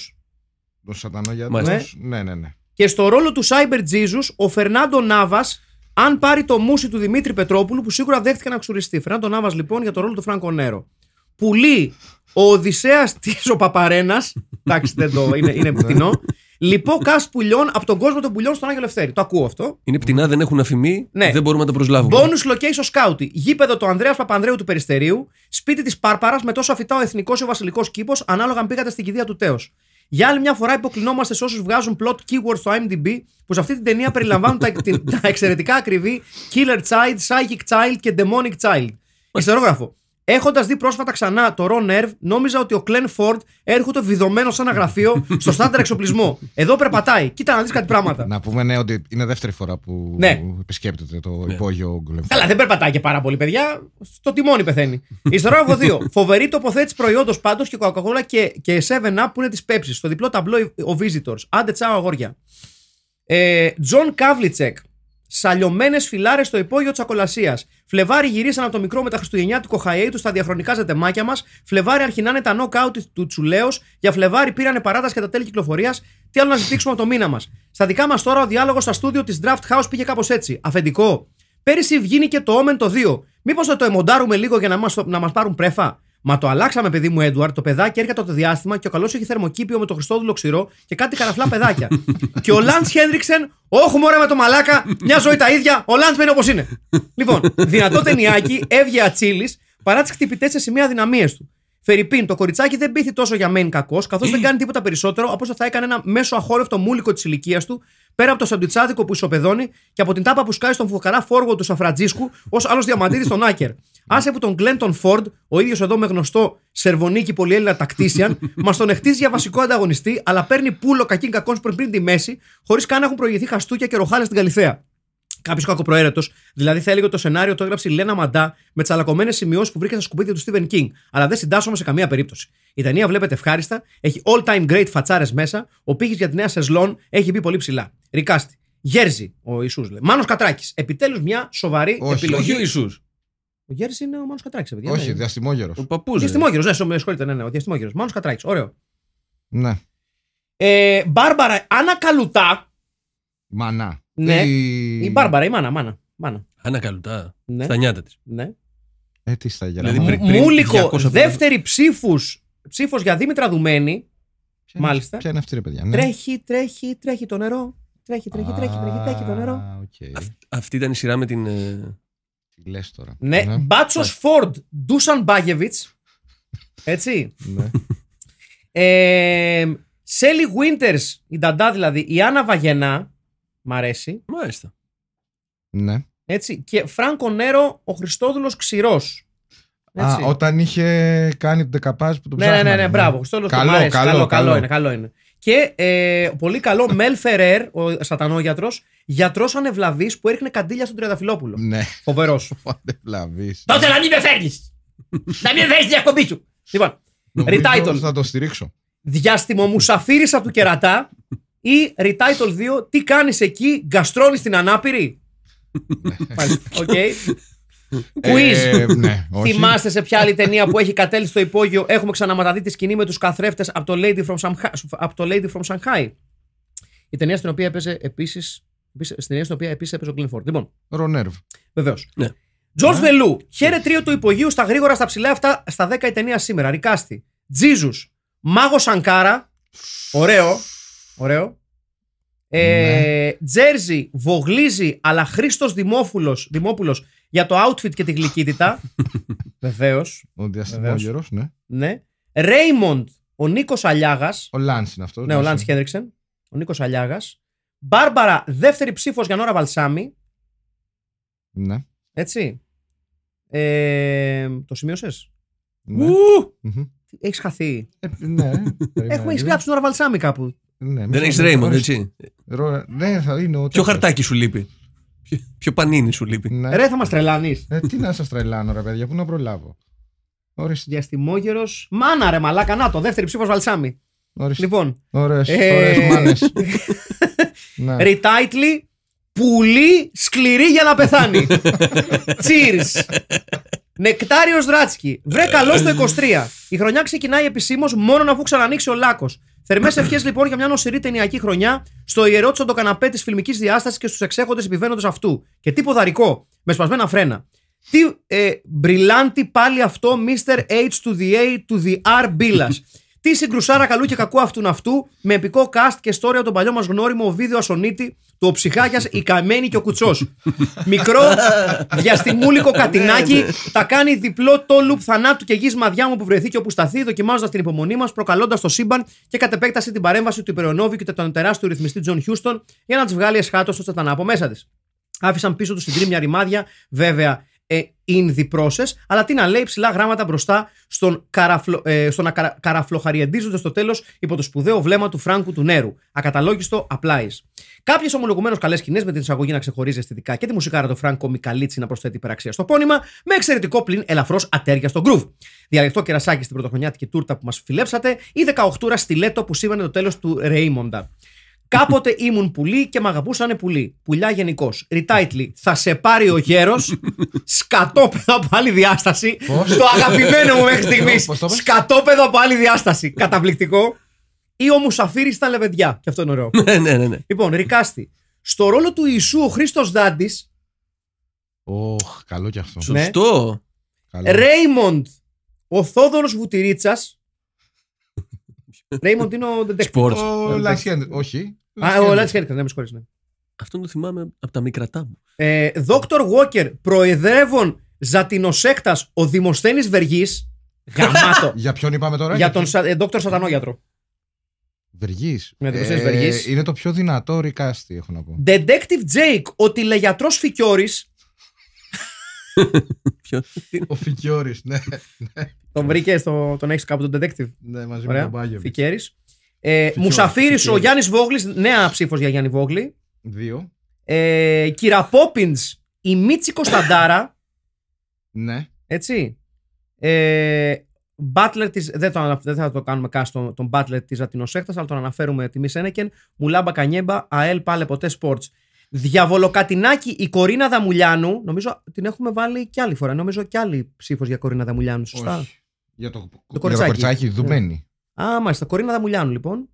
Speaker 2: Ο σατανόγια
Speaker 3: Μάλιστα.
Speaker 2: Ναι, ναι, ναι.
Speaker 1: Και στο ρόλο του Cyber Jesus, ο Φερνάντο Νάβας, αν πάρει το μουσι του Δημήτρη Πετρόπουλου, που σίγουρα δέχτηκε να ξουριστεί. Φερνάντο Νάβας, λοιπόν, για το ρόλο του Φρανκο Νέρο. Πουλή ο Οδυσσέας τη ο Παπαρένας. Εντάξει, δεν το είναι, είναι πτηνό. Λοιπό κάστ πουλιών από τον κόσμο των πουλιών στον Άγιο Λευτέρη. Το ακούω αυτό.
Speaker 3: Είναι πτηνά, δεν έχουν αφημί,
Speaker 1: Ναι.
Speaker 3: δεν μπορούμε να τα προσλάβουμε.
Speaker 1: Bonus location σκάουτι. Γήπεδο του Ανδρέας Παπανδρέου του Περιστερίου. Σπίτι της Πάρπαρας με τόσο αφιτά ο εθνικός ή ο βασιλικός κήπος, ανάλογα αν πήγατε στην κηδεία του Τέος. Για άλλη μια φορά υποκλεινόμαστε σε όσους βγάζουν plot keywords στο IMDb που σε αυτή την ταινία περιλαμβάνουν τα, την- τα εξαιρετικά ακριβή Killer Child, Psychic Child και Demonic Child. Ιστερόγραφο. Έχοντας δει πρόσφατα ξανά το Ron Nerve, νόμιζα ότι ο Κλέν Φόρντ έρχεται βιδωμένο σε ένα γραφείο στο στάνταρ εξοπλισμό. Εδώ περπατάει. Κοίτα να δεις κάτι πράγματα.
Speaker 2: Να πούμε ναι, ότι είναι δεύτερη φορά που
Speaker 1: Ναι.
Speaker 2: επισκέπτεται το υπόγειο Γκουλεμφ.
Speaker 1: Καλά, δεν περπατάει και πάρα πολύ, παιδιά. Στο τιμόνι πεθαίνει. Ιστερόγραφο 2. Φοβερή τοποθέτηση προϊόντος πάντως και Coca-Cola και, και 7-Up που είναι της Pepsi. Στο διπλό ταμπλό ο Visitors. Άντε τσάω αγόρια. Ε, Τζον Καβλιτσεκ. Σαλιωμένες φυλάρες στο υπόγειο Τσακολασία. Φλεβάρι γυρίσαν από το μικρό με τα Χριστουγεννιάτικο χαέι τους στα διαχρονικά ζετεμάκια μας. Φλεβάρι αρχινάνε τα νοκάουτ του Τσουλέο. Για Φλεβάρι πήρανε παράταση κατά τέλη κυκλοφορίας. Τι άλλο να ζητήσουμε από το μήνα μας. Στα δικά μας τώρα ο διάλογος στα στούντιο της Draft House πήγε κάπως έτσι. Αφεντικό. Πέρυσι βγήκε το Omen το 2. Μήπως θα το εμοντάρουμε λίγο για να μας να μας πάρουν πρέφα. Μα το αλλάξαμε, παιδί μου, Έντουαρτ. Το παιδάκι έρχεται από το διάστημα και ο καλός έχει θερμοκήπιο με το Χριστόδουλο ξηρό και κάτι καραφλά παιδάκια. και ο Λάντ Χένριξεν, όχι μωρέ με το μαλάκα, μια ζωή τα ίδια, ο Λάντ μένει όπως είναι. λοιπόν, δυνατό ταινιάκι, έβγε ατσίλης παρά τις χτυπητές σε σημεία αδυναμίες του. Φερρυπίν, το κοριτσάκι δεν πείθει τόσο για main κακός, καθώς δεν κάνει τίποτα περισσότερο από όσο θα έκανε ένα μέσο αχόρευτο μούλικο της ηλικίας του, πέρα από το σαντουιτσάδικο που ισοπεδώνει και από την τάπα που σκάει στον φουκαρά φόργο του Σαφραντζίσκου ως άλλος διαμαντίδης στον Άκερ. Άσε που τον Γκλέντον Φόρντ, ο ίδιος εδώ με γνωστό σερβονίκη πολυέλληνα τακτήσιαν, μας τον εκτίζει για βασικό ανταγωνιστή, αλλά παίρνει πούλο κακήν κακών πριν, πριν τη μέση, χωρίς καν να έχουν προηγηθεί χαστούκια και ροχάλες στην Καλιθέα. Κάποιος κακοπροαίρετος. Δηλαδή θα έλεγε ότι το σενάριο το έγραψε η Λένα Μαντά με τσαλακωμένες σημειώσεις που βρήκε στα σκουπίδια του Στίβεν Κίνγκ. Αλλά δεν συντάσσομαι σε καμία περίπτωση. Η ταινία βλέπετε ευχάριστα, έχει all time great φατσάρες μέσα, ο πήγη για τη νέα σεζλόν έχει μπει πολύ ψηλά. Ρικάστη. Γέρζι, ο Ισού λέει. Μάνος Κατράκης. Επιτέλους μια σοβαρή
Speaker 2: Όχι,
Speaker 1: επιλογή.
Speaker 3: Όχι ο Ιησούς,
Speaker 1: Ο Γέρζι είναι ο Μάνος Κατράκης, παιδιά.
Speaker 2: Όχι,
Speaker 1: ναι.
Speaker 2: διαστημόγερος.
Speaker 3: ο παππούς. ρε.
Speaker 1: Διαστημόγυρο, ναι, με συγχωρείτε, ναι, ναι, ο διαστημόγυρο. Μάνος Κατράκης, ωραίο.
Speaker 2: Ναι.
Speaker 1: Ε, Μπάρμπαρα, Άννα Καλουτά.
Speaker 2: Μανά.
Speaker 1: Ναι.
Speaker 2: Η,
Speaker 1: Η Μπάρμπαρα, η μάνα, μάνα. μάνα.
Speaker 3: Άννα Καλουτά.
Speaker 1: Ναι,
Speaker 3: Στα νιάτα της.
Speaker 1: ναι.
Speaker 2: Ε, τι στα γυαλιά.
Speaker 3: Δηλαδή,
Speaker 2: μου.
Speaker 3: πριν-
Speaker 1: Μούλικο,
Speaker 3: 250.
Speaker 1: δεύτερη ψήφους, ψήφος για Δήμητρα Δουμένη.
Speaker 2: Ποια είναι-
Speaker 1: μάλιστα.
Speaker 2: Ποια είναι αυτή, ρε παιδιά. Ναι.
Speaker 1: Τρέχει, τρέχει, τρέχει το νερό. Τρέχει, τρέχει, τρέχει, τρέχει, τρέχει το νερό.
Speaker 2: Α, οκ.
Speaker 3: Αυτή ήταν η σειρά με την. ε,
Speaker 2: Τι λες τώρα.
Speaker 1: Ναι, Μπάτσο Φόρντ, Ντούσαν Μπάγεβιτ. Έτσι.
Speaker 2: ναι.
Speaker 1: Ε, Σέλι Βίντερ, η Νταντά δηλαδή, η Άννα Βαγενά. Μ' αρέσει.
Speaker 3: Μάλιστα.
Speaker 2: ναι.
Speaker 1: Έτσι. Και Φράνκο Νέρο, ο Χριστόδουλος Ξηρός.
Speaker 2: Α, όταν είχε κάνει την δεκαπάζ που τον
Speaker 1: Ναι, ναι, ναι,
Speaker 2: ψάχνανε,
Speaker 1: ναι, μπράβο. Χριστόδουλος
Speaker 2: Καλό,
Speaker 1: καλό, καλό,
Speaker 2: καλό,
Speaker 1: καλό,
Speaker 2: καλό.
Speaker 1: είναι, καλό είναι. Και ε, πολύ καλό Μελ Φερέρ, ο σατανόγιατρος, γιατρός ανευλαβή που έριχνε καντήλια στον Τριανταφυλόπουλο.
Speaker 2: Ναι,
Speaker 1: Φοβερός.
Speaker 2: δεν βλαβείς.
Speaker 1: Τότε να μην με φέρνεις! να μην με φέρνεις διακομπή σου! Λοιπόν,
Speaker 2: Νομίζω
Speaker 1: Retitle.
Speaker 2: Θα το στηρίξω.
Speaker 1: διάστημο μουσαφίρισα του κερατά ή Retitle 2, τι κάνεις εκεί, γκαστρώνεις την ανάπηρη. Μάλιστα. Οκ. Quiz.
Speaker 2: Ε, ναι, όχι.
Speaker 1: Θυμάστε σε ποια άλλη ταινία που έχει κατέληξει στο υπόγειο έχουμε ξαναματαδεί τη σκηνή με τους καθρέφτες από, το Lady from Shanghai- από το Lady from Shanghai. Η ταινία στην οποία έπαιζε επίσης. Στην ταινία στην οποία επίσης έπαιζε ο Glenn Ford. Λοιπόν,
Speaker 2: Ρονέρβ.
Speaker 1: βεβαίως.
Speaker 3: Ναι.
Speaker 1: Τζορτ
Speaker 2: Ναι.
Speaker 1: Βελού. Χαίρε τρίο του υπογείου στα γρήγορα, στα ψηλά αυτά, στα 10 η ταινία σήμερα. Ρικάστη. Τζίζου. Μάγος Σανκάρα. Ωραίο. Ωραίο. Ε,
Speaker 2: Ναι.
Speaker 1: Τζέρζι, βογλίζει, αλλά Χρήστος Δημόπουλο Δημόπουλος, για το outfit και τη γλυκύτητα. Βεβαίως.
Speaker 2: Ο
Speaker 1: Βεβαίως.
Speaker 2: διαστημόγερος, ναι.
Speaker 1: Ναι. Ρέιμοντ, ο Νίκος Αλιάγας.
Speaker 2: Ο Λάνς είναι αυτός.
Speaker 1: Ναι, ο Λάντ Χένριξεν. Ο Νίκος Αλιάγας. Μπάρμπαρα, δεύτερη ψήφος για Νόρα Βαλσάμι.
Speaker 2: Ναι.
Speaker 1: Έτσι. Ε, το σημείωσες.
Speaker 2: ναι. Μμμ.
Speaker 1: Έχεις χαθεί.
Speaker 2: Ε, ναι. περίμενα
Speaker 1: Έχουμε
Speaker 2: λίγο.
Speaker 1: γράψει Νόρα Βαλσάμι κάπου.
Speaker 2: Ναι, μισό
Speaker 3: Δεν έχει
Speaker 2: λεπτό.
Speaker 3: Ρέιμοντ,
Speaker 2: Ορίστε.
Speaker 3: έτσι.
Speaker 2: Ρο- Ναι, θα είναι ο
Speaker 3: Ποιο
Speaker 2: τέτοιος.
Speaker 3: χαρτάκι σου λείπει. Ποιο- Ποιο πανίνι σου λείπει.
Speaker 2: Ναι.
Speaker 1: Ρε, θα μας τρελάνεις.
Speaker 2: Ε, τι να σας τρελάνω, ρε παιδιά, πού να προλάβω. Ορίστε.
Speaker 1: Διαστημόγερος. Μάνα ρε, μαλάκα, να το. Δεύτερη ψήφος Βαλσάμι.
Speaker 2: Ορίστε.
Speaker 1: Λοιπόν.
Speaker 2: Ωραίες,
Speaker 1: Ε,
Speaker 2: ωραίες μάνες. ναι.
Speaker 1: Ριτάιτλι. Πουλή σκληρή για να πεθάνει. Cheers. Νεκτάριο Ράτσκι. Βρε καλό στο 23. Η χρονιά ξεκινάει επισήμως μόνο αφού ξανανοίξει ο λάκος. Θερμές ευχές λοιπόν για μια νοσηρή ταινιακή χρονιά στο ιερό τσοντο καναπέ της φιλμικής διάστασης και στους εξέχοντες επιβαίνοντες αυτού. Και τι ποδαρικό, με σπασμένα φρένα. Τι ε, μπριλάντι πάλι αυτό, Mr. H to the A to the R Μπίλας. Τι συγκρουσάρα καλού και κακού αυτού αυτού, με επικό cast και story από τον παλιό μας γνώριμο Βίδιο Ασονίτη, του ο ψυχάκια, η καμένη και ο κουτσός. Μικρό διαστημούλικο κατινάκι, τα κάνει διπλό το loop θανάτου και γης μαδιά μου που βρεθεί και όπου σταθεί, δοκιμάζοντας την υπομονή μας, προκαλώντας το σύμπαν και κατ' επέκταση την παρέμβαση του Υπερονόβιου και του τεράστιου ρυθμιστή Τζον Χιούστον για να τις βγάλει εσχάτως στο τσατανά από μέσα της. Άφησαν πίσω τους συντρίμια μια ρημάδια, βέβαια ε, in the process, αλλά τι να λέει ψηλά γράμματα μπροστά στον, καραφλο, ε, στο να καρα, καραφλοχαριεντίζονται στο τέλος υπό το σπουδαίο βλέμμα του Φράγκου του νερού. Ακαταλόγιστο απλάι. Κάποιες ομολογουμένως καλές σκηνές με την εισαγωγή να ξεχωρίζει αισθητικά και τη μουσικάρα του Φράγκο Μικαλίτσι να προσθέτει υπεραξία στο πόνημα, με εξαιρετικό πλην ελαφρώς ατέρια στο groove. Διαλεκτό κερασάκι στην πρωτοχρονιάτικη τούρτα που μας φιλέψατε ή 18 στιλέτο που σήμαινε το τέλος του Ρέιμοντα. Κάποτε ήμουν πουλί και μ' αγαπούσανε πουλί. Πουλιά γενικώ. Ριτάιτλι. Θα σε πάρει ο γέρος. Σκατόπεδο από άλλη διάσταση.
Speaker 2: Πώς?
Speaker 1: Το αγαπημένο μου μέχρι στιγμή.
Speaker 2: Πώς το είπες?
Speaker 1: Σκατόπεδο από άλλη διάσταση. Καταπληκτικό. Ή ο Μουσαφίρης στα λεβεντιά. Και αυτό είναι ωραίο.
Speaker 3: Ναι, ναι, ναι. ναι.
Speaker 1: λοιπόν, Ρικάστη. Στο ρόλο του Ιησού ο Χρήστος Δάντης,
Speaker 2: Ωχ, καλό κι αυτό.
Speaker 1: Ναι.
Speaker 3: Σωστό.
Speaker 2: Καλό.
Speaker 1: Ρέιμοντ ο Θόδωρος Βουτυρίτσας. Ρέιμοντ είναι ο detective.
Speaker 3: Σπορτ.
Speaker 2: Ο Λάνς Ε, Χένρι- Όχι.
Speaker 1: Α, ο Λάτ Χέρκερ, ναι, με συγχωρείς, ναι.
Speaker 3: Αυτό το θυμάμαι από τα μικρατά μου.
Speaker 1: Ε, Δόκτωρ Walker, προεδρεύων Ζατινοσέκτας, ο Δημοσθένης Βεργής. Γαμάτο.
Speaker 2: Για ποιον είπαμε τώρα,
Speaker 1: για τον σα- ε, Δόκτωρ Σατανόγιατρο.
Speaker 2: Βεργής. Ε,
Speaker 1: Ναι, το ξέρεις, Βεργής.
Speaker 2: Είναι το πιο δυνατό ρικάστη, έχω να πω.
Speaker 1: Detective Jake, ο τηλεγιατρός Φικιόρη.
Speaker 3: Ποιος.
Speaker 2: Ο Φικιόρη, ναι.
Speaker 1: Τον βρήκες, στο, τον έχεις κάπου τον detective.
Speaker 2: Ναι, μαζί με
Speaker 1: Ωραία.
Speaker 2: τον Μπάγεβιτ.
Speaker 1: Φικέρη. Ε, Μουσαφίρης, ο
Speaker 2: Φικιόρης.
Speaker 1: Γιάννης Βόγλης. Νέα ψήφος για Γιάννη Βόγλη.
Speaker 2: Δύο.
Speaker 1: Ε, Κυρα Poppins, η Μίτση Κωνσταντάρα.
Speaker 2: Ναι.
Speaker 1: Έτσι. Ε, Butler της, δεν, τον ανα- δεν θα το κάνουμε καν τον, τον Butler της Ατινοσέκτας, αλλά τον αναφέρουμε τιμή Σένεκεν. Μουλάμπα Κανιέμπα, ΑΕΛ πάλε ποτέ sports. Διαβολοκατινάκη η Κορίνα Δαμουλιάνου. Νομίζω την έχουμε βάλει κι άλλη φορά. Νομίζω κι άλλη ψήφος για Κορίνα Δαμουλιάνου. Σωστά.
Speaker 2: Όχι. Για το, για το
Speaker 1: κοριτσάκι.
Speaker 2: κοριτσάκι, δουμένη.
Speaker 1: Α, μάλιστα. Κορίνα Δαμουλιάνου, λοιπόν.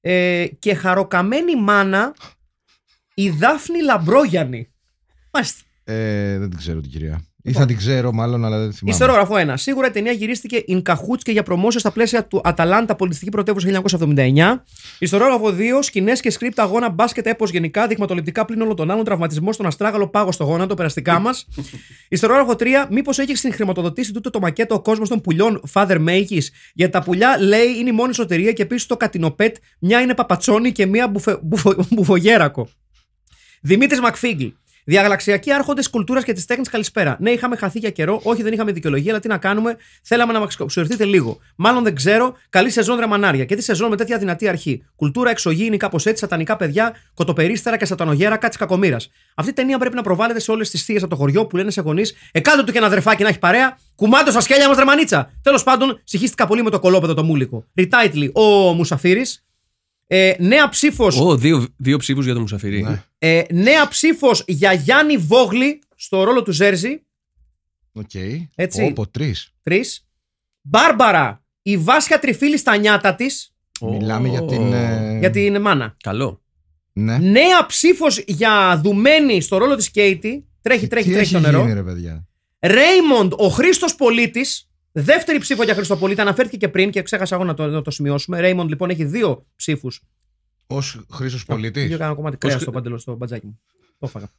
Speaker 1: Ε, και χαροκαμένη μάνα η Δάφνη Λαμπρόγιανη. Μάλιστα.
Speaker 2: Ε, δεν την ξέρω την κυρία. Ή
Speaker 1: Λοιπόν.
Speaker 2: θα την ξέρω, μάλλον, αλλά δεν θυμάμαι.
Speaker 1: Ιστερόγραφο 1. Σίγουρα η ταινία γυρίστηκε in cahoots και για προμόσιο στα πλαίσια του Αταλάντα Πολιτιστική Πρωτεύουσα 1979. Ιστερόγραφο 2. Σκηνές και σκρίπτ αγώνα μπάσκετ έπος γενικά, δειγματοληπτικά πλήν όλων των άλλων, τραυματισμό στον αστράγαλο πάγος στο γόνατο, περαστικά μας. Ιστερόγραφο 3. Μήπως έχει συγχρηματοδοτήσει τούτο το μακέτο ο κόσμος των πουλιών Father Makis. Για τα πουλιά, λέει, είναι η μόνη σωτηρία και επίσης το κατινοπέτ, μια είναι παπατσόνη και μια μπουφε, μπουφο- μπουφογέρακο. Δημήτρης Μακφίγγλ. Διαγαλαξιακοί άρχοντες κουλτούρας και της τέχνης, καλησπέρα. Ναι, είχαμε χαθεί για καιρό. Όχι, δεν είχαμε δικαιολογία, αλλά τι να κάνουμε. Θέλαμε να μας ξορθείτε λίγο. Μάλλον δεν ξέρω. Καλή σεζόν, ρε μανάρια. Και τη σεζόν με τέτοια δυνατή αρχή. Κουλτούρα εξωγήινη, κάπως έτσι, σατανικά παιδιά, κοτοπερίστερα και σατανογέρακα τη κακομήρα. Αυτή η ταινία πρέπει να προβάλλεται σε όλες τις θείες από το χωριό που λένε σε γονείς. Εκάτω του και ένα δρεφάκι να έχει παρέα. Κουμάντο στα σκέλια μας, δρεμανίτσα. Τέλος πάντων, συχίστηκα πολύ με το κολόπεδο το μούλικο. Ριτάιτλι, ο Μουσαφίρης. Ε, νέα ψήφος
Speaker 3: Ω, δύο, δύο ψήφους για το Μουσαφιρί.
Speaker 2: Ναι.
Speaker 1: ε, νέα ψήφος για Γιάννη Βόγλη στο ρόλο του Ζέρζι.
Speaker 2: Οκ.
Speaker 1: Έτσι.
Speaker 2: Όπο, τρεις.
Speaker 1: Τρεις. Μπάρμπαρα, η Βάσια Τριφίλη στα νιάτα της.
Speaker 2: Μιλάμε για την. ε,
Speaker 1: Γιατί είναι μάνα.
Speaker 3: Καλό.
Speaker 2: Ναι.
Speaker 1: Νέα ψήφος για δουμένη στο ρόλο της Κέιτι. Τρέχει, τρέχει,
Speaker 2: Ε, Τι
Speaker 1: τρέχει
Speaker 2: έχει
Speaker 1: το νερό.
Speaker 2: γίνει, ρε παιδιά.
Speaker 1: Ρέιμοντ, ο Χρήστος Πολίτης. Δεύτερη ψήφο για Χρυστοπολίτη. Αναφέρθηκε και πριν και ξέχασα εγώ να το, να το σημειώσουμε. Ρέιμοντ λοιπόν έχει δύο ψήφους.
Speaker 2: Ως Χρήσο
Speaker 1: Δύο
Speaker 2: Πολίτη.
Speaker 1: κάνα κομμάτι κρέας
Speaker 3: Ως-
Speaker 1: στο παντελό, στο μπατζάκι μου. Το έφαγα.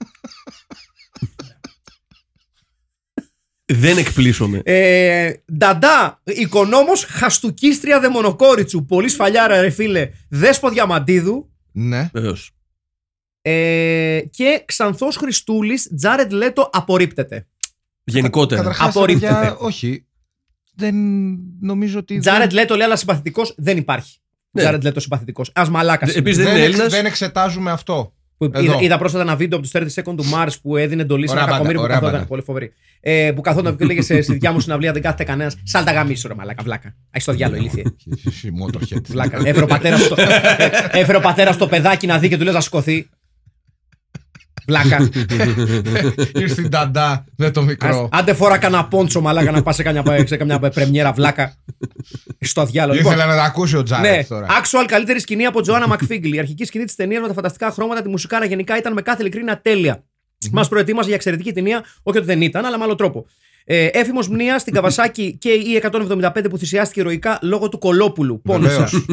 Speaker 3: Δεν εκπλήσωμαι.
Speaker 1: Ε, Νταντά, οικονόμος Χαστουκίστρια Δαιμονοκόριτσου. Πολύ σφαλιάρα, ρε φίλε. Δέσπο Διαμαντίδου.
Speaker 2: Ναι.
Speaker 3: Βεβαίως.
Speaker 1: Ε, και Ξανθός Χριστούλης, Τζάρετ Λέτο απορρίπτεται.
Speaker 3: Γενικότερα.
Speaker 2: Καταρχάς,
Speaker 1: Απορρίπτεται.
Speaker 2: παιδιά, όχι. Δεν νομίζω ότι.
Speaker 1: Τζάρετ Λέτο λέει, αλλά συμπαθητικός δεν υπάρχει.
Speaker 3: Ναι.
Speaker 1: Τζάρετ Λέτο συμπαθητικός. Ας μαλάκας.
Speaker 3: Επίσης
Speaker 2: δεν,
Speaker 3: δεν είναι
Speaker 2: δεν, εξ-
Speaker 3: Έλληνας.
Speaker 2: δεν εξετάζουμε αυτό.
Speaker 1: Που
Speaker 2: Ε, Εδώ.
Speaker 1: είδα, είδα πρόσφατα ένα βίντεο από τους 30 Second του Mars που έδινε εντολή σε ένα
Speaker 2: Ωραία
Speaker 1: κακομίρι που
Speaker 2: μπαντα, ωραία
Speaker 1: καθόταν.
Speaker 2: μπαντα.
Speaker 1: Πολύ φοβερή. Ε, που καθόταν και λέγε σε, στη δικιά μου συναυλία δεν κάθεται κανένας. Σαν τα γαμίσου, ρε μαλάκα, βλάκα. Αχι το διάλογο, ηλίθιε.
Speaker 2: Εσύ, Motorhead.
Speaker 1: Βλάκα. Έφερε ο πατέρα στο, έφερε ο πατέρας το παιδάκι να δει και του λες να σηκωθεί. Βλάκα.
Speaker 2: Ήρθε η νταντά με το
Speaker 1: Ας-
Speaker 2: μικρό.
Speaker 1: Άντε φορά κανένα πόντσο, μαλάκα, να πας σε καμιά, σε καμιά πρεμιέρα, βλάκα. Στο διάλογο. Λοιπόν,
Speaker 2: Ήθελα να τα ακούσει ο
Speaker 1: ναι,
Speaker 2: Τζάρετ τώρα.
Speaker 1: actual καλύτερη σκηνή από Τζοάννα Μακφίγκλη. Η αρχική σκηνή της ταινίας με τα φανταστικά χρώματα, τη μουσικάρα γενικά ήταν με κάθε ειλικρίνεια τέλεια. Μας προετοίμασε για εξαιρετική ταινία, όχι ότι δεν ήταν, αλλά με άλλο τρόπο. Ε, Έφημος μνήα στην Καβασάκη και η 175 που θυσιάστηκε ηρωικά λόγω του Κολόπουλου. Πόνο.
Speaker 2: Βεβαίως.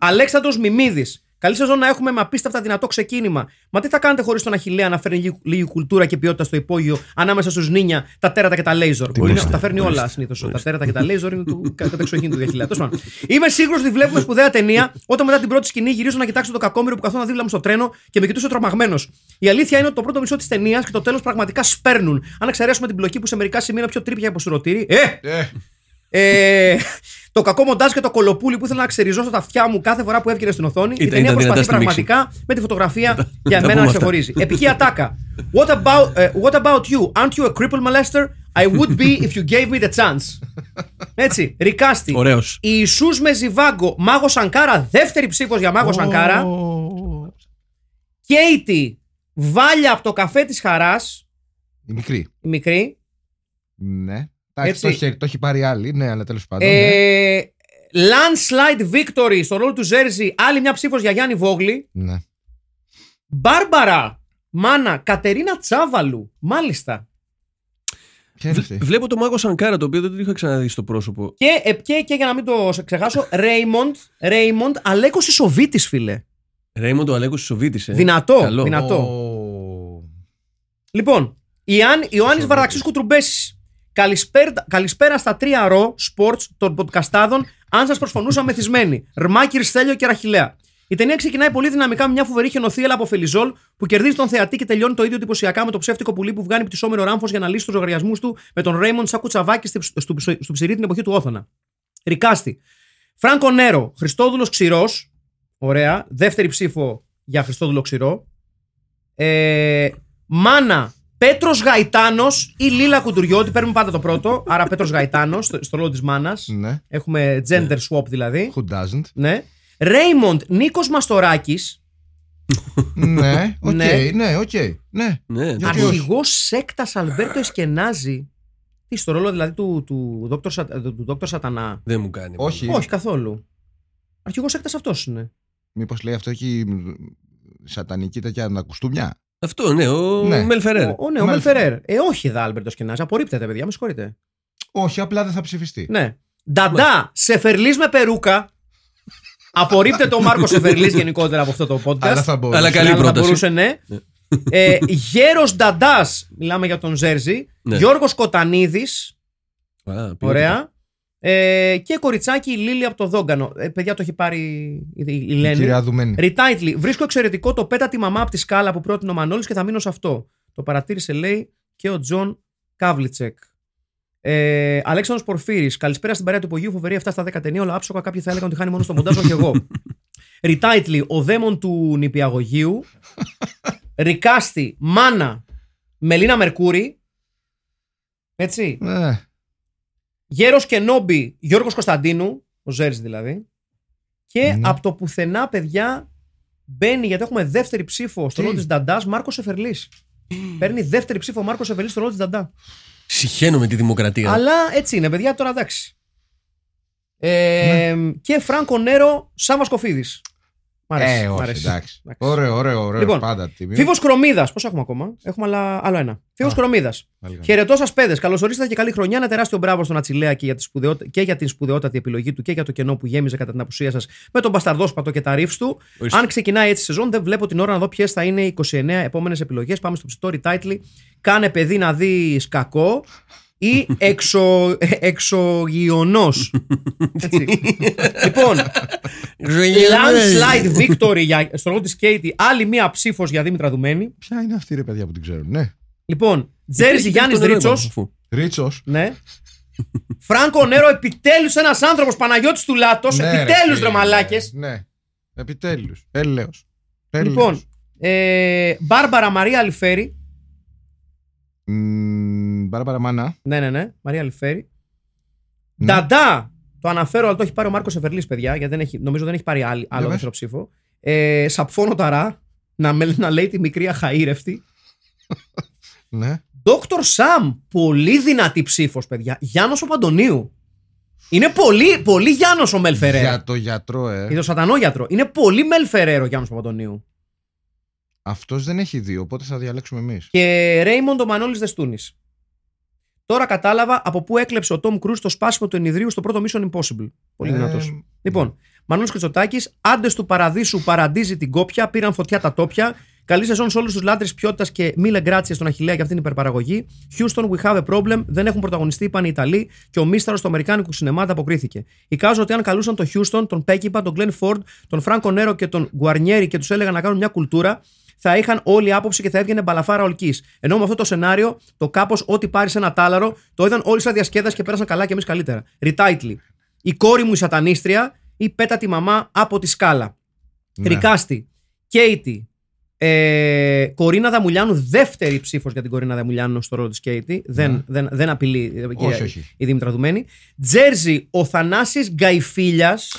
Speaker 1: Αλέξανδρος Μιμίδης. Καλή σεζόν να έχουμε με απίστευτα δυνατό ξεκίνημα. Μα τι θα κάνετε χωρίς τον Αχηλέα να φέρνει λίγη, λίγη κουλτούρα και ποιότητα στο υπόγειο ανάμεσα στους Νίνια, τα τέρατα και τα λέιζορ. Που είναι,
Speaker 3: ορίστε,
Speaker 1: τα φέρνει
Speaker 3: ορίστε,
Speaker 1: όλα συνήθως. Τα τέρατα και τα λέιζορ είναι του κατεξοχήν του Αχηλέα. Τέλος πάντων. Είμαι σίγουρος ότι βλέπουμε σπουδαία ταινία όταν μετά την πρώτη σκηνή γυρίζω να κοιτάξω το κακόμοιρο που καθόταν δίπλα μου στο τρένο και με κοιτούσε τρομαγμένος. Η αλήθεια είναι ότι το πρώτο μισό της ταινίας και το τέλος πραγματικά σπέρνουν. Αν εξαιρέσουμε την πλοκή που σε μερικά σημεία είναι πιο τρίπια από σουρωτήρι. Ε!
Speaker 2: Ε,
Speaker 1: Ε, το κακό μοντάζ και το κολοπούλι που ήθελα να ξεριζώσω τα αυτιά μου κάθε φορά που έβγαινε στην οθόνη.
Speaker 3: Ήταν-
Speaker 1: η ταινία
Speaker 3: ήταν δυνατά
Speaker 1: προσπαθεί
Speaker 3: στη μίξη.
Speaker 1: πραγματικά με τη φωτογραφία για μένα
Speaker 3: τα
Speaker 1: να
Speaker 3: πούμε αυτά.
Speaker 1: ξεχωρίζει. Επική ατάκα. What about, ε, what about you? Aren't you a cripple molester? I would be if you gave me the chance. Έτσι. Ρικάστη.
Speaker 3: Ωραίος.
Speaker 1: Η Ισού με Ζιβάγκο, Μάγος Σανκάρα, δεύτερη ψήφος για Μάγος Σανκάρα. Κέιτι, βάλια από το καφέ της χαράς,
Speaker 2: Η μικρή.
Speaker 1: η μικρή.
Speaker 2: Ναι. Εντάξει,
Speaker 1: Έτσι.
Speaker 2: το, έχει, το έχει πάρει άλλη, ναι, αλλά τέλος πάντων. ναι.
Speaker 1: Ε, Landslide Victory στο ρόλο του Ζέρζι, άλλη μια ψήφος για Γιάννη Βόγλη.
Speaker 2: ναι.
Speaker 1: Μπάρμπαρα, Μάνα, Κατερίνα Τσάβαλου. Μάλιστα.
Speaker 2: Ποια είναι αυτή?
Speaker 3: Βλέπω το Μάγο Σανκάρα, το οποίο δεν το είχα ξαναδεί στο πρόσωπο.
Speaker 1: Και, ε, και, και για να μην το σε- ξεχάσω, Ρέιμοντ, Ρέιμοντ, Αλέκος Ισοβίτης, φίλε.
Speaker 3: Ρέιμον το Αλέκο Σοβίτη. Ε.
Speaker 1: δυνατό,
Speaker 3: καλό.
Speaker 1: δυνατό.
Speaker 2: Ω.
Speaker 1: Λοιπόν, Ιαν, Ιωάννης
Speaker 2: Ισοβίτης.
Speaker 1: Βαρδαξή Κουτρουμπέση. Καλησπέρα, καλησπέρα στα τρία ρο sports των podcastάδων, αν σας προσφωνούσα μεθυσμένοι. Ρμάκι, Ριστέλιο και Ραχιλέα. Η ταινία ξεκινάει πολύ δυναμικά με μια φοβερή χενοθύελα από Φελιζόλ που κερδίζει τον θεατή και τελειώνει το ίδιο εντυπωσιακά με το ψεύτικο πουλί που βγάνει πτυσσόμενο ράμφος για να λύσει τους λογαριασμούς του με τον Ρέιμον Σακουτσαβάκη στη- στο, στο, στο ψηρή την εποχή του Όθωνα. Ρικάστη. Φράνκο Νέρο, Χριστόδουλος Ξηρός. Ωραία. Δεύτερη ψήφο για Χριστόδουλο Ξηρό. Ε, Μάνα, Πέτρος Γαϊτάνος ή Λίλα Κουντουριώτη. Παίρνουμε πάντα το πρώτο. Άρα Πέτρος Γαϊτάνος, στο, στο ρόλο της Μάνας.
Speaker 2: Ναι.
Speaker 1: Έχουμε gender swap δηλαδή.
Speaker 2: Who doesn't.
Speaker 1: Ναι. Ρέιμοντ Νίκος Μαστοράκης,
Speaker 2: ναι, οκ,
Speaker 1: Ναι.
Speaker 2: ναι, οκ. Ναι.
Speaker 3: Ναι,
Speaker 2: Γιατί όχι.
Speaker 1: αρχηγό σέκτας Αλμπέρτο Εσκενάζη. Τι, στο ρόλο δηλαδή του, του, Dr. Σα- του, του Dr. Σατανά.
Speaker 3: δεν μου κάνει.
Speaker 2: Όχι.
Speaker 1: Όχι καθόλου. Αρχηγός σέκτας αυτός είναι.
Speaker 2: Μήπως λέει αυτό έχει σατανική τέτοια να κουστούμια.
Speaker 3: Αυτό, ναι, ο
Speaker 2: Ναι.
Speaker 3: Μελ Φερέρ.
Speaker 1: Ο, ο, ναι, ο
Speaker 2: Μάλιστα.
Speaker 1: Μελφερέρ. Ε, όχι, δα Άλμπερτο Εσκενάζη. Απορρίπτεται, παιδιά, με συγχωρείτε.
Speaker 2: Όχι, απλά δεν θα ψηφιστεί.
Speaker 1: Ναι. Νταντά, Σεφερλή με περούκα. Απορρίπτεται ο Μάρκος Σεφερλή γενικότερα από αυτό το podcast.
Speaker 2: Αλλά θα μπορούσε.
Speaker 3: Αλλά καλή
Speaker 1: Αλλά θα
Speaker 3: πρόταση.
Speaker 1: μπορούσε, ναι. ε, Γέρος Νταντάς, μιλάμε για τον Ζέρζι.
Speaker 3: Ναι.
Speaker 1: Γιώργος Κοτανίδης,
Speaker 3: Α, ποιότητα.
Speaker 1: ωραία. Ε, και κοριτσάκι η Λίλη από το Δόγκανο. Ε, παιδιά το έχει πάρει η, η- η
Speaker 2: Η
Speaker 1: Λένη.
Speaker 2: Κυρία Δουμένη.
Speaker 1: Ριτάιτλι. Βρίσκω εξαιρετικό το πέτα τη μαμά από τη σκάλα που πρότεινε ο Μανώλης και θα μείνω σε αυτό. Το παρατήρησε, λέει, και ο Τζον Καβλιτσεκ. Ε, Αλέξανδρος Πορφύρης. Καλησπέρα στην παρέα του υπογείου. Φοβερή 7 στα 10 ταινία. Όλα άψογα. Κάποιοι θα έλεγαν ότι χάνει μόνο στο μοντάζ, όχι εγώ. Ριτάιτλι. Ο δαίμον του νηπιαγωγείου. Ρικάστη. Μάνα. Μελίνα Μερκούρη. Έτσι.
Speaker 2: Ναι.
Speaker 1: Γέρος και Νόμπι, Γιώργος Κωνσταντίνου, ο Ζέρι δηλαδή. Και
Speaker 2: Ναι.
Speaker 1: από το πουθενά, παιδιά, μπαίνει, γιατί έχουμε δεύτερη ψήφο στο
Speaker 2: Τι?
Speaker 1: ρόλο τη Νταντά, Μάρκος Εφερλής. Παίρνει δεύτερη ψήφο Μάρκος Εφερλής στο ρόλο τη Νταντά.
Speaker 3: Συχαίνω με τη δημοκρατία.
Speaker 1: Αλλά έτσι είναι, παιδιά, τώρα
Speaker 2: Ναι.
Speaker 1: εντάξει. Ε, Και Φράνκο Νέρο, Σάβα Κοφίδης. Μ' αρέσει.
Speaker 2: Ε,
Speaker 1: μ'
Speaker 2: όχι,
Speaker 1: αρέσει.
Speaker 2: εντάξει.
Speaker 1: Εντάξει.
Speaker 2: Ωραίο, ωραίο, ωραίο.
Speaker 1: Λοιπόν,
Speaker 2: πάντα τίμιο.
Speaker 1: Φίβος Κρομίδας. Πόσο έχουμε ακόμα. Έχουμε άλλα, άλλο ένα. Φίβος
Speaker 2: Α.
Speaker 1: Κρομίδας.
Speaker 2: Πάλι καλά.
Speaker 1: Χαιρετώ σας, παιδες. Καλωσορίσατε και καλή χρονιά. Ένα τεράστιο μπράβο στον Ατσιλέα και για, τη σπουδαιότα... και για την σπουδαιότατη επιλογή του και για το κενό που γέμιζε κατά την απουσία σας με τον Μπασταρδόσπατο και τα ρίφ του.
Speaker 3: Ορίστε.
Speaker 1: Αν ξεκινάει έτσι η σεζόν, δεν βλέπω την ώρα να δω ποιες θα είναι οι 29 επόμενες επιλογές. Πάμε στο ψητόρι title. Κάνε παιδί να δεις κακό ή εξο... εξωγειονός. λοιπόν,
Speaker 3: ναι.
Speaker 1: ε, landslide victory για... στο λόγο της Κέιτη. Άλλη μία ψήφος για Δήμητρα Δουμένη.
Speaker 2: Ποια είναι αυτή ρε παιδιά που την ξέρουν. Ναι.
Speaker 1: Λοιπόν, Τζέρι Γιάννη Ρίτσο.
Speaker 2: Ρίτσος.
Speaker 1: Ναι. Φράνκο Νέρο, επιτέλους ένας άνθρωπος Παναγιώτης του Λάτος. επιτέλου, ρε μαλάκες.
Speaker 2: Ναι. Επιτέλους. Έλεος.
Speaker 1: Λοιπόν, ε, Μπάρμπαρα Μαρία Αλιφέρη.
Speaker 2: Μπαρμπαρα Μάνα.
Speaker 1: Ναι, ναι, ναι, Μαρία Αλιφέρη.
Speaker 2: Ναι.
Speaker 1: Νταντά, το αναφέρω, αλλά το έχει πάρει ο Μάρκος Ευερλή, παιδιά, γιατί δεν έχει, νομίζω δεν έχει πάρει άλλη, άλλο
Speaker 2: Βέβαια.
Speaker 1: δεύτερο ψήφο. Ε, Σαπφόνο Ταρά, να, με- να λέει τη μικρή αχαήρευτη.
Speaker 2: Ναι.
Speaker 1: Δόκτωρ Σαμ, πολύ δυνατή ψήφος, παιδιά. Γιάννος ο Παντονίου. Είναι πολύ, πολύ Γιάννος ο Μελφερέρα.
Speaker 2: Για το γιατρό,
Speaker 1: Για
Speaker 2: ε.
Speaker 1: τον σατανό γιατρό. Είναι πολύ μελφερέρο Γιάννη Παπαντονίου.
Speaker 2: Αυτός δεν έχει δύο, οπότε θα διαλέξουμε εμείς.
Speaker 1: Και Ρέιμοντ ο Μανώλης Δεστούνης. Τώρα κατάλαβα από πού έκλεψε ο Τόμ Κρούζ το σπάσιμο του ενιδρίου στο πρώτο Mission Impossible. Πολύ
Speaker 2: Ε.
Speaker 1: δυνατός. Λοιπόν, Μανώλης Χρυτσοτάκη, άντες του παραδείσου παραντίζει την κόπια, πήραν φωτιά τα τόπια. Καλή σεζόν σε όλους τους λάτρες ποιότητας και μίλε γκράτσια στον Αχηλέα για αυτήν την υπερπαραγωγή. Houston, we have a problem. Δεν έχουν πρωταγωνιστεί, είπαν οι Ιταλοί και ο μίσταρο του Αμερικάνικου σινεμά αποκρίθηκε. Εικάζω ότι αν καλούσαν τον Houston, τον Πέκυπα, τον Glenn Ford, τον Φράνκο Νέρο και τον Γκουαρνιέρη και τους έλεγαν να κάνουν μια κουλτούρα, θα είχαν όλη άποψη και θα έβγαινε μπαλαφάρα ολική. Ενώ με αυτό το σενάριο, το κάπως ό,τι πάρει σε ένα τάλαρο, το είδαν όλοι σαν διασκέδαση και πέρασαν καλά και εμείς καλύτερα. Retitle. Η κόρη μου η σατανίστρια ή πέτα τη μαμά από τη σκάλα.
Speaker 2: Ναι.
Speaker 1: Τρικάστη, Κέιτι, ε, Κορίνα Δαμουλιάνου, δεύτερη ψήφος για την Κορίνα Δαμουλιάνου στο ρόλο της Κέιτι. Δεν, δεν, δεν απειλεί ε, κυρία-
Speaker 2: Ναι. Όχι, όχι.
Speaker 1: η Δήμητρα Δουμένη. Τζέρζι, ο Θανάσης Γκαϊφίλιας.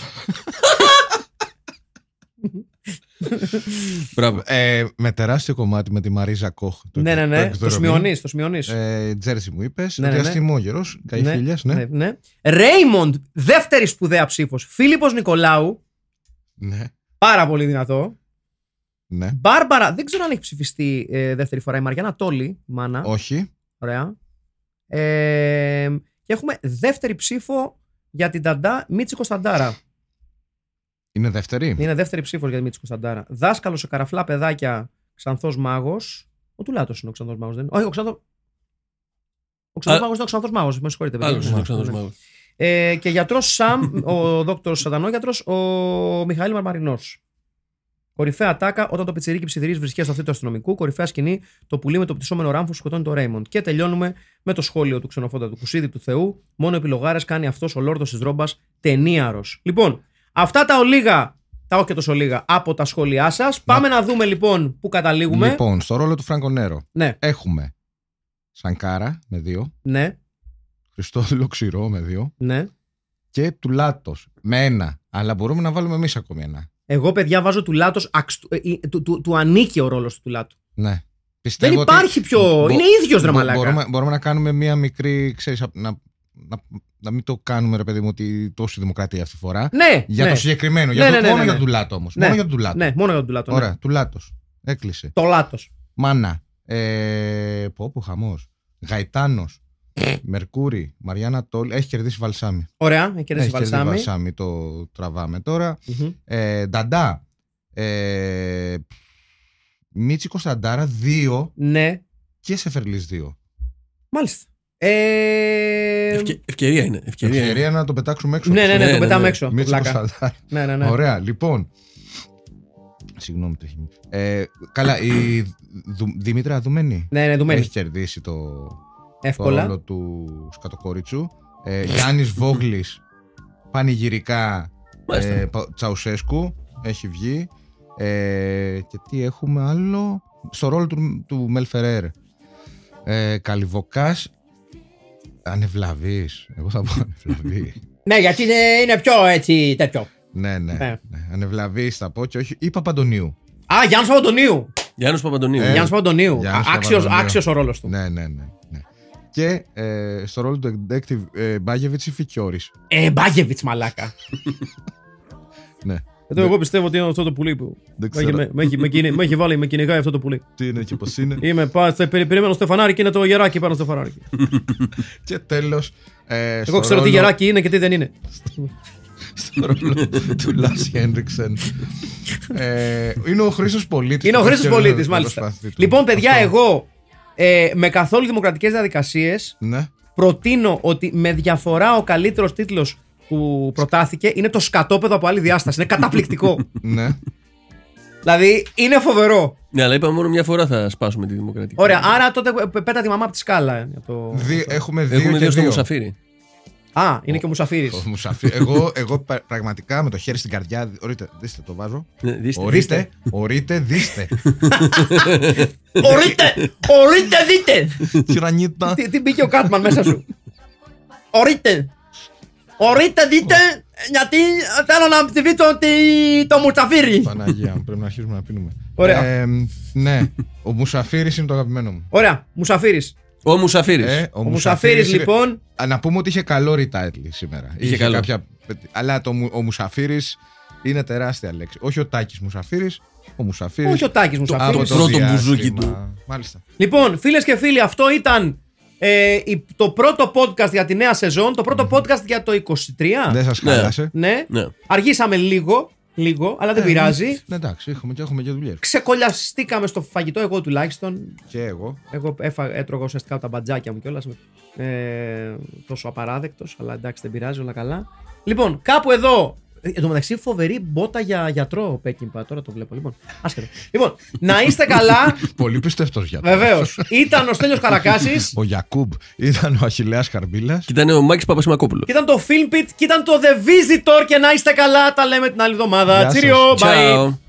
Speaker 3: Μπράβο.
Speaker 2: Ε, με τεράστιο κομμάτι με τη Μαρίζα Κόχ. το-
Speaker 1: ναι, ναι, ναι. Το
Speaker 2: εκδρομή.
Speaker 1: σημειώνει, το σημειώνει.
Speaker 2: Ε, Τζέρσι μου είπες.
Speaker 1: Ναι,
Speaker 2: Ναι,
Speaker 1: ναι, ναι.
Speaker 2: Διαστημόγερο. Καϊφίλια, ναι.
Speaker 1: ναι, ναι. Ρέιμοντ, δεύτερη σπουδαία ψήφος. Φίλιππος Νικολάου,
Speaker 2: Ναι,
Speaker 1: πάρα πολύ δυνατό.
Speaker 2: ναι.
Speaker 1: Μπάρμπαρα, δεν ξέρω αν έχει ψηφιστεί ε, δεύτερη φορά η Μαριάννα Τόλι, η μάνα.
Speaker 2: Όχι.
Speaker 1: Ωραία. Ε, και έχουμε δεύτερη ψήφο για την Ταντά Μίτση Κωνσταντάρα.
Speaker 2: Είναι δεύτερη.
Speaker 1: Είναι δεύτερη ψήφος για τη Μίτση Κωνσταντάρα. Δάσκαλος σε καραφλά παιδάκια, ξανθός μάγος. Ο Τουλάτος είναι ο ξανθός μάγος, δεν είναι. Όχι, ο ξανθό. Ο ξανθός
Speaker 3: Α-
Speaker 1: μάγος είναι ο ξανθός μάγος. Με συγχωρείτε, παιδιά.
Speaker 3: Άλλος είναι ο
Speaker 1: Ναι,
Speaker 3: Ξανθός
Speaker 1: ναι.
Speaker 3: Μάγος.
Speaker 1: Ε, και γιατρός Σαμ, ο δόκτωρο Σατανόγιατρος, ο Μιχαήλ Μαρμαρινός. Κορυφαία ατάκα όταν το πιτσιρίκι ψιδερίζει βρισκέ στο αυτή του αστυνομικού. Κορυφαία σκηνή το πουλί με το πτυσσόμενο ράμφο που σκοτώνει το Ρέιμοντ. Και τελειώνουμε με το σχόλιο του ξενοφόντα του Κουσίδη του Θεού. Μόνο επιλογάρες κάνει αυτός ο λόρδος της ρόμπας ταινίαρος. Λοιπόν, αυτά τα ολίγα, τα όχι και τόσο λίγα, από τα σχόλιά σας. Πάμε να δούμε λοιπόν που καταλήγουμε.
Speaker 2: Λοιπόν, στο ρόλο του Φράγκο Νέρο
Speaker 1: Ναι,
Speaker 2: έχουμε Σανκάρα με δύο,
Speaker 1: ναι,
Speaker 2: Χριστόδουλο Ξηρό με δύο
Speaker 1: ναι.
Speaker 2: και Τουλάτος με ένα. Αλλά μπορούμε να βάλουμε εμείς ακόμη ένα.
Speaker 1: Εγώ, παιδιά, βάζω του Λάτο. ε, Του, του, του ανήκει ο ρόλος του Λάτου.
Speaker 2: Ναι.
Speaker 1: Δεν
Speaker 2: Πιστεύω ότι
Speaker 1: υπάρχει πιο.
Speaker 2: μπο-
Speaker 1: Είναι ίδιος
Speaker 2: μπο-
Speaker 1: δραμαλάκα.
Speaker 2: Μπορούμε, μπορούμε να κάνουμε μία μικρή, ξέρεις, απ- να, να, να μην το κάνουμε ρε παιδί μου ότι τόση δημοκρατία αυτή τη φορά.
Speaker 1: Ναι,
Speaker 2: Για
Speaker 1: ναι.
Speaker 2: το συγκεκριμένο.
Speaker 1: Ναι,
Speaker 2: για το,
Speaker 1: ναι, ναι,
Speaker 2: μόνο
Speaker 1: ναι,
Speaker 2: για
Speaker 1: ναι.
Speaker 2: τον Τουλάτο όμως.
Speaker 1: Ναι.
Speaker 2: Μόνο για τον Τουλάτο.
Speaker 1: Ναι, μόνο για τον Τουλάτο. ναι.
Speaker 2: Ωραία, Τουλάτο. Έκλεισε.
Speaker 1: Το λάτος.
Speaker 2: Μάνα. Ε, πω, πω, χαμός. Γαϊτάνος. Μερκούρι. Μαριάννα Τόλ. Έχει κερδίσει Βαλσάμι.
Speaker 1: Ωραία, ε, έχει
Speaker 2: Έχει
Speaker 1: κερδίσει βαλσάμι.
Speaker 2: Βαλσάμι. Το τραβάμε τώρα.
Speaker 1: Μμμ.
Speaker 2: Ε, Νταντά. Ε, Μίτσι Κωνσταντάρα 2
Speaker 1: Ναι,
Speaker 2: και Σεφερλής 2.
Speaker 1: μάλιστα. Ε...
Speaker 3: Ευκαι- Ευκαιρία είναι. Ευκαιρία είναι.
Speaker 2: Ευκαιρία να το πετάξουμε έξω.
Speaker 1: Ναι, ναι, ναι,
Speaker 3: Ναι,
Speaker 1: το
Speaker 3: ναι,
Speaker 1: πετάμε
Speaker 3: ναι.
Speaker 1: έξω. το
Speaker 2: Μίτσι
Speaker 1: Πλάκα.
Speaker 2: Κωνσταντάρα.
Speaker 1: Ναι, ναι, ναι.
Speaker 2: Ωραία, λοιπόν. Συγγνώμη το έχει. Ε, καλά, η Δου- Δήμητρα Δουμένη.
Speaker 1: Ναι, ναι, δουμένη.
Speaker 2: Έχει κερδίσει το, το
Speaker 1: Εύκολα.
Speaker 2: ρόλο του σκατοκόριτσου. Ε, Γιάννης Βόγλης, πανηγυρικά
Speaker 3: Μάλιστα.
Speaker 2: ε, Πα- Τσαουσέσκου, έχει βγει. Ε, και τι έχουμε άλλο, στο ρόλο του, του Μελφερέρ. Ε, Καλυβοκάς, ανευλαβής, εγώ θα πω ανευλαβή.
Speaker 1: Ναι, γιατί είναι, είναι πιο έτσι τέτοιο.
Speaker 2: ναι, ναι,
Speaker 1: Ε.
Speaker 2: ναι, ανευλαβής θα πω και όχι, ή Παπαντονίου.
Speaker 1: Α, Γιάννης Παπαντονίου.
Speaker 3: Γιάννος Παπαντονίου.
Speaker 2: Ε,
Speaker 1: Γιάννης Παπαντονίου.
Speaker 2: Γιάννης
Speaker 1: Άξιος
Speaker 2: Παπαντονίου.
Speaker 1: άξιος ο ρόλος του.
Speaker 2: Ναι, ναι, ναι. ναι. Και ε, στο ρόλο του Detective ε, Μπάγεβιτς ή Φικιόρης.
Speaker 1: Ε, Μπάγεβιτ, μαλάκα.
Speaker 2: Ναι.
Speaker 1: Εδώ εγώ πιστεύω ότι είναι αυτό το πουλί που.
Speaker 2: Δεν
Speaker 1: Με έχει-
Speaker 2: ξέρω.
Speaker 1: με- με έχει- με κυνη- Με έχει βάλει, με κυνηγάει αυτό το πουλί.
Speaker 2: Τι είναι και πώς είναι.
Speaker 1: Είμαι πα- θε- περι- περιμένω στο φανάρι και είναι το γεράκι πάνω στο φανάρι.
Speaker 2: και τέλος. Ε,
Speaker 1: Εγώ
Speaker 2: στο
Speaker 1: ξέρω τι
Speaker 2: ρόλο-
Speaker 1: γεράκι είναι και τι δεν είναι.
Speaker 2: στο ρόλο του Λάσι Χένριξεν. ε, είναι ο Χρήσο Πολίτης.
Speaker 1: Είναι ο Χρήστο Πολίτης, μάλιστα. Λοιπόν, παιδιά, εγώ ε, με καθόλου δημοκρατικές διαδικασίες
Speaker 2: Ναι.
Speaker 1: προτείνω ότι με διαφορά ο καλύτερος τίτλος που προτάθηκε είναι το σκατόπεδο από άλλη διάσταση. Είναι καταπληκτικό.
Speaker 2: Ναι.
Speaker 1: δηλαδή είναι φοβερό.
Speaker 3: Ναι, αλλά είπαμε μόνο μια φορά θα σπάσουμε τη δημοκρατία.
Speaker 1: Ωραία, άρα τότε ε, πέτα τη μαμά από τη σκάλα. ε, το-
Speaker 2: Δι- έχουμε δύο
Speaker 3: Έχουμε
Speaker 2: και
Speaker 3: δύο στο
Speaker 2: δύο.
Speaker 3: Μουσαφίρι.
Speaker 1: Α, είναι και ο Μουσαφίρης.
Speaker 2: Ο Μουσαφί- εγώ, εγώ πα- πραγματικά με το χέρι στην καρδιά. Ορίστε, δείστε το βάζω.
Speaker 3: Ναι, δείστε.
Speaker 2: Ορίστε, ορίστε, δείστε.
Speaker 1: Ορίτε! Ορίτε, δείτε!
Speaker 2: Τυραννίτα.
Speaker 1: τι, τι μπήκε ο Κάτμαν μέσα σου. Ορίτε! Ορίτε, δείτε! Γιατί θέλω να ψηφίσω τη- το Μουσαφίρη.
Speaker 2: Παναγία μου, πρέπει να αρχίσουμε να πίνουμε.
Speaker 1: Ωραία.
Speaker 2: Ε, ναι, ο Μουσαφίρης είναι το αγαπημένο μου.
Speaker 1: Ωραία, Μουσαφίρης.
Speaker 3: Ο Μουσαφίρι.
Speaker 2: Ε,
Speaker 1: Ο Μουσαφίρη
Speaker 2: είναι-
Speaker 1: λοιπόν.
Speaker 2: Α, Να πούμε ότι είχε καλό retitle σήμερα.
Speaker 3: Είχε καλό.
Speaker 2: Κάποια... Αλλά το, Μου- ο Μουσαφίρης είναι τεράστια λέξη. Όχι ο Τάκης Μουσαφίρης, ο Μουσαφίρης.
Speaker 1: Όχι ο Τάκης Μουσαφίρης.
Speaker 3: Το πρώτο μπουζούκι
Speaker 2: Μάλιστα.
Speaker 1: Λοιπόν, φίλες και φίλοι, αυτό ήταν ε, η- το πρώτο podcast για τη νέα σεζόν. Το πρώτο podcast για το 23.
Speaker 2: Δεν σας
Speaker 3: Ναι.
Speaker 2: χάλασε.
Speaker 1: Ναι.
Speaker 3: Ναι.
Speaker 1: Αργήσαμε λίγο, λίγο, αλλά δεν
Speaker 2: Ε,
Speaker 1: πειράζει.
Speaker 2: ναι, εντάξει, έχουμε και, έχουμε και δουλειές.
Speaker 1: Ξεκολλιαστήκαμε στο φαγητό, εγώ τουλάχιστον.
Speaker 2: Και εγώ.
Speaker 1: Εγώ έφα, έτρωγα ουσιαστικά από τα μπατζάκια μου κιόλας. Ε, τόσο απαράδεκτος, αλλά εντάξει δεν πειράζει, όλα καλά. Λοιπόν, κάπου εδώ. Ε, Εν τω μεταξύ, φοβερή μπότα για γιατρό ο Πέκκιμπα. Τώρα το βλέπω. Λοιπόν, άσχετο. Λοιπόν, να είστε καλά.
Speaker 2: Πολύ πιστευτός για το.
Speaker 1: Βεβαίως. Ήταν ο Στέλιος Καρακάσης
Speaker 2: Ο Γιακούμπ ήταν ο Αχηλέα Καρμπίλα.
Speaker 3: Και ήταν ο Μάκης Παπασημακόπουλος.
Speaker 1: και ήταν το Filmpit. Και ήταν το The Visitor. Και να είστε καλά. Τα λέμε την άλλη εβδομάδα.
Speaker 2: Γεια σας.
Speaker 1: Τσίριο. Bye.
Speaker 3: Ciao.